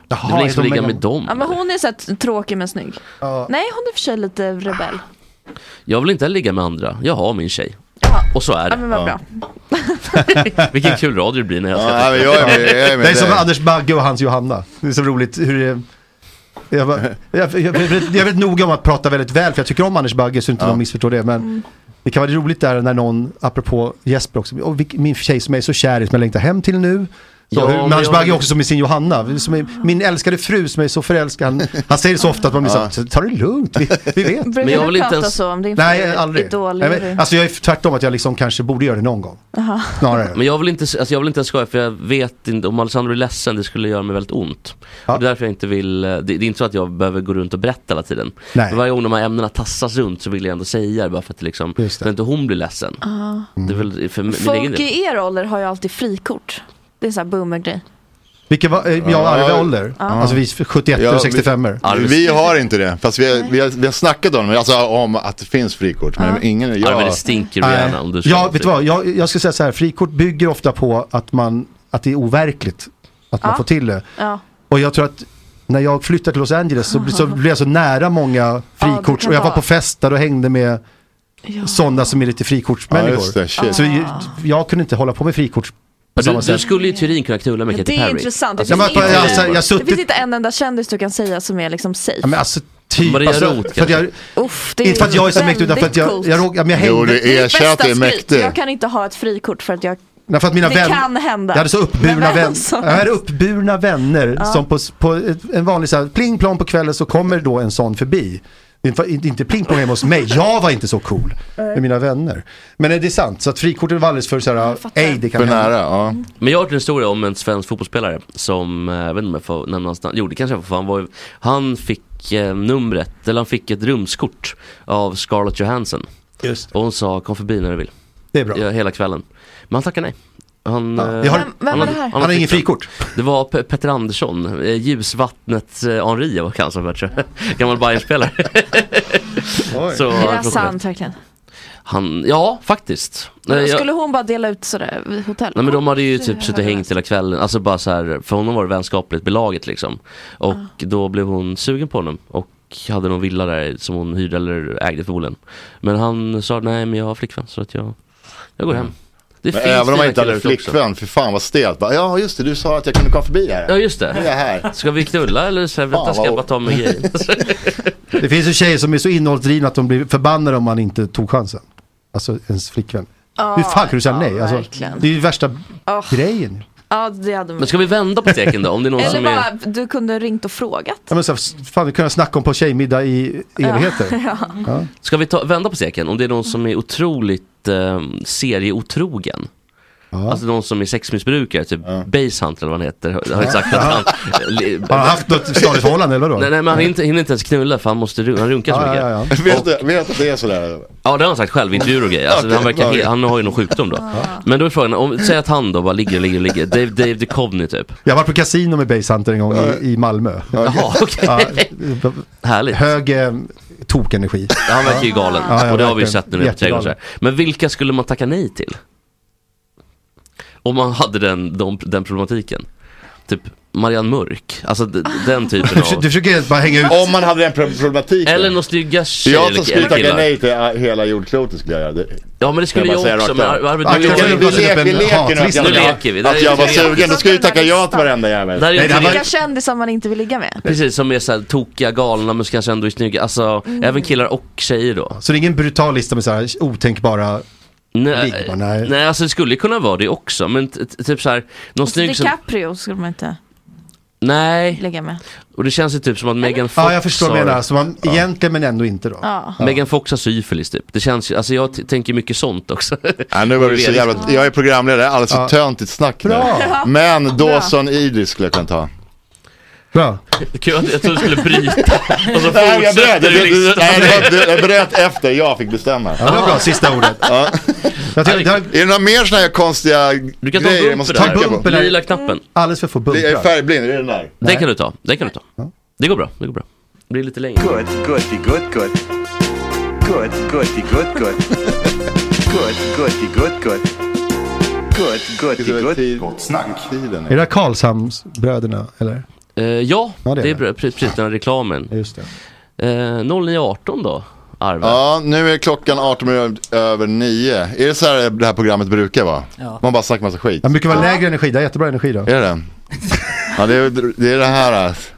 Jaha,
det är väl
är
ingen som
de
ligger
Meghan-
med dem?
Ja, men hon är så här tråkig men snygg.
Ja.
Nej, hon är i och för sig lite rebell.
Jag vill inte ligga med andra, jag har min tjej. Och så är det.
Ja, men vad bra.
Vilken kul radio det blir när jag ska
Ja, men jag är med- jag
det är som Anders Bagge och hans Johanna. Det är så roligt hur det Jag, var, jag, jag, jag, är väldigt- jag är väldigt noga om att prata väldigt väl för jag tycker om Anders Bagge så inte någon missförstår det. Men
Mm.
det kan vara roligt där när någon, apropå Jesper också, "Åh, vilk- min tjej som jag är så kär i som jag längtar hem till nu. Så,
Ja,
hur,
men
men Anders
jag-
Bagge är också som i sin Johanna, som är, min älskade fru som jag är så förälskad han, han säger det så ofta att man blir
Ja.
så här, ta det lugnt, vi, vi vet.
Brukar Men jag du vill inte prata ens- så om din fru?
Nej, aldrig.
Idol,
Nej, men,
jury?
alltså jag är tvärtom att jag liksom kanske borde göra det någon gång.
Jaha.
Snarare.
Men jag vill inte, alltså jag vill inte ens skoja för jag vet inte, om Alessandro är ledsen det skulle göra mig väldigt ont. Och det är därför jag inte vill, eh, det, det är inte så att jag behöver gå runt och berätta hela tiden.
Nej.
Men varje gång de här ämnena tassas runt så vill jag ändå säga det bara för att det Mm. liksom, så att inte hon blir ledsen.
Ah.
Det är väl för m- min egen
Folk
del.
i er ålder har ju alltid frikort. Det är en sån här boomergrej.
Vilken var, eh, jag och Arve ålder?
Ja.
Alltså vi 71
Ja,
och
vi-
65
Vi, har inte det, fast vi har, vi har, vi har snackat om, det, alltså, om att det finns frikort. Men ingen, jag...
Ja, men det stinker ju gärna om du ska
ja,
vara
vet du vad? Jag, jag ska säga så här, frikort bygger ofta på att, man, att det är overkligt att man
Ja.
får till det.
Ja.
Och jag tror att när jag flyttade till Los Angeles så, så blev jag så nära många frikorts
kan
och jag var
vara-
på fester och hängde med sådana som är lite frikortsmänniskor.
Ja, just det, shit.
Så jag,
Ah.
jag kunde inte hålla på med frikort på samma
du, du
sätt.
skulle ju i teorin kunna knulla med
Men
Katy
det är
Perry.
intressant. Det,
Alltså,
finns,
jag-
inte,
jag- jag- jag har
det
suttit-
finns inte en enda kändis du kan säga som är liksom safe.
Ja, men alltså typ.
Maria
alltså,
Roth
för att jag,
Uff, det är
inte för att jag är så mäktig utan för att jag, jag,
väldigt
jag,
coolt.
jag, jag, jag hängde.
Jo, det
Mitt
erkänner att
bästa
det är
skryt.
mäktig.
Jag kan inte ha ett frikort för att jag...
Nej, för att mina
det
vän-
kan hända.
Jag hade så uppburna,
Men vem
vän,
som
jag hade
helst.
uppburna vänner
Ja.
som på, på ett- en vanlig så här, pling plong på kvällen så kommer då en sån förbi. Inte- Inte pling plong hemma hos mig, jag var inte så cool med mina vänner. Men det är sant, så att frikortet var alldeles för så här, ej det kan Mm. hända.
ja.
Men jag har hört en historia om en svensk fotbollsspelare som, eh, jag vet inte om jag får nämna hans namn, jo det kanske jag får, för han var ju- Han fick eh, numret, eller han fick ett rumskort av Scarlett Johansson.
Just.
Och hon sa kom förbi när du vill.
Det är bra.
Ja, hela kvällen. Men han tackade nej. Han, eh,
jag har- Vem- vem var det här? Han har ingen frikort.
Det var Pe- Petter Andersson, eh, ljusvattnet eh, Henri var kanske han tror jag. Gammal Bajenspelare. Så-
Är det sant verkligen?
Han, ja faktiskt. Nej, jag-
Skulle hon bara dela ut sådär hotell?
Nej men de hade ju typ suttit och hängt hela kvällen, alltså bara så här, för honom var det vänskapligt belaget liksom. Och då blev hon sugen på honom och hade någon villa där som hon hyrde eller ägde förmodligen. Men han sa nej men jag har flickvän så att jag, jag går hem.
Mm. Men
finns
även om
fina
man inte hade
killar ute också.
flickvän, för fan vad stelt. Bara, Ja just det, du sa att jag kunde komma förbi här.
Ja just det.
Nu är jag här.
Ska vi knulla eller så här, vänta,
Fan,
ska jag
vad-
bara ta med grejen?
Det finns ju tjejer som är så innehållsdrivna att de blir förbannade om man inte tog chansen. Alltså ens flickvän.
Ja,
Hur fan kan du säga nej? Alltså,
verkligen.
det är ju värsta
Ja.
grejen.
Ja det hade man.
Men ska vi vända på steken då? Om det är någon
Eller
som
bara,
är...
du kunde ringt och frågat.
Ja, men så, här, fan, vi kunde snacka om på tjejmiddag i evigheter.
Ja.
Ja.
Ska vi ta, vända på steken? Om det är någon som är otroligt eh, serieotrogen? Alltså någon som är sexmissbrukare, typ Basehunter eller vad han heter, har ju sagt att han...
Har han haft något stadigt förhållande eller vadå?
Nej, nej men han hinner inte, hinner inte ens knulla för han måste ru- han runkar så
Ja,
mycket.
ja,
Ja,
ja.
Vet du vet att det är sådär?
det har han sagt själv i intervjuer och grejer. Alltså,
Okej,
han, verkar,
bra.
he- han har ju någon sjukdom då. Men då är frågan, om, säg att han då bara ligger och ligger och ligger. Dave, Dave Duchovny typ.
Jag var på kasino med Basehunter en gång i, i Malmö.
Jaha, okej. Härligt.
Hög eh, tokenergi.
Han verkar ju galen.
Ja, ja,
och det har vi ju
verkligen.
sett nu på trädgården. så här. Men vilka skulle man tacka nej till? Om man hade den, de, den problematiken. Typ Marianne Mörk. Alltså d- den typen
Ah. Du försöker-
av...
Du försöker helt bara hänga ut.
Om man hade den pro- problematiken.
Eller några snygga tjejer
Jag som skulle
eller
tacka
killar.
nej till eh, hela jordklotet skulle jag göra. Det-
Ja men det skulle
Kan bara
jag
säga
också.
rakt av.
Men Ar- Arvid,
Ja,
du-
vi- vi
du- du-
leker- vi leker nu att jag-
Nu leker vi. Det här
Att
är-
jag var sugen, då skulle jag ju tacka ja till varenda jävel.
Det här är ju-
Vilka kändisar man inte vill ligga med.
Precis, som är såhär tokiga, galna men kanske ändå är snygga. Alltså, även killar och tjejer då.
Så det är ingen brutal lista med så här otänkbara...
Nej, nej. alltså det skulle ju kunna vara det också. Men t- t- typ såhär, någon
Alltså,
snygg som...
DiCaprio skulle man inte
Nej,
ligga med.
och det känns ju typ som att Megan Fox
Ja, jag förstår vad du
har-
menar. Så man, Egentligen men ändå inte då.
Ja.
Megan Fox har syfilis typ. Det känns ju, alltså jag t- tänker mycket sånt också.
Ja, nu var det så jävla, jag är programledare, alldeles för töntigt Alltså, snack nu.
Bra.
Men Dawson Idris skulle jag kunna ta.
Bra.
Kul att jag trodde du skulle bryta. Och så
Nej, jag
fortsätter
bröt, jag
du
bröt, nej,
liksom.
det var- jag bröt efter jag fick bestämma.
Ja, det var bra, sista ordet.
Ja.
Jag tycker, det här,
Är det några mer sådana här konstiga
Du kan
grejer
ta
jag
en bumper
måste tänka
där.
på?
Lila knappen.
alldeles för få
Det är
bunkrar.
färgblind, är det den där?
Den kan du ta, den kan du ta. Det går bra, det går bra. Det blir lite längre.
Good, goody, good, good. Good, goody, good, good. Good, goody, good, good. Good, goody, good. Gott snack.
Är det här Karlshamnsbröderna eller?
Eh, ja,
Ja,
det
det
är,
är
bra- pre- precis den här reklamen.
Just det.
Eh, 09.18 då, Arve.
Ja, nu är klockan 18 minuter över 9. Är det så här det här programmet brukar vara?
Ja.
Man bara snackar massa skit.
Den brukar vara lägre energi, det är jättebra energi då.
Är det? Ja, det är det, är det här. alltså.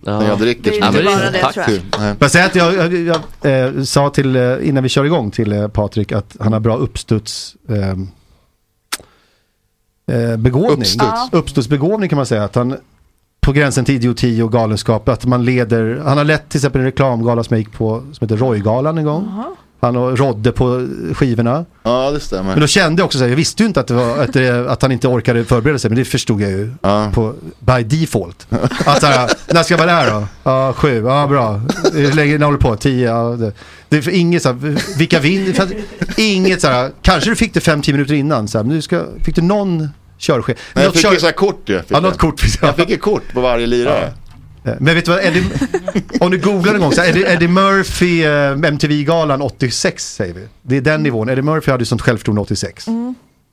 när jag dricker.
Det är inte bara det, tror jag.
Nej.
Men säg att jag, jag, jag, eh, sa till, eh, innan vi kör igång till eh, Patrik att han har bra uppstuds... ehm, eh, begåvning.
Uppstuds. Ja.
Uppstudsbegåvning kan man säga. Att han på gränsen till idioti och galenskap. Att man leder, han har lett till exempel en reklamgala som jag gick på som heter Roy-galan en gång. Han och Rodde på skivorna.
Ja, det stämmer.
Men då kände jag också så här, jag visste ju inte att, det var, att, det, att han inte orkade förbereda sig, men det förstod jag ju på, by default. Att så här, när ska jag vara där då? Ja, sju, ja bra. Hur länge ni håller på? Tio, ja, det. det är för inget så här, vilka vinner? För att- Inget så här, kanske du fick det fem, tio minuter innan, så här, men nu ska, fick du någon körschema?
Nej, jag
Något
fick
kör-
ju så här kort ju. fick
Ja, något kort.
Jag fick ett kort på varje lirare.
Eh, Men vet du vad, Eddie, om du googlar en gång, så här, Eddie, Eddie Murphy, eh, MTV-galan 86 säger vi. Det är den nivån. Eddie Murphy hade ju sånt självförtroende 86.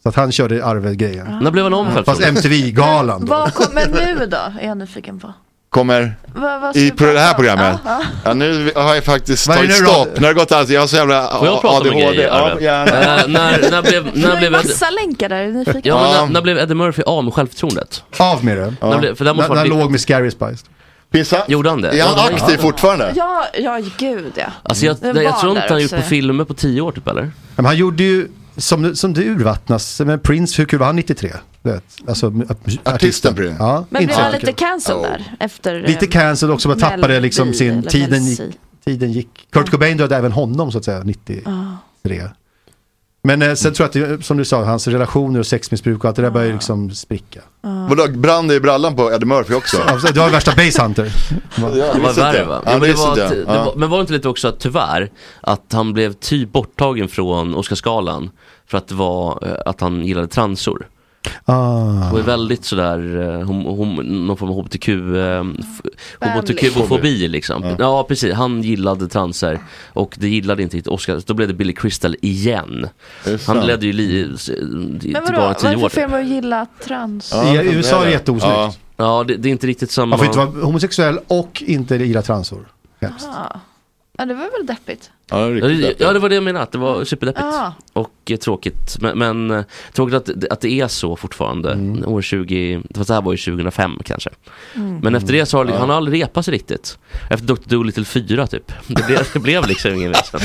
Så att han körde Arve-grejen.
När blev han av med
Mm. Fast
självförtroendet?
MTV-galan då.
Vad kommer nu då? Är jag nyfiken på.
Kommer
Vad- vad ska
i
vi
på det här
prata om?
programmet.
Ja, ja.
Ja, nu har jag faktiskt
Vad är det
tagit
nu då?
stopp. Nu har det gått alls. Jag har så jävla
Får jag prata om en grej?
ADHD. Ja,
Arve?
gärna.
Eh, när, när blev,
Det
när
var ju
blev Eddie,
massa länkar där, är du nyfiken?
ja, men när, när blev Eddie Murphy av med självförtroendet?
Av med det.
När blev- för där måste
När
varit-
han låg med Scary Spice.
Pinsamt.
Gjorde han det?
Är han
Ja, det-
aktiv
ja.
fortfarande?
Ja, ja gud ja.
Alltså jag,
Det är
nej, jag
barn
tror inte
där
han har gjort
också.
på filmer på tio år typ eller?
Men han gjorde ju, som, som det urvattnas, men Prince, hur kul var han 93? Du vet, alltså, artisten. artisten
Prince.
Ja,
Men blev
inte så
han
kul.
lite cancel där? Efter,
Lite
eh,
cancel också, man tappade liksom
Melby
sin,
eller
tiden gick,
Melsi.
tiden gick. Kurt Cobain dödade även honom så att säga, 93.
Ja.
Men eh, sen tror jag att, det- som du sa, hans relationer och sexmissbruk och allt det där börjar ju liksom spricka.
Vadå, brann det i brallan på Eddie Murphy också?
Alltså, Du har ju värsta basehunter.
Ja,
Det
visste
var
inte
värre
jag.
va?
Ja, det
Jo, men, det var,
visste
att-
inte
det
jag. Ja.
var, men var det inte lite också att tyvärr att han blev typ borttagen från Oscarsgalan för att det var eh, att han gillade transor?
Ah.
Och är väldigt sådär, eh, hom, hom, någon form av hbtq, eh, f- hbtq-fobi liksom. Ja. precis, han gillade transer och det gillade inte riktigt Oscar, då blev det Billy Crystal igen. Han
sant.
ledde ju li, eh, s- till
Men vadå,
bara
vad
tio
är det för
år. typ.
fel med att gilla trans?
I USA är det jätteosnyggt.
Ja, ja det, det är inte riktigt samma.
Man får inte vara homosexuell och inte gilla transor.
Jaha. Ja, det var väl deppigt.
Ja, det,
ja, det, var det jag menade, att det var superdeppigt.
Ja.
Och eh, tråkigt, men, men eh, tråkigt att, att det är så fortfarande.
Mm.
År 20, fast det här var ju 2005 kanske.
Mm.
Men efter det så har
Ja.
han har aldrig repat sig riktigt. Efter Dr. Dolittle 4 typ. Det blev, det blev liksom ingen resa.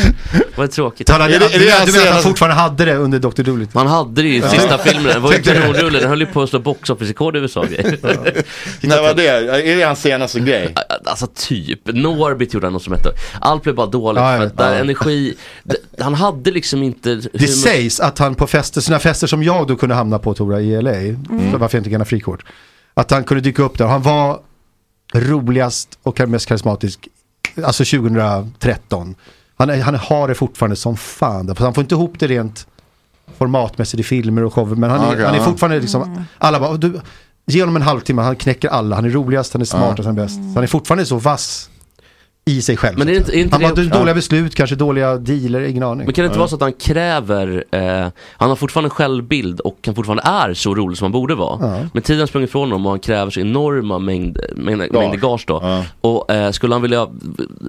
Vad tråkigt.
Han hade, du menar du menar att han fortfarande hade det under Dr. Dolittle?
Man hade det ju i sista
Ja.
filmen, det var ju
Tänkte du?
kanonrulle, den höll ju på att slå box office-rekord i USA
När var det? Är det hans senaste grej?
Alltså typ, Norbit gjorde han något som hette. Allt blev bara dåligt
Ja, ja.
för att där
Ja.
energi, det- han hade liksom inte humor-
Det sägs att han på fester, sina fester som jag då kunde hamna på Tora i LA, så
Mm.
varför jag inte kan ha frikort. Att han kunde dyka upp där, han var roligast och mest karismatisk, alltså 2013. Han, är- han har det fortfarande som fan, därför att han får inte ihop det rent formatmässigt i filmer och shower, men han, är,
Okej,
han är
ja.
fortfarande
Mm.
liksom, alla bara, du, ge honom en halvtimme, han knäcker alla, han är roligast, han är smartast, han är bäst. Så han är fortfarande så vass i sig själv.
Mm. Men är
så att
inte- är
säga.
inte
han har
det-
d- dåliga
Ja.
beslut, kanske dåliga dealer, ingen aning.
Men kan det inte vara så att han kräver, eh, han har fortfarande en självbild och han fortfarande är så rolig som han borde vara.
Ja.
Men tiden har sprungit ifrån honom och han kräver så enorma mängd, mängd, mängder gage då. Och eh, skulle, han vilja,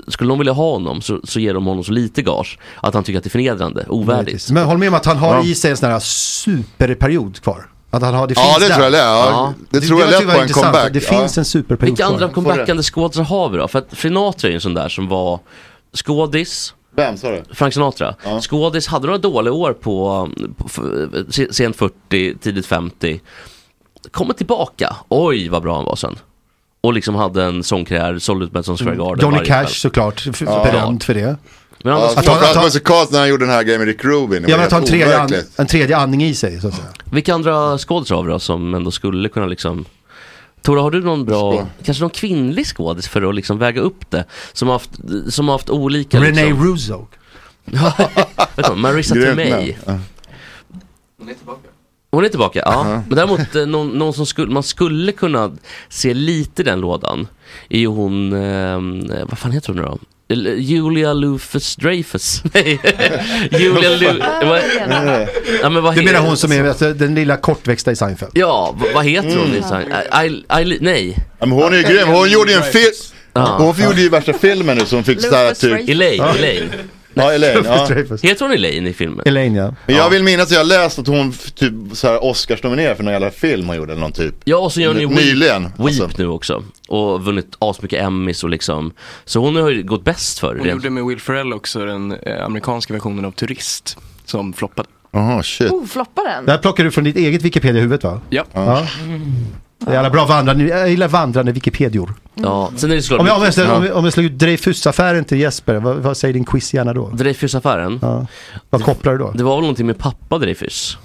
skulle de vilja ha honom så, så ger de honom så lite gage att han tycker att det är förnedrande, ovärdigt.
Men håll med om att han har
Ja.
i sig en sån här superperiod kvar. Att han har, det
Ja,
finns
det
där.
tror jag lätt. Ja, det tror jag
var
lätt på en
intressant, att
comeback.
Det
Ja.
finns en superperiod
Vilka
kvar.
andra comebackande skådisar har vi då? För att Sinatra är ju en sån där som var skådis
Vem sa du?
Frank Sinatra. Skådis hade några dåliga år på, på f- se- sent 40, tidigt 50. Kommer tillbaka, oj vad bra han var sen. Och liksom hade en sångkarriär, sålde ut Madison Square Garden
Mm. Johnny
varje
Cash
kväll.
såklart, f-
Ja.
berömd för det.
Men
Ja,
annars-
framförallt musikalt när han gjorde den här grejen med Rick Rubin. Det
Jag
var
menar att ha en
helt
tredje, an,
overkligt.
en tredje andning i sig så att säga.
Vilka andra skådisar har vi då som ändå skulle kunna liksom Tora, har du någon bra, kanske någon kvinnlig skådis för att liksom väga upp det? Som har haft, som har haft olika
Renee
liksom...
Russo.
Vet du, Marissa
Grymt
Tomei.
namn.
Hon är tillbaka, ja.
Uh-huh.
Men däremot eh, någon, någon som skulle, man skulle kunna se lite i den lådan är ju hon, eh, vad fan heter hon nu då? Eller Julia Lufus Dreyfus. Nej, Julia Lu... vad- ja, men vad
Du menar
heter-
hon som är alltså, den lilla kortväxta i Seinfeld?
Ja, v- vad heter hon?
Mm.
Mm. I, I, nej.
Men hon är ju grym, hon gjorde ju en film. Hon gjorde ju värsta filmen nu som fick sådär typ...
I LA, i LA.
Ja, Elaine. Ja.
Heter hon Elaine i filmen?
Elaine ja.
Men jag vill minnas att jag läst att hon f- typ så här Oscarsnominerad för någon jävla film hon gjorde eller någon typ.
Ja, och så gör ni
N-
Weep,
Nyligen.
Weep nu också. Och vunnit asmycket Emmys och liksom. Så hon har ju gått bäst för det.
Hon gjorde med Will Ferrell också den eh, amerikanska versionen av Turist som floppade.
Jaha, shit.
Oh, floppar
Mm.
den?
Det här plockar du från ditt eget Wikipedia i huvudet va?
Ja.
Ja. Det är alla bra vandrande, jag gillar vandrande Wikipedior.
Ja, sen är det såklart
Om jag, om jag,
mycket-
ställer, om
Ja.
jag, om jag slår ut Dreyfusaffären till Jesper, vad, vad säger din quizhjärna då?
Dreyfusaffären?
Ja. Vad kopplar du då?
Det var väl någonting med pappa Dreyfus?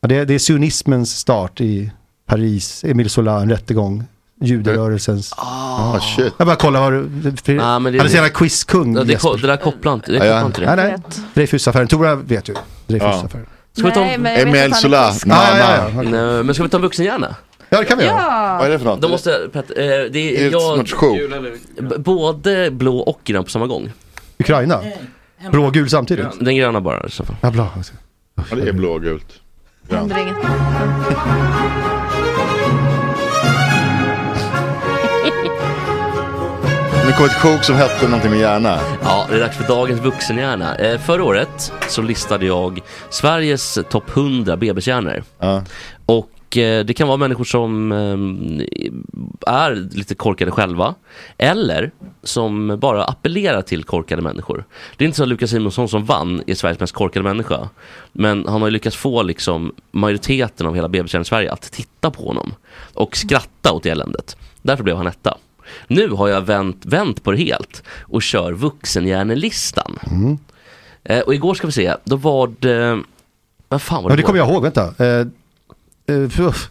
Ja, det, det är sionismens start i Paris, Emile Zola, en rättegång, juderörelsens.
Ah, shit.
Jag bara kollar vad du... För,
Ja, men det-
han är så jävla quizkung
Ja, det, ko-
Jesper.
det där kopplar inte, det
Ja, ja.
kopplar inte det.
Nej, nej. Dreyfusaffären, Tora vet ju. Dreyfusaffären.
Ska vi ta
Nej, men jag vet Emile att han är Zola,
quiz- mamma.
ja, ja. Nej, Men ska vi ta en vuxenhjärna?
Ja, det kan vi
göra. Ja.
Vad är det för något?
Då måste, Pet, eh, det
Det är
är,
ett sorts show. Gul
jag, B- både blå och grön på samma gång.
Ukraina. Blå och gul samtidigt.
Den gröna bara i så fall.
Ja, blå.
Ja, det är blå och gult.
Händer inget.
Det kom ett sjok som hette någonting med hjärna.
Ja, det är dags för dagens vuxenhjärna. Eh, förra året så listade jag Sveriges topp 100 bebishjärnor. Och eh, det kan vara människor som eh, är lite korkade själva. Eller som bara appellerar till korkade människor. Det är inte så att Lukas Simonsson som vann är Sveriges mest korkade människa. Men han har ju lyckats få liksom majoriteten av hela bebishjärnan i Sverige att titta på honom. Och skratta åt eländet. Därför blev han etta. Nu har jag vänt, vänt på det helt och kör vuxenhjärnelistan.
Mm.
Eh, och igår ska vi se, då var det... eh, Vad fan var det
Ja, det
igår?
kommer jag ihåg, vänta. Eh, eh, fuff.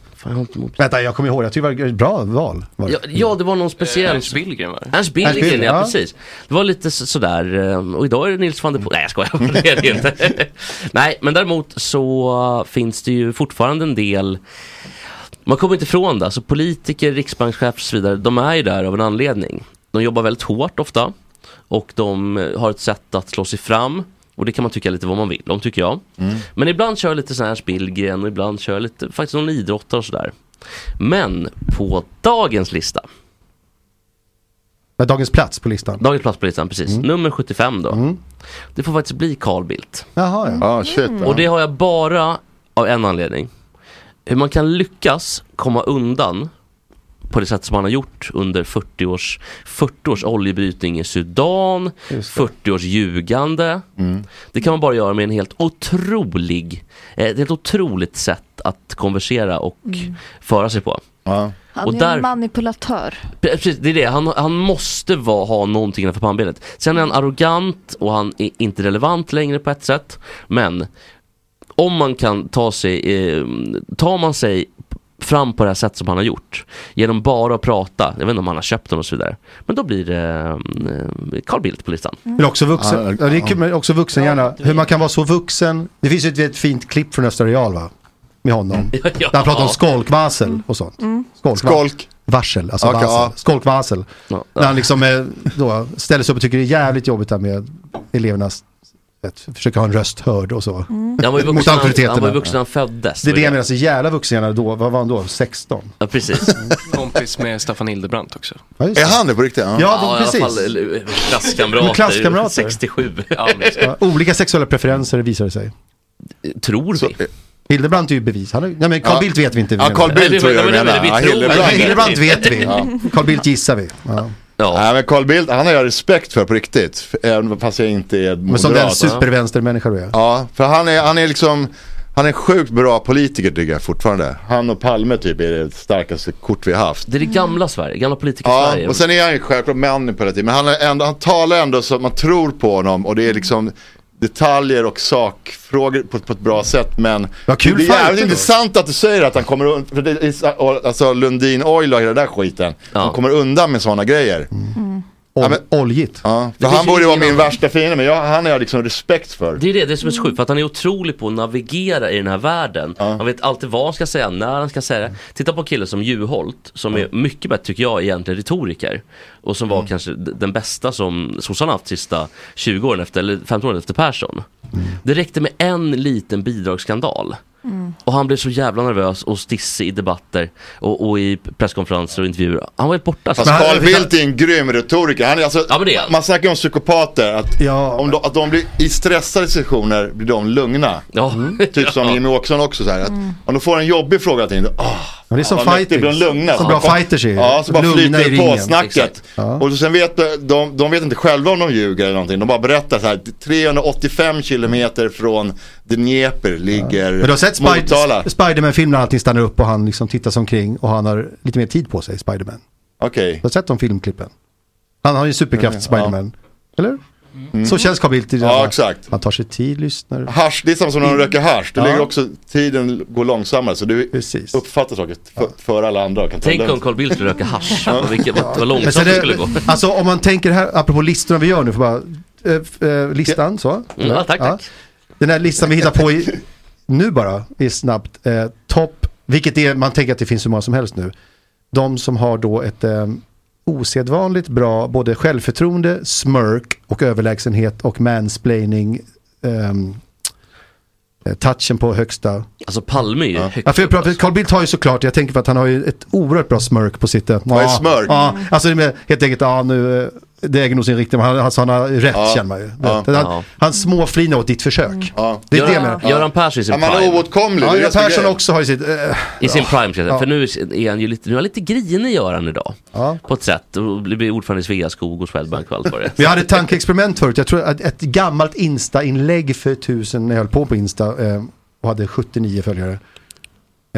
Vänta, jag kommer ihåg, jag tycker det var ett bra val. Var det.
Ja, ja, det var någon speciell...
Eh, Ernst Billgren, va?
Ernst Billgren,
Billgren,
ja,
ja.
precis. Det var lite så, sådär, eh, och idag är det Nils van der Poel. Nej jag skojar, det är det inte. Nej, men däremot så finns det ju fortfarande en del man kommer inte ifrån det. Alltså politiker, riksbankschef och så vidare, de är ju där av en anledning. De jobbar väldigt hårt ofta och de eh, har ett sätt att slå sig fram. Och det kan man tycka lite vad man vill om tycker jag.
Mm.
Men ibland kör jag lite sån här Spillgren och ibland kör jag lite, faktiskt någon idrottare och sådär. Men på dagens lista,
Men Dagens plats på listan. Mm.
dagens plats på listan, precis, nummer 75 då. Det får faktiskt bli Carl Bildt.
Jaha, ja.
Ja, shit.
Och det har jag bara av en anledning. Hur man kan lyckas komma undan på det sätt som han har gjort under 40 års, 40 års oljebrytning i Sudan, 40 års ljugande. Det kan man bara göra med en helt otrolig, eh, ett helt otroligt sätt att konversera och
Mm.
föra sig på.
Han
Och
är
där-
en manipulatör.
Pre- Precis, det är det. Han, han måste va, ha någonting innanför pannbenet. Sen är han arrogant och han är inte relevant längre på ett sätt. Men om man kan ta sig, eh, tar man sig fram på det här sätt som han har gjort. Genom bara att prata, jag vet inte om han har köpt den och så vidare. Men då blir det eh, Carl Bildt på listan.
Men Mm. också vuxen, ja, det är kul, men också vuxen gärna. Hur man kan vara så vuxen. Det finns ju ett, ett fint klipp från Östra Real va? Med honom. Där han pratar om
Mm.
skolkvarsel och sånt.
Mm.
Skolk.
Skolk.
Varsel, alltså
Okej, ja.
varsel. Skolkvarsel. När han liksom eh, då ställer sig upp och tycker det är jävligt jobbigt där med elevernas, vet, försöka ha en röst hörd och så.
Mm. Han var ju
Mot
vuxen, han, han, var
auktoriteterna.
ju vuxen när han föddes.
Det är det jag menar, så jävla vuxen gärna då. Vad var han då? 16?
Ja, precis.
Mm. Kompis med Staffan Hildebrandt också.
Ja, just det. Är han
det på riktigt?
Ja, Ja, det- i alla precis. fall,
eh, klasskamrater,
Klasskamrater.
67.
Ja, olika sexuella preferenser visar det sig.
Tror vi.
Hildebrandt är ju bevis. Han är, nej men Carl
Ja.
Bildt vet vi inte.
Ja, Carl Bildt Nej, det- tror jag nej, men- du menar. nej, men vi Ja, tror- Hildebrandt.
Nej, Hildebrandt vet vi.
Ja.
Carl Bildt gissar vi.
Ja.
men Carl Bildt, han har jag respekt för på riktigt. För- Även fast jag inte är moderat.
Men som den supervänstermänniska du är.
Ja, för han är, han är liksom, han är en sjukt bra politiker tycker jag fortfarande. Han och Palme typ är det starkaste kort vi har haft. Mm.
Det är det gamla Sverige, gamla politiker-Sverige.
Ja, och sen är han ju självklart manipulativ. Men han, är ändå, han talar ändå så att man tror på honom och det är liksom detaljer och sakfrågor på, på ett bra sätt. Men
kul
det är
fighter
jävligt
då.
intressant att du säger att han kommer undan, för det är, så- alltså Lundin Oil och hela den där skiten. Han kommer undan med sådana grejer.
Ja, men, oljigt.
Ja,
Mm. Det
för
finns
han
ju
borde vara
ingen
min
annan.
värsta fiende men jag, han har jag liksom respekt för.
Det är det, det är som är så sjukt, för att han är otrolig på att navigera i den här världen. Han vet alltid vad han ska säga, när han ska säga det. Titta på en kille som Juholt, som är mycket bättre tycker jag egentligen retoriker. Och som var kanske d- den bästa som sossarna haft sista 20 åren efter, eller 15 åren efter Persson. Det räckte med en liten bidragsskandal
Mm.
Och han blev så jävla nervös och stissig i debatter och, och i presskonferenser och intervjuer. Han var helt borta.
Fast Carl Bildt är en grym retoriker. Han är alltså, Man snackar om psykopater, att, om de, att de blir i stressade situationer blir de lugna.
Mm.
Typ som Jimmie Åkesson också, så här, att om de får en jobbig fråga till oh,
Men det är som
Det blir de
fighters.
lugna.
Som
Så
bra
bara-
fighters är ju.
Ja, så bara
Lugna i
flyter på
ringen.
snacket.
Exakt. Ja.
Och så sen vet de, de, de vet inte själva om de ljuger eller någonting. De bara berättar så här, 385 kilometer från Dnieper ligger
Men du har sett
Motala.
Spider- Spiderman-film när allting stannar upp och han liksom tittar sig omkring och han har lite mer tid på sig, Spiderman.
Okej.
Du har sett de filmklippen? Han har ju superkraft,
Mm, Ja. Mm.
Spiderman. Eller? Så känns Carl Bildt i det.
Ja, exakt.
Han tar sig tid, lyssnar.
Hasch, det är samma som när de röker hasch. Det
Ja.
ligger också, tiden går långsammare så du uppfattar saker för, före alla andra och kan ta
Tänk
det
om
lugnt.
Carl Bildt röker hasch. Vad vilket- vad vad
Men
långsamt
sen
det skulle gå.
alltså om man tänker här, apropå listorna vi gör nu, för bara, eh, f- eh, listan så.
Mm, Ja, tack, tack.
Den här listan vi hittar på i, nu bara, är snabbt, eh, topp, vilket är, man tänker att det finns hur många som helst nu. De som har då ett eh, osedvanligt bra, både självförtroende, smörk och överlägsenhet och mansplaining. ehm, eh, touchen på högsta.
Alltså Palme är ju
Ja, för jag pratar, Carl Bildt har ju såklart, jag tänker på att han har ju ett oerhört bra smörk på sitt... Vad
är smörk?
Ja, alltså det är med, helt enkelt, ja nu, eh, det äger nog sin riktning, men han, alltså, han har rätt
Ja.
känner man ju.
Ja.
Han,
Ja.
han småflinar åt ditt försök. Det är det jag menar.
Persson i sin
Ja, man är
prime.
oåtkomlig.
Ja,
det är
Göran
det som är
Persson
grejen.
också har ju sitt... eh,
I sin prime, ska jag säga.
Ja.
för nu är han ju lite, nu är han lite grinig Göran idag. På ett sätt, och blir ordförande i Sveaskog och Swedbank och allt vad det är.
Vi hade ett tankeexperiment förut, jag tror att ett gammalt Insta-inlägg för tusen, när jag höll på på Insta eh, och hade 79 följare.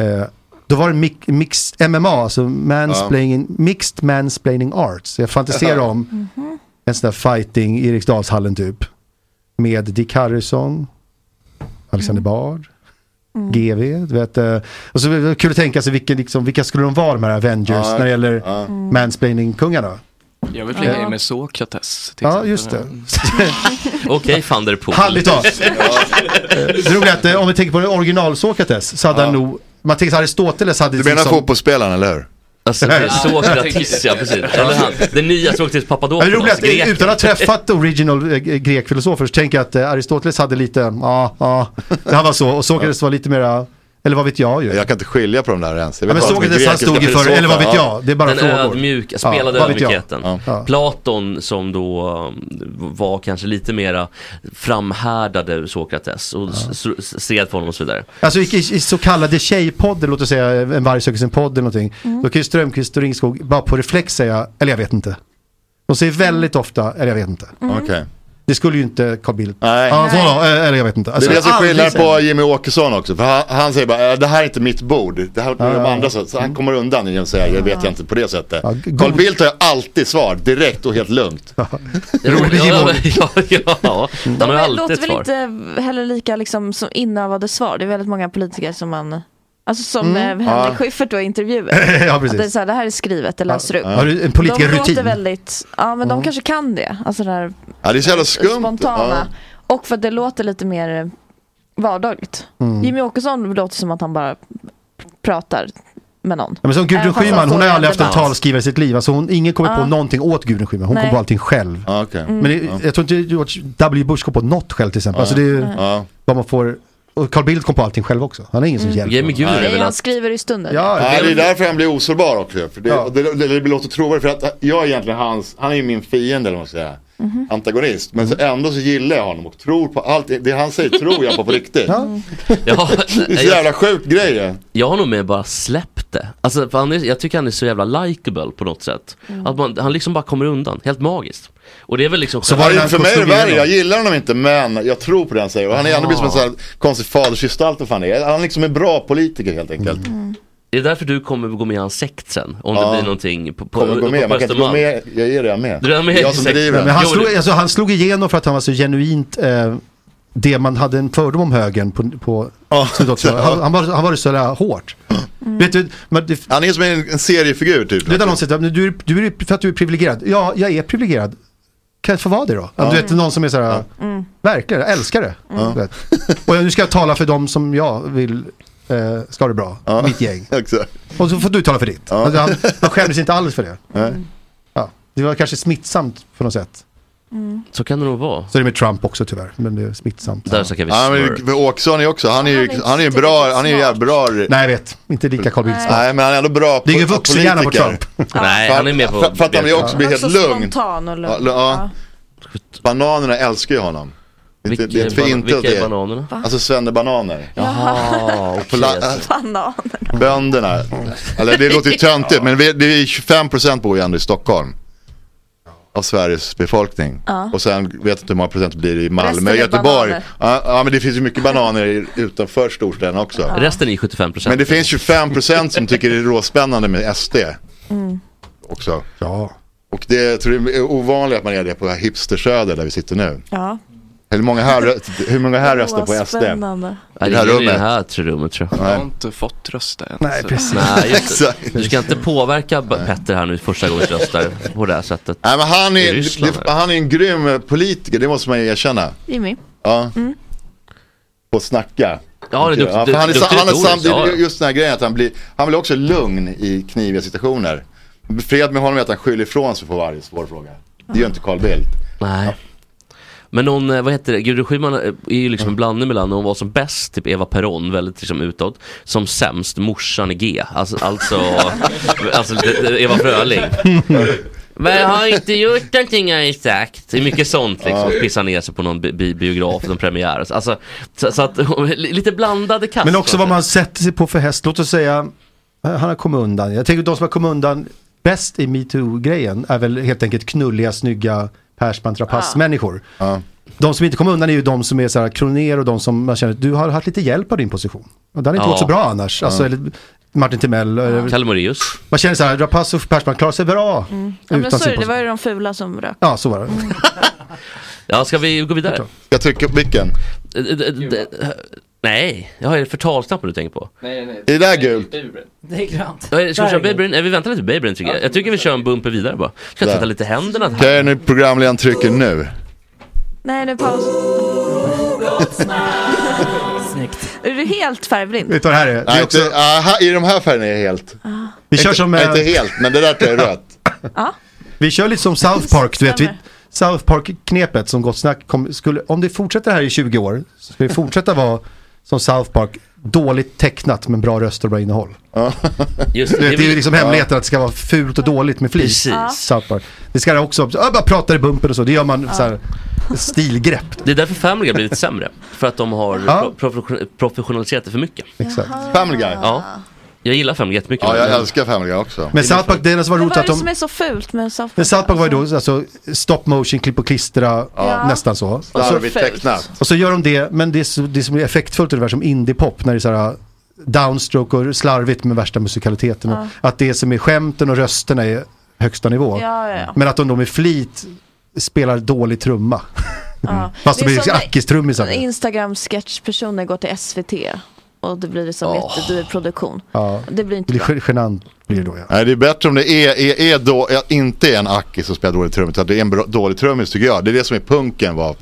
Eh, då var det mix, mixed MMA, alltså mansplaining, mixed mansplaining arts. Jag fantiserar om
Mhm.
Mm-hmm.
en sån där fighting i Eriksdalshallen typ. Med Dick Harrison, Alexander
Mm.
Bard.
Mm.
GV, du vet. eh, Och så var det kul att tänka sig vilka, liksom, vilka skulle de vara de här Avengers
Ja,
när det gäller
ja.
mansplaining-kungarna?
Jag vill flika
Ja.
in med Sokrates. till
Ja,
exempel.
just det.
Okej, van der Poel.
Härligt tal. Det roliga är att eh, om vi tänker på den original Sokrates så hade han nog, man tänker så Aristoteles hade
Du menar
liksom-
fotbollsspelaren eller hur?
Alltså, det är Sokrates ja, precis. Eller han, den nya Sokrates
Ja, Det roliga är
Papadopoulos,
att eh, utan att ha träffat original eh, grekfilosofer så tänker jag att eh, Aristoteles hade lite, ja, ja, han var så och Sokrates var lite mera, eller vad vet jag ju.
Jag kan inte skilja på de där ens. Jag
Ja, men
vet bara att
Sokrates,
de är
han stod ju
grekiska
för- eller vad vet
filosofer,
jag, det är bara
den
frågor.
ödmjuka, spelade
Ja, vad vet jag?
ödmjukheten. Platon som då um, var kanske lite mera framhärdade ur Sokrates och ja. stred på honom och så vidare.
Alltså i, i, i så kallade tjejpodder, låt oss säga eh, en varg söker sin podd eller någonting, då kan ju Strömquist och Ringskog bara på reflex säga, eller jag vet inte. De säger väldigt ofta, eller jag vet inte.
Mm. Okej.
Det skulle ju inte Carl Bildt.
Nej.
Ja, så då, eh, eller jag vet inte. Alltså,
det är det som
aldrig
skillnad
säger-
på Jimmy Åkesson också. För han, han säger bara, "Eh, det här är inte mitt bord. Det här är de
Ja.
andra. Så, så han kommer undan genom att säga, jag vet jag inte på det sättet.
god-
Carl Bildt har ju alltid svar, direkt och helt lugnt.
Rolig
ja, ja, ja, ja.
Mm.
Han har ju
Men
alltid
låter
ett
väl
svar.
inte heller lika liksom som inövade svar. Det är väldigt många politiker som man Alltså som
Mm.
eh, Henrik
Ja.
Schyffert då i intervjuer.
Ja, precis.
Att Det, är så här, det här är skrivet, det läser du upp.
Ja. Har du en
de
politikerrutin?
låter väldigt, ja men de
Mm.
kanske kan det. Alltså det här
Ja, det är så jävla skumt.
spontana. Och för att det låter lite mer eh, vardagligt.
Mm.
Jimmy Åkesson låter som att han bara pratar med någon.
Ja, men som Gudrun
Även fast han
Schyman, hon
står
har ju
i
aldrig haft en
debatt.
talskrivare i sitt liv. Alltså hon, ingen kommer
Ja.
på någonting åt Gudrun Schyman, hon
Nej. Mm.
kom på allting själv.
Ja, Ah, okej.
Men det, jag tror inte George W. Bush kom på något själv till exempel.
Ja.
Alltså det är ju
Ja.
vad man får, och Carl Bildt kom på allting själv också. Han är ingen som
Mm.
hjälper.
Jimmy Gud är
Nej,
väl
han
att...
skriver i stunden.
Ja,
Ja, det är därför han blir osårbar också. För det,
Ja.
och det, det, det låter trovärdigt för att jag är egentligen hans, han är ju min fiende eller vad man ska säga.
Mhm.
Antagonist. Men så ändå så gillar jag honom och tror på allt. Det han säger tror jag på på riktigt.
Ja,
Det är så jävla sjukt grej ju.
Jag har nog mer bara släppt det. Alltså, för han är, jag tycker han är så jävla likable på något sätt.
Mm.
Att man, han liksom bara kommer undan, helt magiskt. Och det är väl liksom
Så var det för mig är det värre, jag gillar honom inte men jag tror på det han säger. Och han är ändå blivit som en sån här konstig fadersgestalt vad fan det är. Han liksom är bra politiker helt enkelt.
Mm. Det är därför du kommer gå med i hans sekt sen. Om det
Ja.
blir någonting på, på,
Kommer gå
på
med, man kan inte gå
Östermalm.
med, jag är redan med.
Du är redan med i
jag som
sekt.
driver
Nej,
den.
men han, slog, alltså, han slog igenom för att han var så genuint eh, det man hade en fördom om högern på, på slutet också. Han, han, var, han var så där hårt. Vet du, men det,
Han är som en, en seriefigur typ.
Du vet när någon säger "Men du, du är för att du är privilegierad. Ja, jag är privilegierad. Kan jag få vara det då?
Ja.
Du vet någon som är så här,
Mm.
verkligen, jag älskar det.
Ja.
Du vet. Och nu ska jag tala för dem som jag vill eh, ska ha det bra, mitt gäng.
Exakt.
Och så får du tala för ditt. Alltså, han, han skämdes inte alls för det.
Nej.
Ja, det var kanske smittsamt på något sätt.
Mm.
Så kan det nog vara.
Så är det med Trump också tyvärr, men det är smittsamt.
Där snackar vi
Ja, men
smör.
Åkesson är också, han är ju, han är ju bra, han är ju jävligt bra.
Nej jag vet, inte lika Carl Bildt
Nej men han är ändå bra
Det är ingen vuxenhjärna på
politiker.
Trump.
Nej,
För-
han är med på...
för- för att han är också blir helt
Också
lugn.
spontan och lugn.
Ja, lu- ja. Bananerna älskar ju honom. Vilka, det är inte
ban-
för inte
vilka
att det
är bananerna? Va?
Alltså svennebananer.
Jaha,
Ah,
På
okej.
la-
alltså.
äh, Bönderna. Eller det låter ju töntigt men vi, det är 25% bor ju ändå i Stockholm. Av Sveriges befolkning.
Ja.
Och sen vet inte hur många procent blir det i
Resten
Malmö
är
och Göteborg.
bananer.
Ja, ja men det finns ju mycket bananer i- utanför storstäderna också.
Resten är 75%.
Men det finns 25% som tycker det är råspännande med SD
Mm.
också.
Ja.
Och det jag tror jag är ovanligt att man är det på hipstersöder där vi sitter nu.
Ja.
Hur många här, rö- hur många här röstar på SD?
Spännande.
I det här
I det
rummet?
här tre rummet tror jag.
Jag har inte fått rösta än.
Nej, precis.
Nej, just, det.
Exakt.
du ska inte påverka B- Petter här nu första gången du röstar på det här sättet.
Nej men han
I
är,
Ryssland,
det, han är en grym eh, politiker, det måste man ju erkänna.
Jimmy.
Ja. På att snacka.
Ja, det är dukt-
Ja, för han är,
duktig
sa- han är
retoriskt,
samtidigt,
ja, ja.
just den här grejen att han blir, han blir också lugn i kniviga situationer. Fred med honom är att han skyller ifrån sig på varje svår fråga. Det gör inte Carl Bildt.
Nej. Men hon, eh, vad heter det, Gudrun Schyman eh, är ju
Mm.
liksom en blandning mellan när hon var som bäst, typ Eva Peron, väldigt liksom utåt, som sämst, morsan i G. Alltså, alltså, alltså det- det- Eva Fröling. Men jag har inte gjort någonting jag har sagt. Det är mycket sånt liksom,
Ja.
pissa ner sig på någon bi- bi- biograf, någon premiär. Alltså, så, så att, lite blandade kast. alltså.
Men också vad man sätter sig på för häst. Låt oss säga, eh, han har kommit undan. Jag tänker de som har kommit undan bäst i metoo-grejen är väl helt enkelt knulliga, snygga persmantrapass-människor. De som inte kommer undan är ju de som är så här kroner och de som man känner att du har haft lite hjälp av din position. Och det hade inte
Ja.
varit så bra annars. Alltså,
Ja.
eller Martin Timell. eller-
Kalle Moraeus.
Man känner så här, Rapace och Persman klarar sig bra
Mm. Ja, men
utan
så är
sin
det, det var
position.
ju de fula som rök. Mm.
Ja, så var det.
Ja, ska vi gå vidare? Eh,
Jag trycker på vilken?
Nej, jag har ju förtalsknappen du tänker på.
Nej, nej.
Är det där gult?
Det är grönt.
Ja, Ska vi köra
Där är
Babyn? Vi väntar lite på Babyn tycker jag. Jag tycker vi kör en bumper vidare bara. Ska jag
Där.
tvätta lite händerna här?
Kan jag nu programledaren trycker nu?
Nej, nu paus.
Snyggt.
Är du helt färgblind?
Vet du vad det här är?
Nej, inte, ah, här- I de här färgerna är jag helt.
Ah.
Vi kör
inte,
som,
nej,
eh,
Inte helt, men det där tror jag är rött.
Vi kör lite som South Park, du vet. Vi, South Park-knepet som Gott Snack kom, skulle, om det fortsätter här i 20 år, så ska vi fortsätta vara som South Park, dåligt tecknat men bra röster och bra innehåll.
Just
Du vet, det är ju liksom
Ja.
hemligheten att det ska vara fult och dåligt med flit.
Precis. Ja.
South Park. Det ska också, ja, bara prata i bumpen och så, det gör man så här, stilgrepp.
Det är därför Family Guy har blivit sämre. För att de har pro- profession- professionaliserat det för mycket.
Exakt.
Family Guy?
Ja. Jag gillar Family Guy jättemycket.
Ja, jag
Men-
älskar Family Guy också.
Men South Park, det enda som var
Men
roligt
vad är
att
det som
de...
är så fult med South
Men
Park?
South Park var ju då alltså, stop motion, klipp och klistra,
Ja.
nästan så.
Där har
så
vi tecknat.
Och så gör de det, men det, är så, det som är effektfullt är det där som indiepop när det är så här uh, downstroke och slarvigt med värsta musikaliteten.
Ja.
Att det som är skämten och rösterna är högsta nivå.
Ja, ja, ja.
Men att de då med flit spelar dålig trumma.
Ja.
Mm. Fast de
Det
är
är som när-
ackistrummisar.
Instagram-sketchpersoner går till SVT och det blir liksom jättedyr produktion.
Ja.
Det blir inte
Det
bra.
är genant blir det då ja.
Nej, det är bättre om det är, är, är då, är, inte är en Aki som spelar dålig trummis, utan det är en bra, dålig trummis tycker jag. Det är det som är punken var.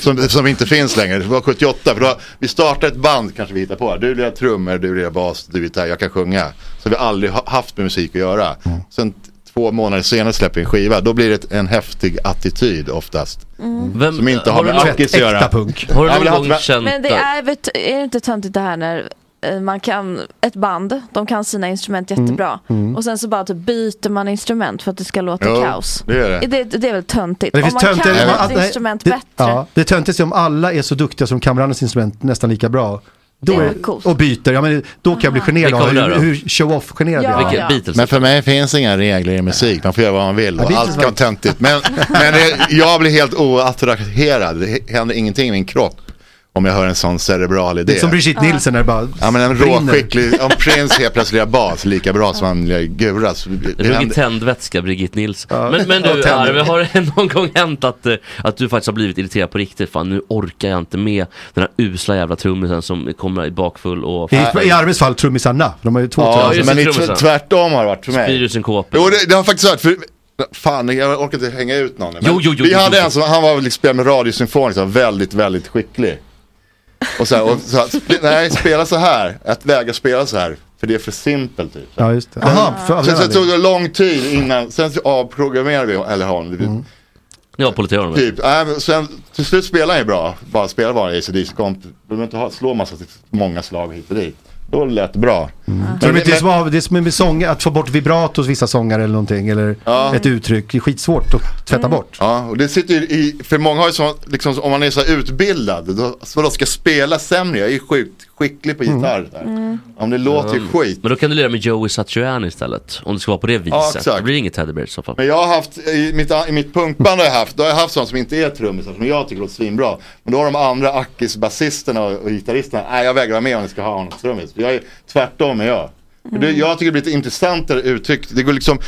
som, som inte finns längre, det var 78. För då, vi startar ett band kanske vi hittar på. Du lirar trummor, du lirar bas, du gitarr, jag kan sjunga. Så vi har aldrig ha, haft med musik att göra. Sen t- två månader senare släpper vi en skiva, då blir det en häftig attityd oftast.
Mm. Vem-
som inte har,
har
med
du någon-
Akis att göra.
Äkta punk. Har du
Ja, men
någon
det har-
gång känt
Men det är, vet, är det inte töntigt det här när eh, man kan ett band, de kan sina instrument jättebra
Mm, mm.
och sen så bara typ byter man instrument för att det ska låta
Jo,
kaos.
det är det.
Det, det är väl töntigt?
Men
Om man kan
man-
ett
att- nej,
instrument
det,
bättre.
Ja, det töntigaste är om alla är så duktiga som kamrarnas instrument nästan lika bra. Då
Det är
är,
coolt.
och byter, ja, men då kan jag bli generad
Vilka var
av
det då?
hur, hur show-off-generad jag är.
Men för mig finns inga regler i musik, man får göra vad man vill
Ja,
och
Beatles
allt kan
var-
vara töntigt. Men, men det, jag blir helt oattraherad, det händer ingenting i min kropp om jag hör en sån cerebral idé.
Det är som Brigitte Nielsen när det bara
Ja men en
brinner.
råskicklig, om Prince helt plötsligt gör bas lika bra som han gör gura. så det
Ruggig
händer-
tändvätska, Brigitte Nils. Men, men
Och
du
tänder.
Arve, har det någon gång hänt att, eh, att du faktiskt har blivit irriterad på riktigt? Fan, nu orkar jag inte med den här usla jävla trummisen som kommer i bakfull och...
I, I Arves fall trummis Anna, de har ju två
Ja,
trummisar.
men det är tv- tvärtom har det varit för mig.
Spyr kåpor.
Jo, det, det har jag faktiskt varit. För, fan, jag orkar inte hänga ut någon. nu, men
Jo, jo, jo,
vi
jo,
hade
jo.
en som, han var liksom spelade med radiosymfonisk, han var väldigt, väldigt skicklig. Och så här, och så här sp- nej, spela så här, att väga spela så här, för det är för simpelt typ.
Ja, just det. Aha, för,
Sen så
för, Mm.
tog det lång tid innan, sen så avprogrammerade vi, eller honom.
Ja, Politeia
Typ, nej, men sen, till slut spelar han ju bra. Bara spelar bara ACDC-komp. Behöver inte ha, slå massa, många slag hit och dit. Då lät det bra.
Tror du inte Mm. det är som- det är som med sång, att få bort vibrato hos vissa sångare eller någonting. Eller
Ja. Mm.
ett uttryck. Det är skitsvårt att tvätta bort.
Ja, och det sitter ju i, för många har ju så, liksom, om man är så här utbildad, då, så då ska jag spela sämre, jag är ju sjukt skicklig
Mm.
på gitarr. Där. Om det låter ju skit.
Men då kan du lira med Joey Satriani istället. Om det ska vara på det viset.
Ja, exakt.
det blir inget Teddy Bear i så fall.
Men jag har haft, i mitt, i mitt punkband har jag haft, då har jag haft sådana som inte är trummisar som jag tycker låter svinbra. Men då har de andra ackis-basisterna och, och gitarristerna, nej jag vägrar med om ni ska ha honom som trummis. För Jag är tvärtom är jag. För Det, jag tycker det blir ett intressantare uttryck. Det går liksom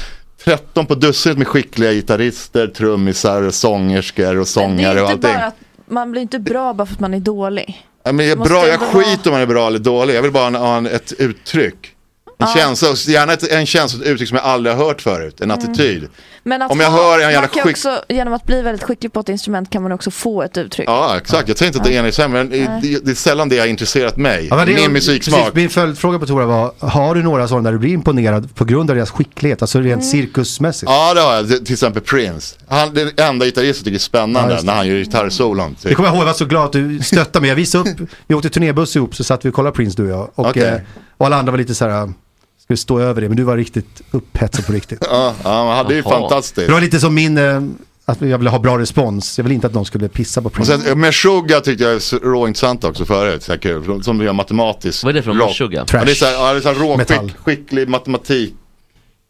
13 på dussinet med skickliga gitarrister, trummisar, sångerskor och
Det
sångare och
är inte
allting.
bara att man blir inte bra bara för att man är dålig.
Ja, men jag, är
Måste
bra, jag
ändå vara-
skiter om man är bra eller dålig. Jag vill bara ha en, ha en, ett uttryck. En känsla, och gärna ett, en känsla, ett uttryck som jag aldrig har hört förut. En
Mm.
attityd.
Men att
Om jag
ha-
hör en jävla
man kan
skick-
också, genom att bli väldigt skicklig på ett instrument kan man också få ett uttryck.
Ja, exakt. Jag säger inte att det ena är sämre, men
Nej.
det, det är sällan det har intresserat mig.
Ja, men det-
Min musiksmak.
precis, min följdfråga på Tora var, har du några sådana där du blir imponerad på grund av deras skicklighet? Alltså rent
Mm.
cirkusmässigt.
Ja, det har jag. Till exempel Prince. Han, det är den enda gitarristen jag tycker är
Ja,
spännande
just det.
när han gör gitarrsolon. typ.
Det kommer jag ihåg, jag var så glad att du stöttade mig. Jag visade upp, vi åkte turnébuss ihop så satt vi och kollade Prince du och jag. Och,
Okej.
eh, och alla andra var lite så här, "Ah, ska vi stå över det? Men du var riktigt upphetsad på riktigt.
Ja, ja, men han- det är ju
Jaha.
fantastiskt.
Det var lite som min, eh, att jag ville ha bra respons. Jag ville inte att någon skulle pissa på
Och
Prince.
sen, eh, Meshuggah tyckte jag är så råintressant också förut, så här kul. Som gör matematisk Vad är det för
Meshuggah?
Ja, det är så här, ja, det är så här
Metall.
råskick, skicklig matematik,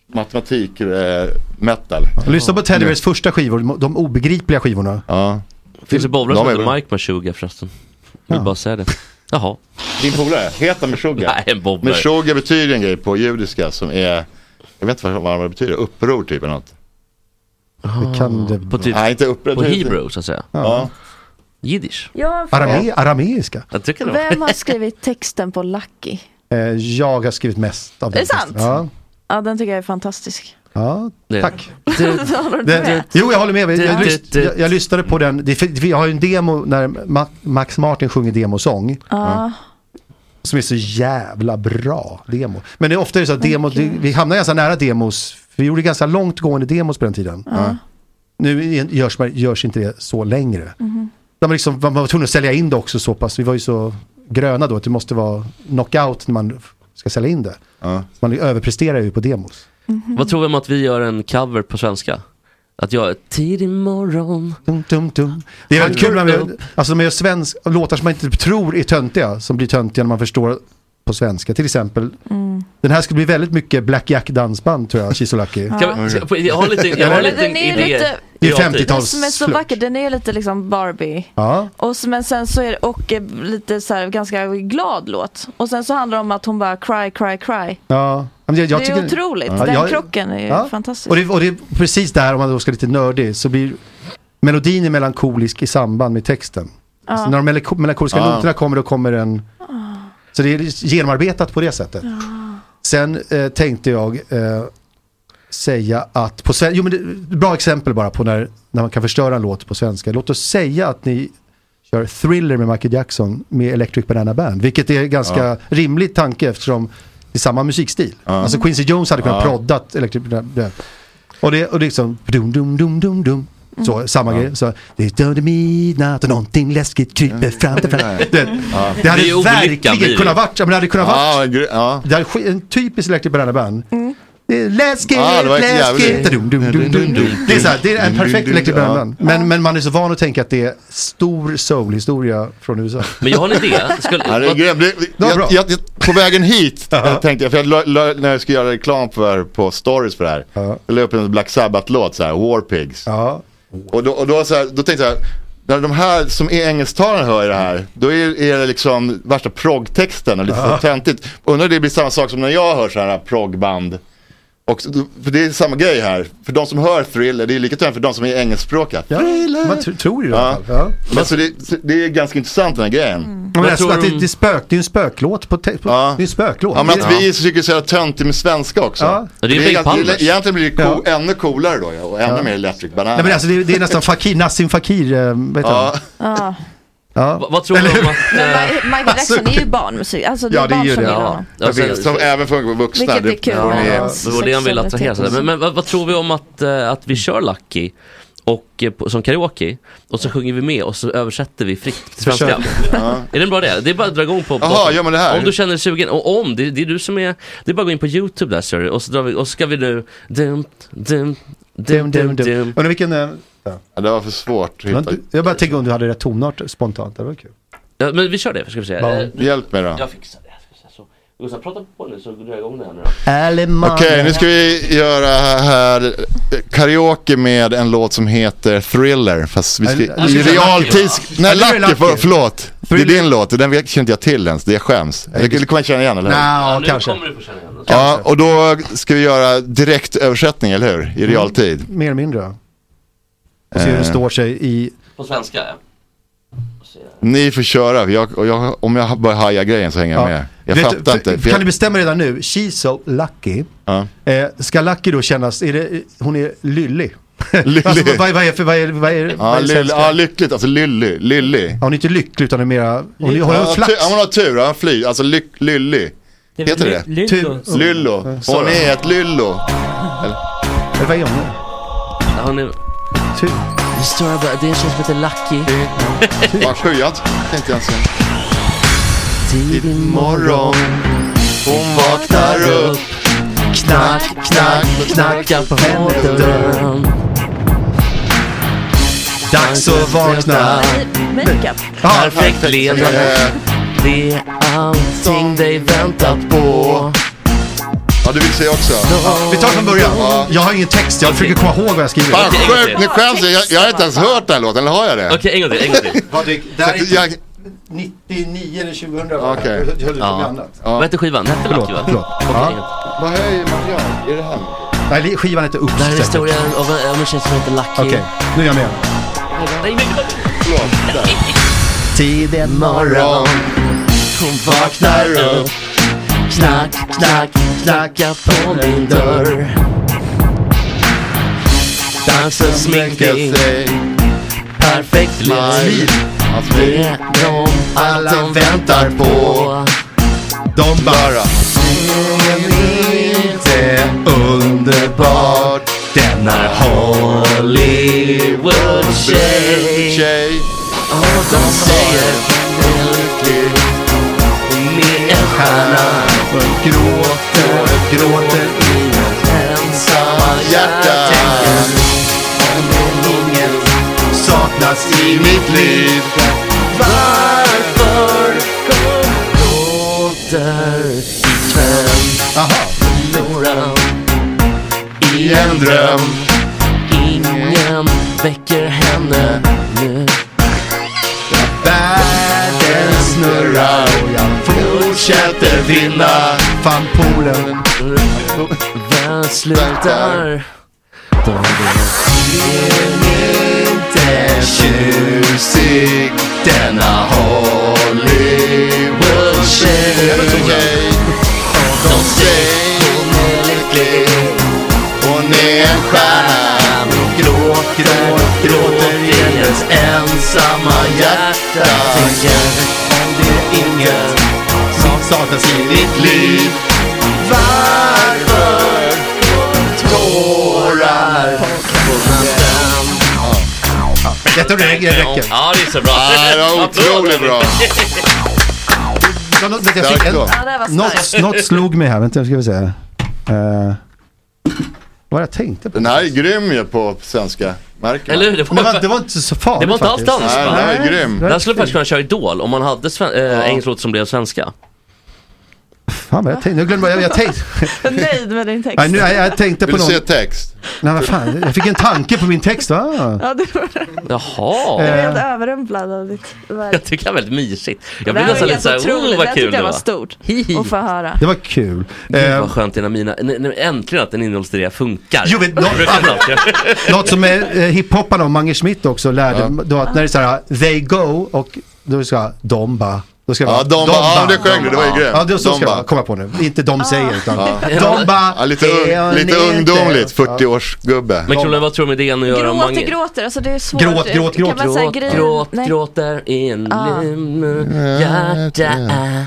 matematik, eh, metal. Mm.
Lyssna på Teddy Bears första skivor, de obegripliga skivorna.
Ja.
Finns det bowlare
De
som
är
heter
bra.
Mike Meshuggah förresten? Vill bara säga det. Jaha.
Din polare, heter han Meshuggah?
Nej, en bowlare.
Meshuggah betyder en grej på judiska som är, jag vet inte vad- vad det betyder, uppror typ eller något.
Det kan det...
På typ,
Nej, inte uppror.
på
det-
hebrew så att säga.
Ja.
Jiddisch.
Ja, för-
Arame, arameiska.
Jag tycker det
Vem har skrivit texten på Lucky?
Eh, jag har skrivit mest av
Är
den
det sant?
texten. Ja.
Ja, den tycker jag är fantastisk.
Ja,
Det-
tack.
Det- Håller du inte med?
jo, jag håller med. Jag, jag,
Det-
lys- jag, jag lyssnade på den. Det, fin- vi har ju en demo när Ma- Max Martin sjunger demosång.
Ja.
Som är så jävla bra demo. Men det är ofta så att demo, det, vi hamnar ganska nära demos. Vi gjorde ganska långtgående demos på den tiden.
Ja.
Nu i- görs, man- görs inte det så längre.
Mhm.
Där man, liksom, man var tvungen att sälja in det också så pass. Vi var ju så gröna då att det måste vara knockout när man ska sälja in det. Man överpresterar ju på demos.
Mm-hmm. Vad tror vi om att vi gör en cover på svenska? Att jag, tidig morgon.
Dum, dum, dum. Det är väldigt kul när man, alltså när man gör svensk, låtar som man inte tror är töntiga, som blir töntiga när man förstår på svenska. Till exempel,
Mm.
den här skulle bli väldigt mycket Black Jack dansband tror jag, Shisolaki.
Kan vi- ska- Jag har lite, jag har
Eller
lite
den är ju
idé.
lite...
Det är 50-tals
Som är så
flört.
vacker, den är ju lite liksom Barbie.
Ja.
Och så, men sen så är det, och eh, lite så här ganska glad låt. Och sen så handlar det om att hon bara cry, cry, cry.
Ja. Men jag- jag
det är
tycker-
otroligt,
Ja,
den
jag-
krocken är ju
Ja.
fantastisk.
Och det, och det är precis där, om man då ska lite nördig, så blir melodin är melankolisk i samband med texten.
Ja.
Så när de melanko- melankoliska
Ja.
noterna kommer, då kommer en... Så det är genomarbetat på det sättet. Sen eh, tänkte jag eh, säga att, på sven- jo, men det, bra exempel bara på när, när man kan förstöra en låt på svenska. Låt oss säga att ni kör Thriller med Michael Jackson med Electric Banana Band, vilket är en ganska
Ja.
rimlig tanke eftersom det är samma musikstil. Alltså Quincy Jones hade kunnat
Ja.
proddat Electric Banana Band. Och det, och det är liksom, dum, dum, dum, dum, dum. Så, samma
Mm. Ja.
grej. Så, det är död i midnatt och någonting läskigt kryper fram till fram. Det,
Ja.
det
Det är
hade
olyckan blir
verkligen
det.
kunnat varit, ja, men det hade kunnat varit
Ja, gr- ja.
det här är sk- en typisk Electric Banana Band.
Mm.
Det är läskigt,
Ja, Ah, det var
läskigt.
jävligt.
Dum, dum, dum, dum, dum. Det är så här, det är en perfekt Electric Banana Band.
Ja.
Men, men man är så van att tänka att det är stor soulhistoria från USA.
Men jag har en idé.
Ja, det är grymt. Det-
Det var bra.
jag, jag, jag, på vägen hit jag tänkte jag, för jag la, la, när jag skulle göra reklam för, på stories för det här. Jag la upp en Black Sabbath-låt så här, War Pigs. Och, då, och då, så här, då tänkte jag, när de här som är engelsktalande hör det här, då är, är det liksom värsta proggtexten och lite
Ja.
så töntigt. Undrar om det blir samma sak som när jag hör så här eh, proggband. Och, så- för det är samma grej här, för de som hör thriller, det är lika töntigt för de som är engelskspråkiga.
Ja, man tr- tror ju det i alla
Ja.
fall. Ja.
Men så det, så det är ganska intressant den här grejen.
Mm.
Men alltså, att det, det, är spök, det är ju en spöklåt. På te- på, Det är en spöklåt.
Ja men att
Det-
vi försöker säga töntigt med svenska också.
Ja.
Det är
Det är Big
ganska-
Palmers.
egentligen blir det co- ännu coolare då ja, och ännu mer electric banana.
Nej, men alltså, det, är- det är nästan Fakir, Nassim Fakir, eh, vad heter
Ja.
han?
Ja.
Ja.
Vad tror du om att... eh,
Men Ma- Michael
Alltså-
Jackson är ju barnmusik, alltså det är barn som gillar honom.
Jag
Alltså-
vet, som även funkar på vuxna.
Vilket är kul.
får ni-
Det var det han ville attrahera. sådär. Men, men vad, vad tror vi om att, eh, att vi kör Lucky? och eh, på- som karaoke och så sjunger vi med och så översätter vi fritt till svenska.
Försök. Ja.
Är det en bra idé? Det är bara att dra igång på
Jaha,
datorn.
gör man det här?
Om du känner dig sugen, och om, det, det är du som är Det är bara att gå in på YouTube där ser du, och så, drar vi, och så ska vi nu dum, dum, dum, dum, dum.
Undrar vilken... eh,
Ja, det var för svårt att hitta.
Jag bara tänker om du hade rätt tonart spontant, det var kul.
Ja, men vi kör det, ska vi se.
Ja.
Eh,
Hjälp mig då.
Jag fixar det. jag ska säga så. Gustav, prata på nu så drar jag igång det här nu
Okej, nu ska vi göra här karaoke med en låt som heter Thriller. Fast vi ska,
Eller-
i
eller
realtid...
Lucky, va?
Nej,
Ja, det är
Lucky, för,
Lucky.
förlåt. Det är din låt och den vet- känner inte jag till ens. Det jag skäms. Det det kommer jag känna igen, eller hur?
Ja, kanske.
Ja, och då ska vi göra direkt översättning, eller hur?
Mm.
I realtid.
Mer eller mindre. ja. Och se hur det
Eh.
står sig i...
På svenska ja.
Ni får köra, för jag, och jag, om jag börjar haja grejen så hänger jag
Ja.
med. Jag
Vet du,
fattar
för-
inte. för
Kan
jag,
ni bestämma redan nu? She's so lucky.
ja.
Eh, ska Lucky då kännas, är det, hon är lyllig?
Lyllig.
alltså, vad, vad är för, vad är, vad är,
Ja,
vad är
lyll,
svenska?
ja, lyckligt, alltså lylly, lylly.
Ja, Hon är inte lycklig utan är mera, hon är,
Ja,
har ju en flax.
tur- Om hon har tur, han flyr. Alltså lyck, lylly. Heter det
ly- lyllo.
Tur- Lyllo.
Så.
Hon är ett lyllo.
Eller vad är hon?
Ja, nu.
Tur.
Det står bara, det är en tjej som heter Lucky.
Vad sjukt, tänkte jag sen. Tidig morgon, hon vaknar upp. Knack, knack,
knackar på dörren.
Dags att vakna.
Makeup.
Perfekt
Eh.
leende. Det är allting dig väntat på.
Ja, du vill se också.
Vi tar från början. Jag har ingen text, jag försöker komma ihåg vad jag skriver.
Fan sjukt, nu skäms jag. jag. Jag har inte ens hört den här låten, eller har jag det?
Okej, en gång till, en gång till.
Patrik, det
här är- Jag-
99 eller 2000
Okej.
Jag höll på med annat.
Vad hette skivan? Hette Lucky va?
förlåt.
Okej.
Vad höjer man gör? Är det här?
Nej, skivan heter Oops.
Det här är
säkert.
historien av en om en tjej som heter Lucky.
Okej, nu är jag med. Tidig morgon,
hon vaknar upp. Knack, knack, knacka på min dörr. Dags att sminka sig. Perfekt liv. Det är de alla väntar på.
De bara. Det är underbart denna
Hollywood-tjej.
Tjej.
Och de säger lycklig. Med en stjärna.
Och gråter, och gråter i
ensamma
hjärta.
Ingen saknas i mitt liv.
Varför gråter ikväll? Förlorad
I en dröm.
Ingen väcker henne nu.
Världen snurrar och jag fortsätter vinna. Fan poolen.
Vem slutar? Då
inte tjusig denna
Hollywood-tjej. Och de säger hon är lycklig. Hon är en stjärna.
Gråt, gråt, gråter i hennes ensamma hjärta. Tänker om det är inget som saknas i mitt liv. Varför tårar på natten? Jag tror det räcker. det räcker.
Ja, det är så bra.
Ja, det var otroligt bra.
Ja, nå- vänta, jag fick en-
Starkt då.
Något, något slog mig här, vänta nu ska vi se. Eh, vad jag tänkte på?
Den här är grym ju på svenska. Märker man.
Eller hur? Det var-
Men va- det var inte så farligt
Det var inte alls
faktiskt.
dans va?
Nej, den var ju grym.
Den skulle faktiskt kunna köra Idol om man hade sven- eh, engelsk låt som blev svenska.
Fan vad jag tänkte, nu glömde jag, jag tänkte.
Nöjd med din text.
Nej, nu, jag, jag tänkte på någon.
text?
Nej vad fan, jag fick en tanke på min text va?
Ja, det var...
Jaha.
Jag blev helt överrumplad av ditt verk.
Jag tycker det var väldigt mysigt. Jag
Det
blev
här
nästan
var
lite
helt
såhär,
otroligt.
oh
Det
vad
här
kul
tyckte
det
jag
var.
var stort att få höra.
Det var kul. Eh,
Gud vad skönt dina mina, n- n- äntligen att en innehållsdrea funkar.
Jo, men-
Det brukar knappt-
Något som är, eh, hiphopparna och Mange Schmidt också lärde, då att när det är så här, uh, they go och då ska de bara då ska det
Ja,
vara
de bara, ja, men det sjöng du, det var ju
Ja.
grymt.
Ja, det, så
De
ska det
bara.
vara, komma på nu. Inte de säger utan
Ja.
de bara.
Ja, lite
är
un, lite
ni inte-
ungdomligt,
Ja.
40-årsgubbe.
Men Kronlund, vad tror du med det att göra om
Gråter,
Mange?
gråter, alltså det är svårt.
Gråt,
Det-
gråt,
kan
gråt,
man säga Ah.
gråt,
grin?
gråt,
Nej.
gråter i en
Ah.
lugn hjärta.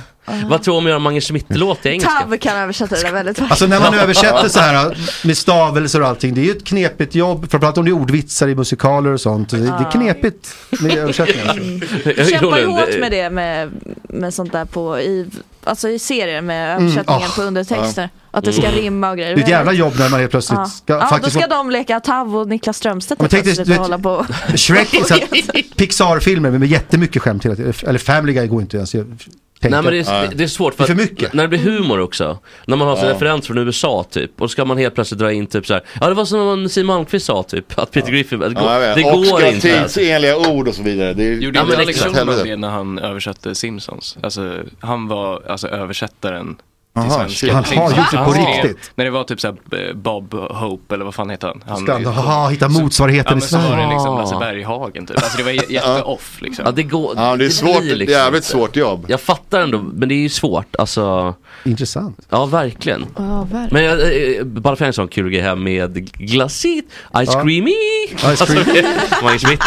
Vad tror du om att göra en Mange Schmidt-låt i engelska?
Tav kan översätta det där väldigt vackert.
Alltså när man översätter så här uh, med stavelser och allting, det är ju ett knepigt jobb. Framförallt om det är ordvitsar i musikaler och sånt. Det, det är knepigt med översättningar.
Jag kämpar ju hårt med det med, med sånt där på, i, alltså i serier med
Mm,
översättningen
ah,
på undertexter. Att det ska
Mm.
rimma och
Det
grejer.
är ett jävla jobb när man helt plötsligt
Ja,
ska
ja
faktiskt
då ska
vara-
de leka Tav och Niklas Strömstedt
Ja,
och
men tänk dig,
plötsligt
du
och hålla
vet,
på.
Shrek är så här- Pixar-filmer med jättemycket skämt hela tiden. Eller Family Guy går inte ens. Jag tänker-
Nej men det är, det är svårt för,
Det är för
att- när det blir humor också. När man har sin
Ja.
referens från USA typ och så ska man helt plötsligt dra in typ så här. ja det var som man Siw Malmkvist sa typ, att Peter Griffin, att, gå-
Ja, jag
det
vet. och
går
ska ha
inte.
tidsenliga ord och så vidare. Det är ju
Gjorde inte Alex Schulman det
helvete.
när han översatte Simpsons? Alltså, han var alltså översättaren
Aha,
till svenska.
shit. Han har
Simpsons.
gjort det på
Han skrev-
riktigt.
När det var typ såhär eh, Bob Hope eller vad fan heter han? han
Ska han- aha, hitta motsvarigheten i
i Sverige. Ja
Sverige.
men så var det liksom Lasse
Ah.
Berghagen typ. Alltså det var jä- jätte-off liksom.
Ja det går,
Ja, det är svårt.
blir liksom
Det är jävligt
inte.
svårt
jobb.
Jag fattar ändå, men det är ju svårt alltså.
Intressant.
Ja verkligen.
Ja, verkligen.
Men jag, eh, bara för en sån kul grej här med glasit, ice
Ja.
creamy.
Ice creamy.
Alltså, Mange Schmidt.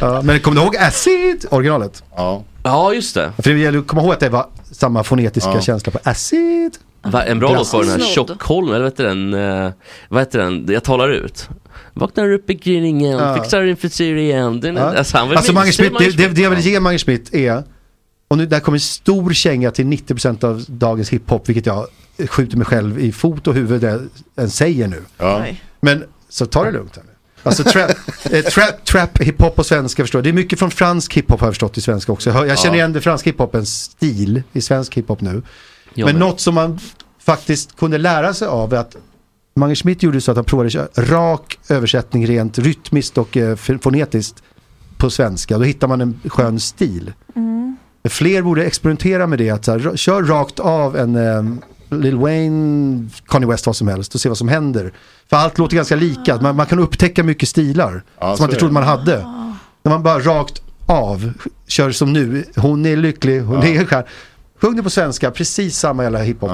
Ja, men kommer du ihåg Acid? Originalet.
Ja.
Ja just det.
För det gäller att komma ihåg att det var samma fonetiska
Ja.
känsla på Acid.
Va, en bra låt var den här
Glass.
Tjockholm, eller vad heter den? eh, vad heter den? Jag talar ut. Vaknar upp i gryningen,
Ja.
fixar din frisyr igen. Den,
Ja.
Alltså, han var
Alltså Mange
mysig,
Schmidt, det, det, det jag vill ge Mange Schmidt är, och nu där kommer en stor känga till 90% av dagens hiphop, vilket jag skjuter mig själv i fot och huvud det än säger nu.
Oj.
Men så ta det lugnt här nu. Alltså trap, eh, trap, trap hiphop och svenska förstår jag. Det är mycket från fransk hiphop har jag förstått i svenska också. Jag, hör, jag känner
Ja.
igen den franska hiphopens stil i svensk hiphop nu.
Jag
Men
med.
något som man faktiskt kunde lära sig av är att Mange Schmidt gjorde så att han provade att köra rak översättning rent rytmiskt och eh, f- fonetiskt på svenska. Då hittar man en skön stil.
Mm.
Fler borde experimentera med det. Att så här, ra- kör rakt av en eh, Lil Wayne, Kanye West, vad som helst och se vad som händer. För allt låter ganska lika. Man, man kan upptäcka mycket stilar som
så
man inte
är
trodde
det.
man hade. När man bara rakt av kör som nu. Hon är lycklig, hon
Ja.
är en stjärna. Sjung det på svenska, precis samma jävla hiphop.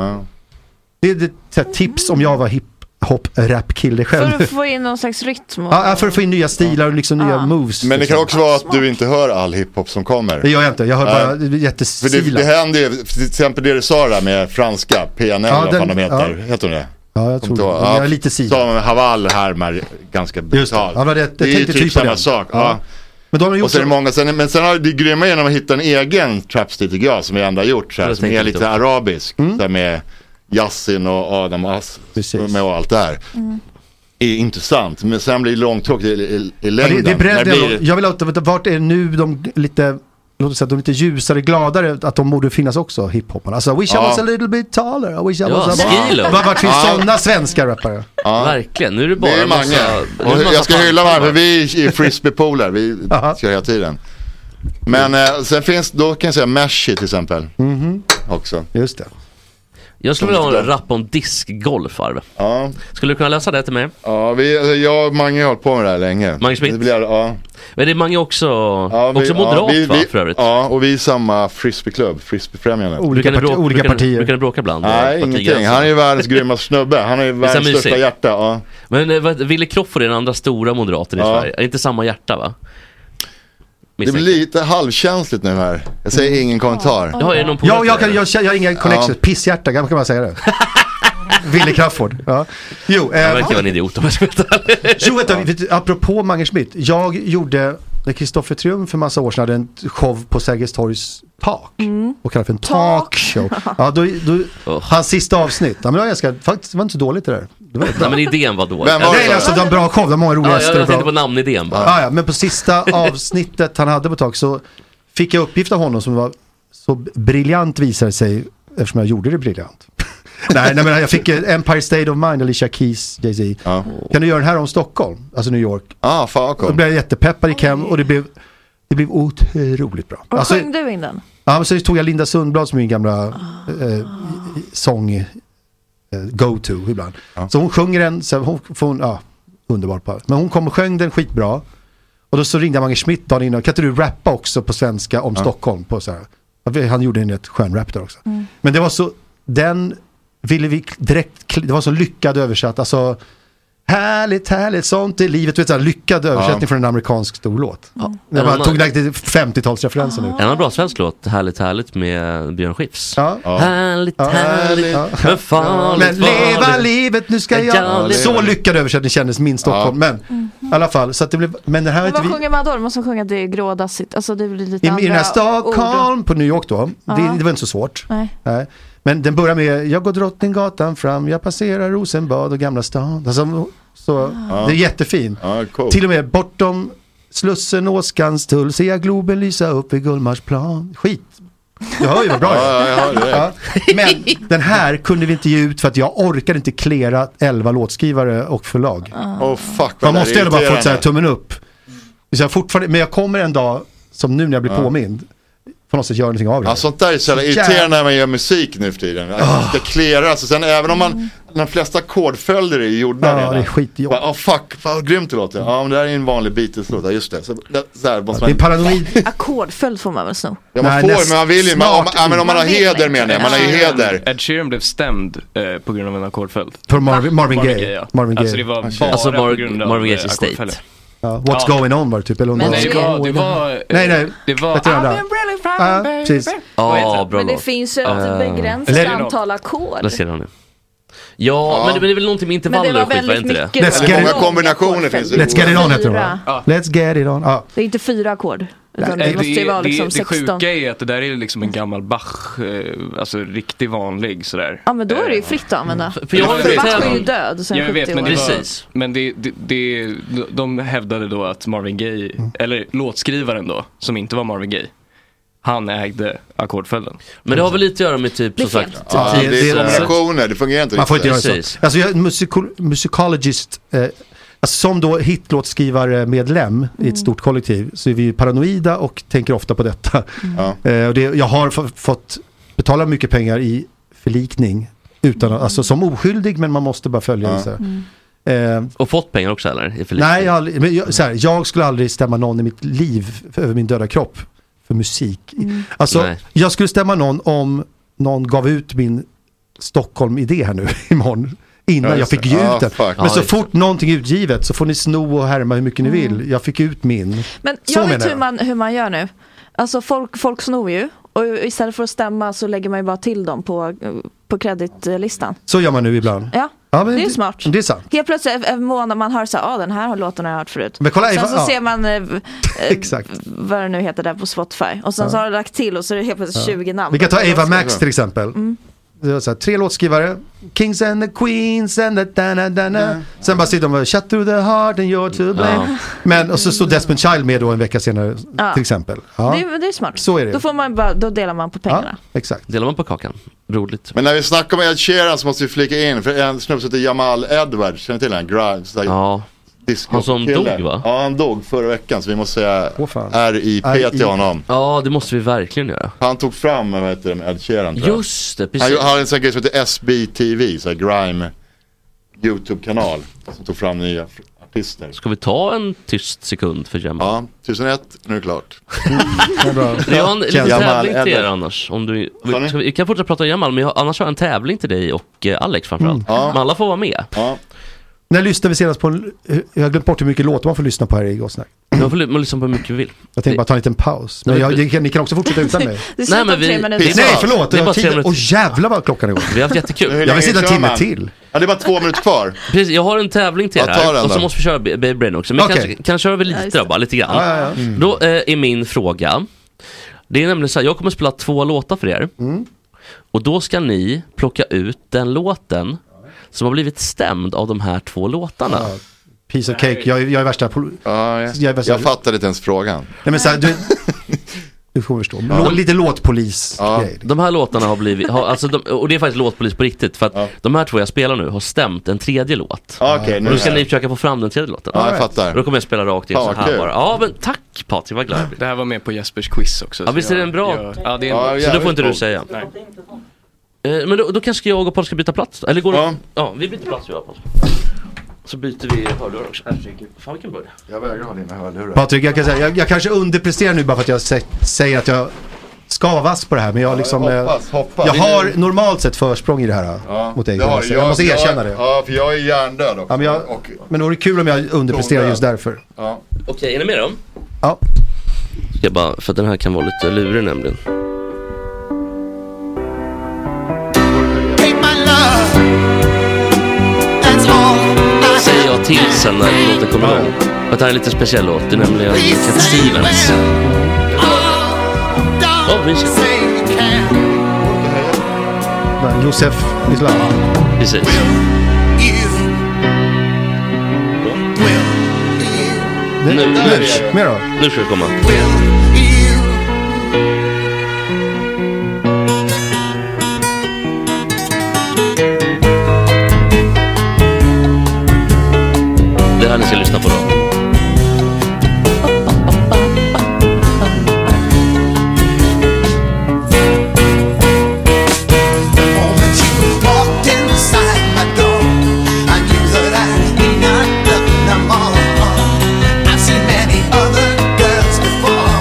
Det är ett så här tips om jag var hiphop-rap-kille själv.
För att få in någon slags rytm. och-
Ja, ja, för att få in nya stilar och liksom nya moves.
Men det
liksom.
kan också vara att du inte hör all hiphop som kommer.
Det gör jag inte, jag hör bara
Nej. För
jättestilar.
det, det händer ju, för till exempel det du sa där med franska, PNL
Ja,
ja, vad fan
den-
de heter, heter de det?
Ja, jag tror det.
Då,
Men Jag är lite sida.
Som Haval härmar ganska
Just det.
brutalt.
Ja, men det- jag
är ju
tänkte
typ,
typ på
samma
den.
sak.
Ja.
Ja.
Men då har de gjort
och sen är
så-
det många, sen, men sen har det grymma genom att hitta en egen trapstil tycker jag, som vi ändå har gjort så här,
Jag
som
tänker Mm.
är lite
inte på.
arabisk. Så här med Yassin och Adam och Ass med och allt det här. Är intressant, men sen blir det långtråkigt i, i, i
Ja,
längden.
det, det är
När
bredd,
blir
jag, jag vill veta, veta, vart är nu de lite, låt oss säga, de lite ljusare, gladare, att de borde finnas också, hiphoparna. Alltså, I wish I
Ja.
was a little bit taller, I wish I
Ja,
was a...
Skilo.
Var- Vart finns
Ja.
sådana svenska rappare?
Verkligen, nu är det bara
Det är
en
Mange.
massa- nu är det
Och
en massa
jag ska
fan-
hylla Mange för vi är frisbeepooler. Vi kör hela tiden. Men eh, sen finns, då kan jag säga Meshi till exempel.
Mhm.
Också.
Just det.
Jag skulle vilja ha en rap om diskgolf Arve. Skulle du kunna lösa det till mig?
Ja, vi, alltså, jag och Mange har hållit på med det här länge. Mange Schmidt? Det blir, ja.
Men det är Mange också,
Ja, vi-
också moderat
ja, vi-
va
vi-
för övrigt?
Ja, och vi är samma frisbeeklubb, frisbeefrämjandet.
Brukar ni bråka- brukar, ni- Brukar ni bråka ibland?
Nej, ingenting. Han är ju världens grymmaste snubbe. Han är ju
Visst är han
världens största
mysig?
hjärta. Ja.
Men eh, vad- Wille Crawford är den andra stora moderaten i Sverige. Är inte samma hjärta va?
Det blir lite halvkänsligt nu här. Jag säger ingen kommentar.
Mm. Ja, är det någon polare
Ja, jag, kan, jag, jag har inga connections. Pisshjärta, kan kan man säga det? Wille Crafoord. Ja. Jo, eh,
Han verkar vara en idiot om jag ska veta.
Jo, vänta, vet du, apropå Mange Schmidt. Jag gjorde, när Kristoffer Triumf för massa år sedan hade en show på Sergels torgs tak
Mm.
och kallade för en talkshow. Ja, då, då, Hans sista avsnitt, ja, men det var ganska, faktiskt det var inte så dåligt det där. Det var
Nej men idén var dålig.
Nej, alltså det var en bra show, det var många roliga
ja,
gäster
jag,
och
jag
bra.
tänkte på namnidén bara.
Ja, ja, men på sista avsnittet han hade på tak så fick jag uppgift av honom som var så briljant visade sig eftersom jag gjorde det briljant. nej, nej, men jag fick eh, Empire State of Mind, Alicia Keys, Jay-Z. Kan du göra den här om Stockholm, alltså New York?
Ja, ah, fan
Då blev jag jättepeppad i hem och det blev, det blev otroligt bra.
Och
Alltså,
sjöng du in den?
ja, men så tog jag Linda Sundblad som är min gamla eh, sång eh, go-to ibland. Så hon sjunger den, så hon, får hon, ja, underbart par. Men hon kom och sjöng den skitbra. Och då så ringde Mange Schmidt dagen innan, kan inte du rappa också på svenska om
Ja.
Stockholm? På så här. Ja, vi- Han gjorde en rätt skön rap där också. Men det var så, den ville vi direkt, det var så lyckad översatt, alltså Härligt, härligt, sånt är livet. Du vet, så här, lyckad översättning från en amerikansk stor låt.
Ja.
Jag
En
bara
annan-
tog like, 50-talsreferenser nu.
En annan bra svensk låt, Härligt härligt med Björn Skifs.
Ja.
Härligt härligt,
Ja.
men farligt
Men leva
farligt.
livet, nu ska
Ja,
jag...
leva.
Så lyckad översättning kändes min Stockholm. Men i alla fall, så att det blev... Men det här har
Men
inte
vad
vi...
sjunger man då? Man måste sjunga det grådassigt. Alltså det blir lite
I, I den här
andra ord.
Stockholm på New York då,
Ja.
det, det var inte så svårt.
Nej.
Nej. Men den börjar med, jag går Drottninggatan fram, jag passerar Rosenbad och Gamla stan. Alltså, så,
Ah.
Det är jättefin. Till och med bortom Slussen, Åskans tull, ser jag Globen lysa upp vid Gullmarsplan. Skit. Jag hör ju vad bra
Ja, ja, jag hör det.
Men den här kunde vi inte ge ut för att jag orkade inte klera 11 låtskrivare och förlag.
Ah. Åh fuck vad
Man
det
måste
där
ju
är
ändå bara fått så här
irriterande.
tummen upp. Så jag fortfarande, men jag kommer en dag, som nu när jag blir
Ja.
påmind, på något sätt göra någonting av det.
Ah. Ja, sånt där är så jävla
Så jävla- Ah.
irriterande när man gör musik nu för tiden. Att Det clearas och sen även om
Mm.
man, de flesta ackordföljder är ju gjorda
Ja,
redan.
det är skitjobbigt.
Ja, fuck, fan vad grymt det låter. Ja, men det här är ju en vanlig Beatles-låt, ja, just det. Så, det, så här, måste man...
Nej, Ackordföljd får man väl sno?
Ja, man
Nej,
får ju,
näst-
men man vill ju, men om,
snart
ja, men om man har
Man vill
heder
inte.
menar jag, man har ju
Ed Sheeran-
heder.
Ed Sheeran blev stämd eh, på grund av en ackordföljd. Ah,
För Marvin, Marvin Gaye.
ja.
Marvin Gaye.
Alltså det var bara
Alltså Mar-
på grund av
Marvin Gayes
eh,
estate.
ackordföljden.
Ja, what's
Ja.
going on var det typ, eller om
Men
det
nej, det var, det var, eh,
Nej, nej.
det var,
Vet du vad det är? Ja, precis.
Ja, bra
Men det
låt.
finns ju ett
Eh,
begränsat antal ackord.
Eller ser han nu. Ja,
Ja.
men det men det är väl någonting med
Men det var
intervaller och skit, var det
väldigt
inte det?
mycket- Let's get it- Många
kombinationer finns det.
Let's get it on heter det va?
Fyra.
Let's get it on. Ja.
Det är inte fyra ackord. Utan
Nej,
det måste ju vara liksom
det, det
16.
sjuka är att det där är liksom en gammal Bach, eh, alltså riktigt vanlig sådär.
Ja men då är det ju fritt att använda.
Mm. för jag har ju
Bach
vetat-
är ju död sen
Ja, jag
70
vet, men
år.
det, var, men det, det, det, de hävdade då att Marvin Gaye, eller låtskrivaren då, som inte var Marvin Gaye, han ägde ackordföljden.
Men det har väl lite att göra med typ, som sagt,
Ja,
det-
det är
det-
kombinationer, det fungerar inte
Man får inte
riktigt.
göra så. Alltså jag är en musiko- musicologist, eh, alltså som då hitlåtskrivare-medlem i ett stort kollektiv så är vi ju paranoida och tänker ofta på detta. Eh, och det, jag har f- fått betala mycket pengar i förlikning, utan, att- alltså som oskyldig men man måste bara följa det. Så här.
Mm.
Mm.
Mm.
Eh,
och fått pengar också eller? I förlikning?
Nej, jag, har aldrig- men jag, så här, jag skulle aldrig stämma någon i mitt liv för, över min döda kropp för musik. Alltså,
Nej.
jag skulle stämma någon om någon gav ut min Stockholm-idé här nu imorgon. Innan
Ja,
jag
just
fick
det.
ge ut
Ah,
den.
fuck.
Men
Ja,
så
just
fort någonting är utgivet så får ni sno och härma hur mycket ni
Mm.
vill. Jag fick ut min.
Men
Så
jag
menar
vet hur
jag.
man, hur man gör nu. Alltså folk, folk snor ju. Och istället för att stämma så lägger man ju bara till dem på, på kreditlistan.
Så gör man nu ibland.
Ja.
Ja, men
Det är ju smart.
Det är sant.
Helt plötsligt en månad man hör så här, ah, den här låten har jag hört förut.
Men kolla,
sen så
ja.
ser man eh, v- eh,
Exakt.
vad det nu heter där på Spotify. Och sen så
Ja.
har du lagt till och så är det helt plötsligt
Ja.
20 namn. Mm.
Vi kan ta Ava Max till
exempel.
exempel. Det var så här, tre låtskrivare. Kings and the Queens and the da na da na. Sen bara sitter de och shut through the heart and you're to blame.
Ja.
Men och så står Desmond Child med då en vecka senare
Ja.
till exempel. Ja.
Det, är- det är smart.
Så är det.
Då, får man bara, då delar man på pengarna.
Exakt.
Delar man på kakan? Roligt.
Men när vi snackar om Ed Sheeran så måste vi flika in, för en snubbe som heter Jamal Edwards, känner ni till han? Grind, så här,
ja. Han som dog, va?
Ja, han dog förra veckan så vi måste säga
fan.
R.I.P. till
R.I.P..
honom.
Ja, det måste vi verkligen göra.
Han tog fram, vad heter det, med Ed Sheeran tror jag.
Just det,
Han
precis.
gjorde- han hade en sån här grej som heter SBTV, så här grime YouTube-kanal. Som tog fram nya f- artister.
Ska vi ta en tyst sekund för Jamal?
Ja, 1001, nu är det klart.
Men Jag har en liten
Jamal
tävling till er
Edwards.
annars. Om du, vi, ska vi, vi kan fortsätta prata om Jamal, men jag, annars har jag en tävling till dig och eh, Alex framförallt.
Mm. Ja.
Men alla får vara med.
När lyssnade vi senast på en, eh, jag har glömt bort hur mycket låtar man får lyssna på här i Gossnack.
Man får ly- man lyssna på hur mycket vi vill.
Jag tänkte bara ta en liten paus. Men
Det-
jag, ni kan- ni kan också fortsätta utan mig.
Det är slut Nej, men om vi- tre minuter.
Nej,
det är bara-
förlåt.
det är
jag har
bara tre
tid-
minuter.
Åh jävlar vad klockan är gått.
Vi har haft jättekul.
Jag vill sitta en timme till.
Ja, det är bara två minuter kvar.
Precis, jag har en tävling till
Ja, ta
här
den
och så
då.
måste vi köra Ba- Baby Brain också. Men
Okej.
kanske, kanske kör vi
Ja,
lite
just det.
då, bara lite grann.
Ja, ja, ja. Mm.
Då eh, är min fråga. Det är nämligen så här, jag kommer spela två låtar för er.
Mm.
Och då ska ni plocka ut den låten som har blivit stämd av de här två låtarna.
Ja, Piece of cake. Jag, är- jag är värsta... pol- Jag, är värsta
Jag fattade inte ens frågan.
Nej men så här, du... Du får förstå.
Ja.
Lå, lite låtpolis grej.
De här låtarna har blivit, har, alltså de, och det är faktiskt låtpolis på riktigt för att de här två jag spelar nu har stämt en tredje låt.
Ja, okej, nu
och då ska
är jag-
ni försöka få fram den tredje låten.
Ja, jag fattar.
Då kommer jag spela rakt in
Fan,
så
vad
här
kul.
bara. Ja men tack Patrik, vad glad jag blir.
Det här var med på Jespers quiz också.
Ja
så
visst är
jag-
det en bra?
jag- Ja, det är en bra.
så då får inte du säga. Eh, Men då, då kanske jag och Patrik ska byta plats? Eller går ja. ja, vi byter plats jag och Patrik. Så byter vi hörlurar också. Herregud, fan vilken början.
Jag vägrar ha dina hörlurar.
Patrik, jag, kan säga, jag, jag kanske underpresterar nu bara för att jag sä- säger att jag ska vara vass på det här men jag liksom... eh,
hoppas, hoppas.
Jag
Det är
har
nu-
normalt sett försprång i det här
Ja,
mot dig.
det har
Jonas.
du.
jag, måste
jag-
erkänna det.
Ja, för jag är hjärndöd också.
Ja, men, jag,
och,
men det vore kul om jag underpresterar just därför.
ja.
Okej, är ni med då?
Ja.
Ska jag bara, för att den här kan vara lite lurig nämligen.
Take my love. That's all I
Säger jag till sen när låten kommer igång. För att det här är en lite speciell låt. Det är nämligen Cat Stevens.
say you can.
Men Josef Islam.
Precis.
Nu, nu,
nu,
mer då?
nu ska det komma. Det här ni ska lyssna på då.
Walked inside my door. I knew that I need not look no more. I've seen many other girls before,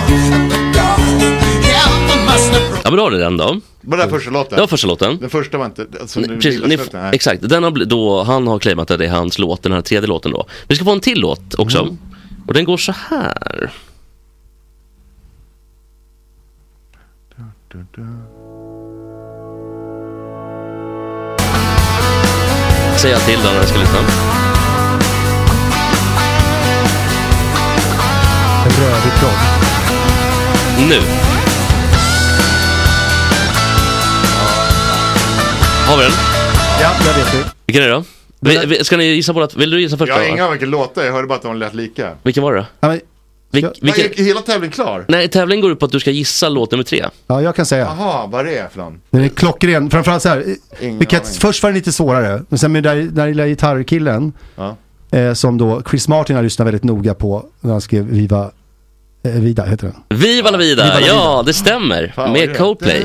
but darling, help I must have
Ja men då har du den då.
Var det första låten?
Det var första låten.
Den första var inte... Alltså,
Ni-
nu-
Precis, ni,
slutet, nej.
exakt, den har bl- då, han har claimat att det är hans låt, den här tredje låten då. Vi ska få en till låt också.
Mm.
Och den går så här. Säger jag till då när jag ska lyssna.
En röd kropp.
Nu. Har vi den?
Ja, jag vet det.
Vilken är det då? Vi, vi, ska ni gissa på att, vill du gissa först
Jag har
då?
ingen aning vilken låt det är, jag hörde bara att de lät lika.
Vilken var det då? Vil, vilken,
Är hela tävlingen klar?
Nej, tävlingen går ut på att du ska gissa låt nummer tre.
Ja, jag kan säga.
Jaha, Ah, vad det är för någon?
Den är klockren. Framförallt så här. Vilket, först var den lite svårare. Men sen med den där, den där lilla gitarrkillen.
Ja.
Eh, som då Chris Martin har lyssnat väldigt noga på när han skrev Viva eh, Vida, heter den.
Viva la vida!
Viva la
ja, det stämmer. Med Coldplay.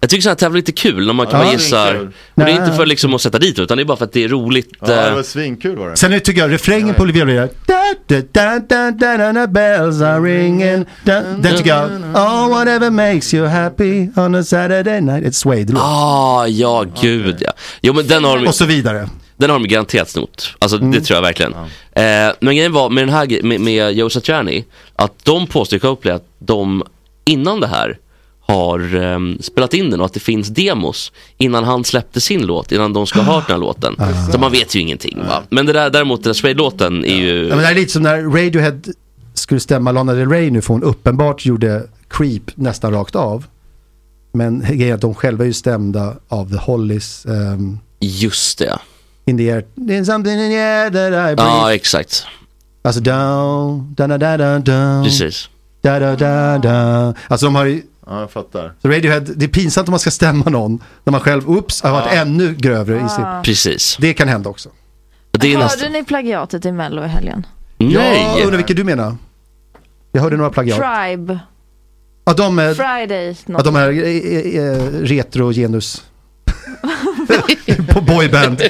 Jag tycker sådana här tävlingar är lite kul när man kan
Ja,
man
det är
gissar.
kul.
Och det är inte
Nej.
för liksom att sätta dit utan det är bara för att det är roligt.
Ja, det
eh,
var svinkul var det.
Sen är- tycker jag refrängen på Olivia Rodrigo. Da, da, da, da, da, da, da, bells are ringing. Da, den tycker jag. Oh, whatever makes you happy on a Saturday night. It's Suede låt.
Ah, ja gud ja. Jo men den har de
Och så vidare. Mm.
Den har de garanterat snott. Alltså det tror jag verkligen. Eh, men grejen var med den här gre- med, med Joe Satriani, att de påstår i Coldplay att de innan det här har ehm, spelat in den och att det finns demos innan han släppte sin låt, innan de ska ha hört den här låten.
Ah.
Så man vet ju ingenting va. Men det där, däremot den där Suede-låten är ju...
Ja, men det här är lite som när Radiohead skulle stämma Lana Del Rey nu för hon uppenbart gjorde Creep nästan rakt av. Men grejen är att de själva är ju stämda av The Hollies. ehm,
Just det.
in the air. There's something in the air that I breathe.
Ja, exakt.
Alltså down, da da da da down.
Precis.
Da da da da. Alltså de har ju...
Ja, jag fattar.
Så Radiohead, det är pinsamt om man ska stämma någon när man själv, oops, har varit
Ja.
ännu grövre i sin...
Precis.
Det kan hända också.
Det är
Hörde ni plagiatet i mello i helgen?
Jag undrar vilket du menar. Jag hörde några plagiat.
Tribe,
Ja, de, är-
Friday
ja,
något.
de här eh, eh, eh, retrogenus. På boyband.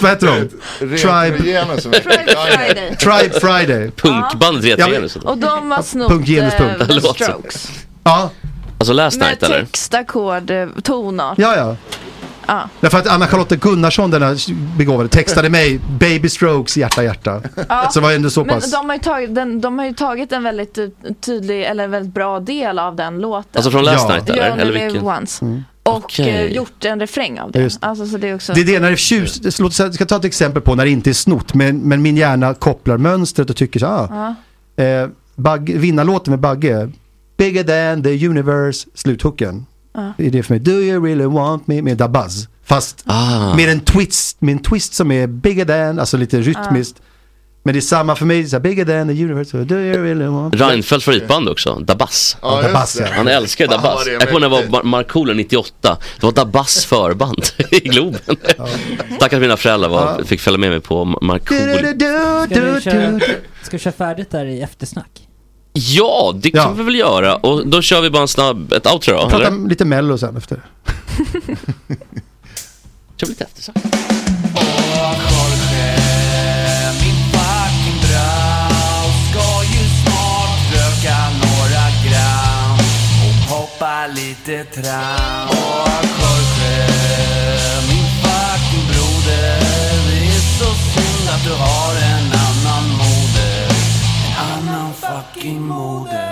Vad heter de? Tribe...
Retrogenus. Friday.
Tribe Friday.
Punkbandet
Ja, men-
Retrogenus.
Och de har snott
Punkt genus
eh,
punkt.
The
Låt.
Strokes.
Ja.
Alltså Last
Med
Night eller?
text, ackord, eh, tonart.
Ja, ja.
Ja.
Därför att Anna-Charlotte Gunnarsson, denna begåvade, textade mig Baby Strokes hjärta hjärta.
Ja,
Så Alltså, det var ändå så
Men
pass.
de har, ju tagit, den, de har ju tagit en väldigt eh, tydlig, eller en väldigt bra del av den låten.
Alltså från Last Night eller?
You're
eller
only live
vilken? Mm.
once. Och
Okej.
eh, gjort en refräng av
Ja,
det.
just det.
Alltså, så det är också...
Mm. Det är det när det är tjus, det låter så här- jag ska ta ett exempel på när det inte är snott, men, men min hjärna kopplar mönstret och tycker så här, ah,
Ja.
eh, bag, vinnarlåten med Bagge, Bigger than the universe, sluthucken.
Ja.
Det är det för mig, Do you really want me med Dabaz. Fast
Ah.
med, en twist, med en twist som är bigger than, alltså lite rytmiskt. Men det är samma för mig, så här, bigger than the universe, do you really want me?
Reinfeldts favoritband också, Dabas.
Ja, just Dabas, det. ja.
Han älskar
Fan,
Dabas.
vad det är
Jag kommer ihåg när jag var Mar- Markoolio 98. Det var Dabas förband i Globen. Stackars mina föräldrar var, fick följa med mig på Mar- Markoolio.
Ska du köra, ska du köra färdigt där i eftersnack?
Ja, det kan vi väl göra. Och då kör vi bara en snabb, ett outro då,
Prata
eller?
lite mello sen efter.
Kör lite eftersnack.
Och Jorge, min fucking brau, ska ju snart röka några gram och hoppa
lite tram Och Jorge, min fucking broder Det är så synd att du har en annan moder En annan fucking moder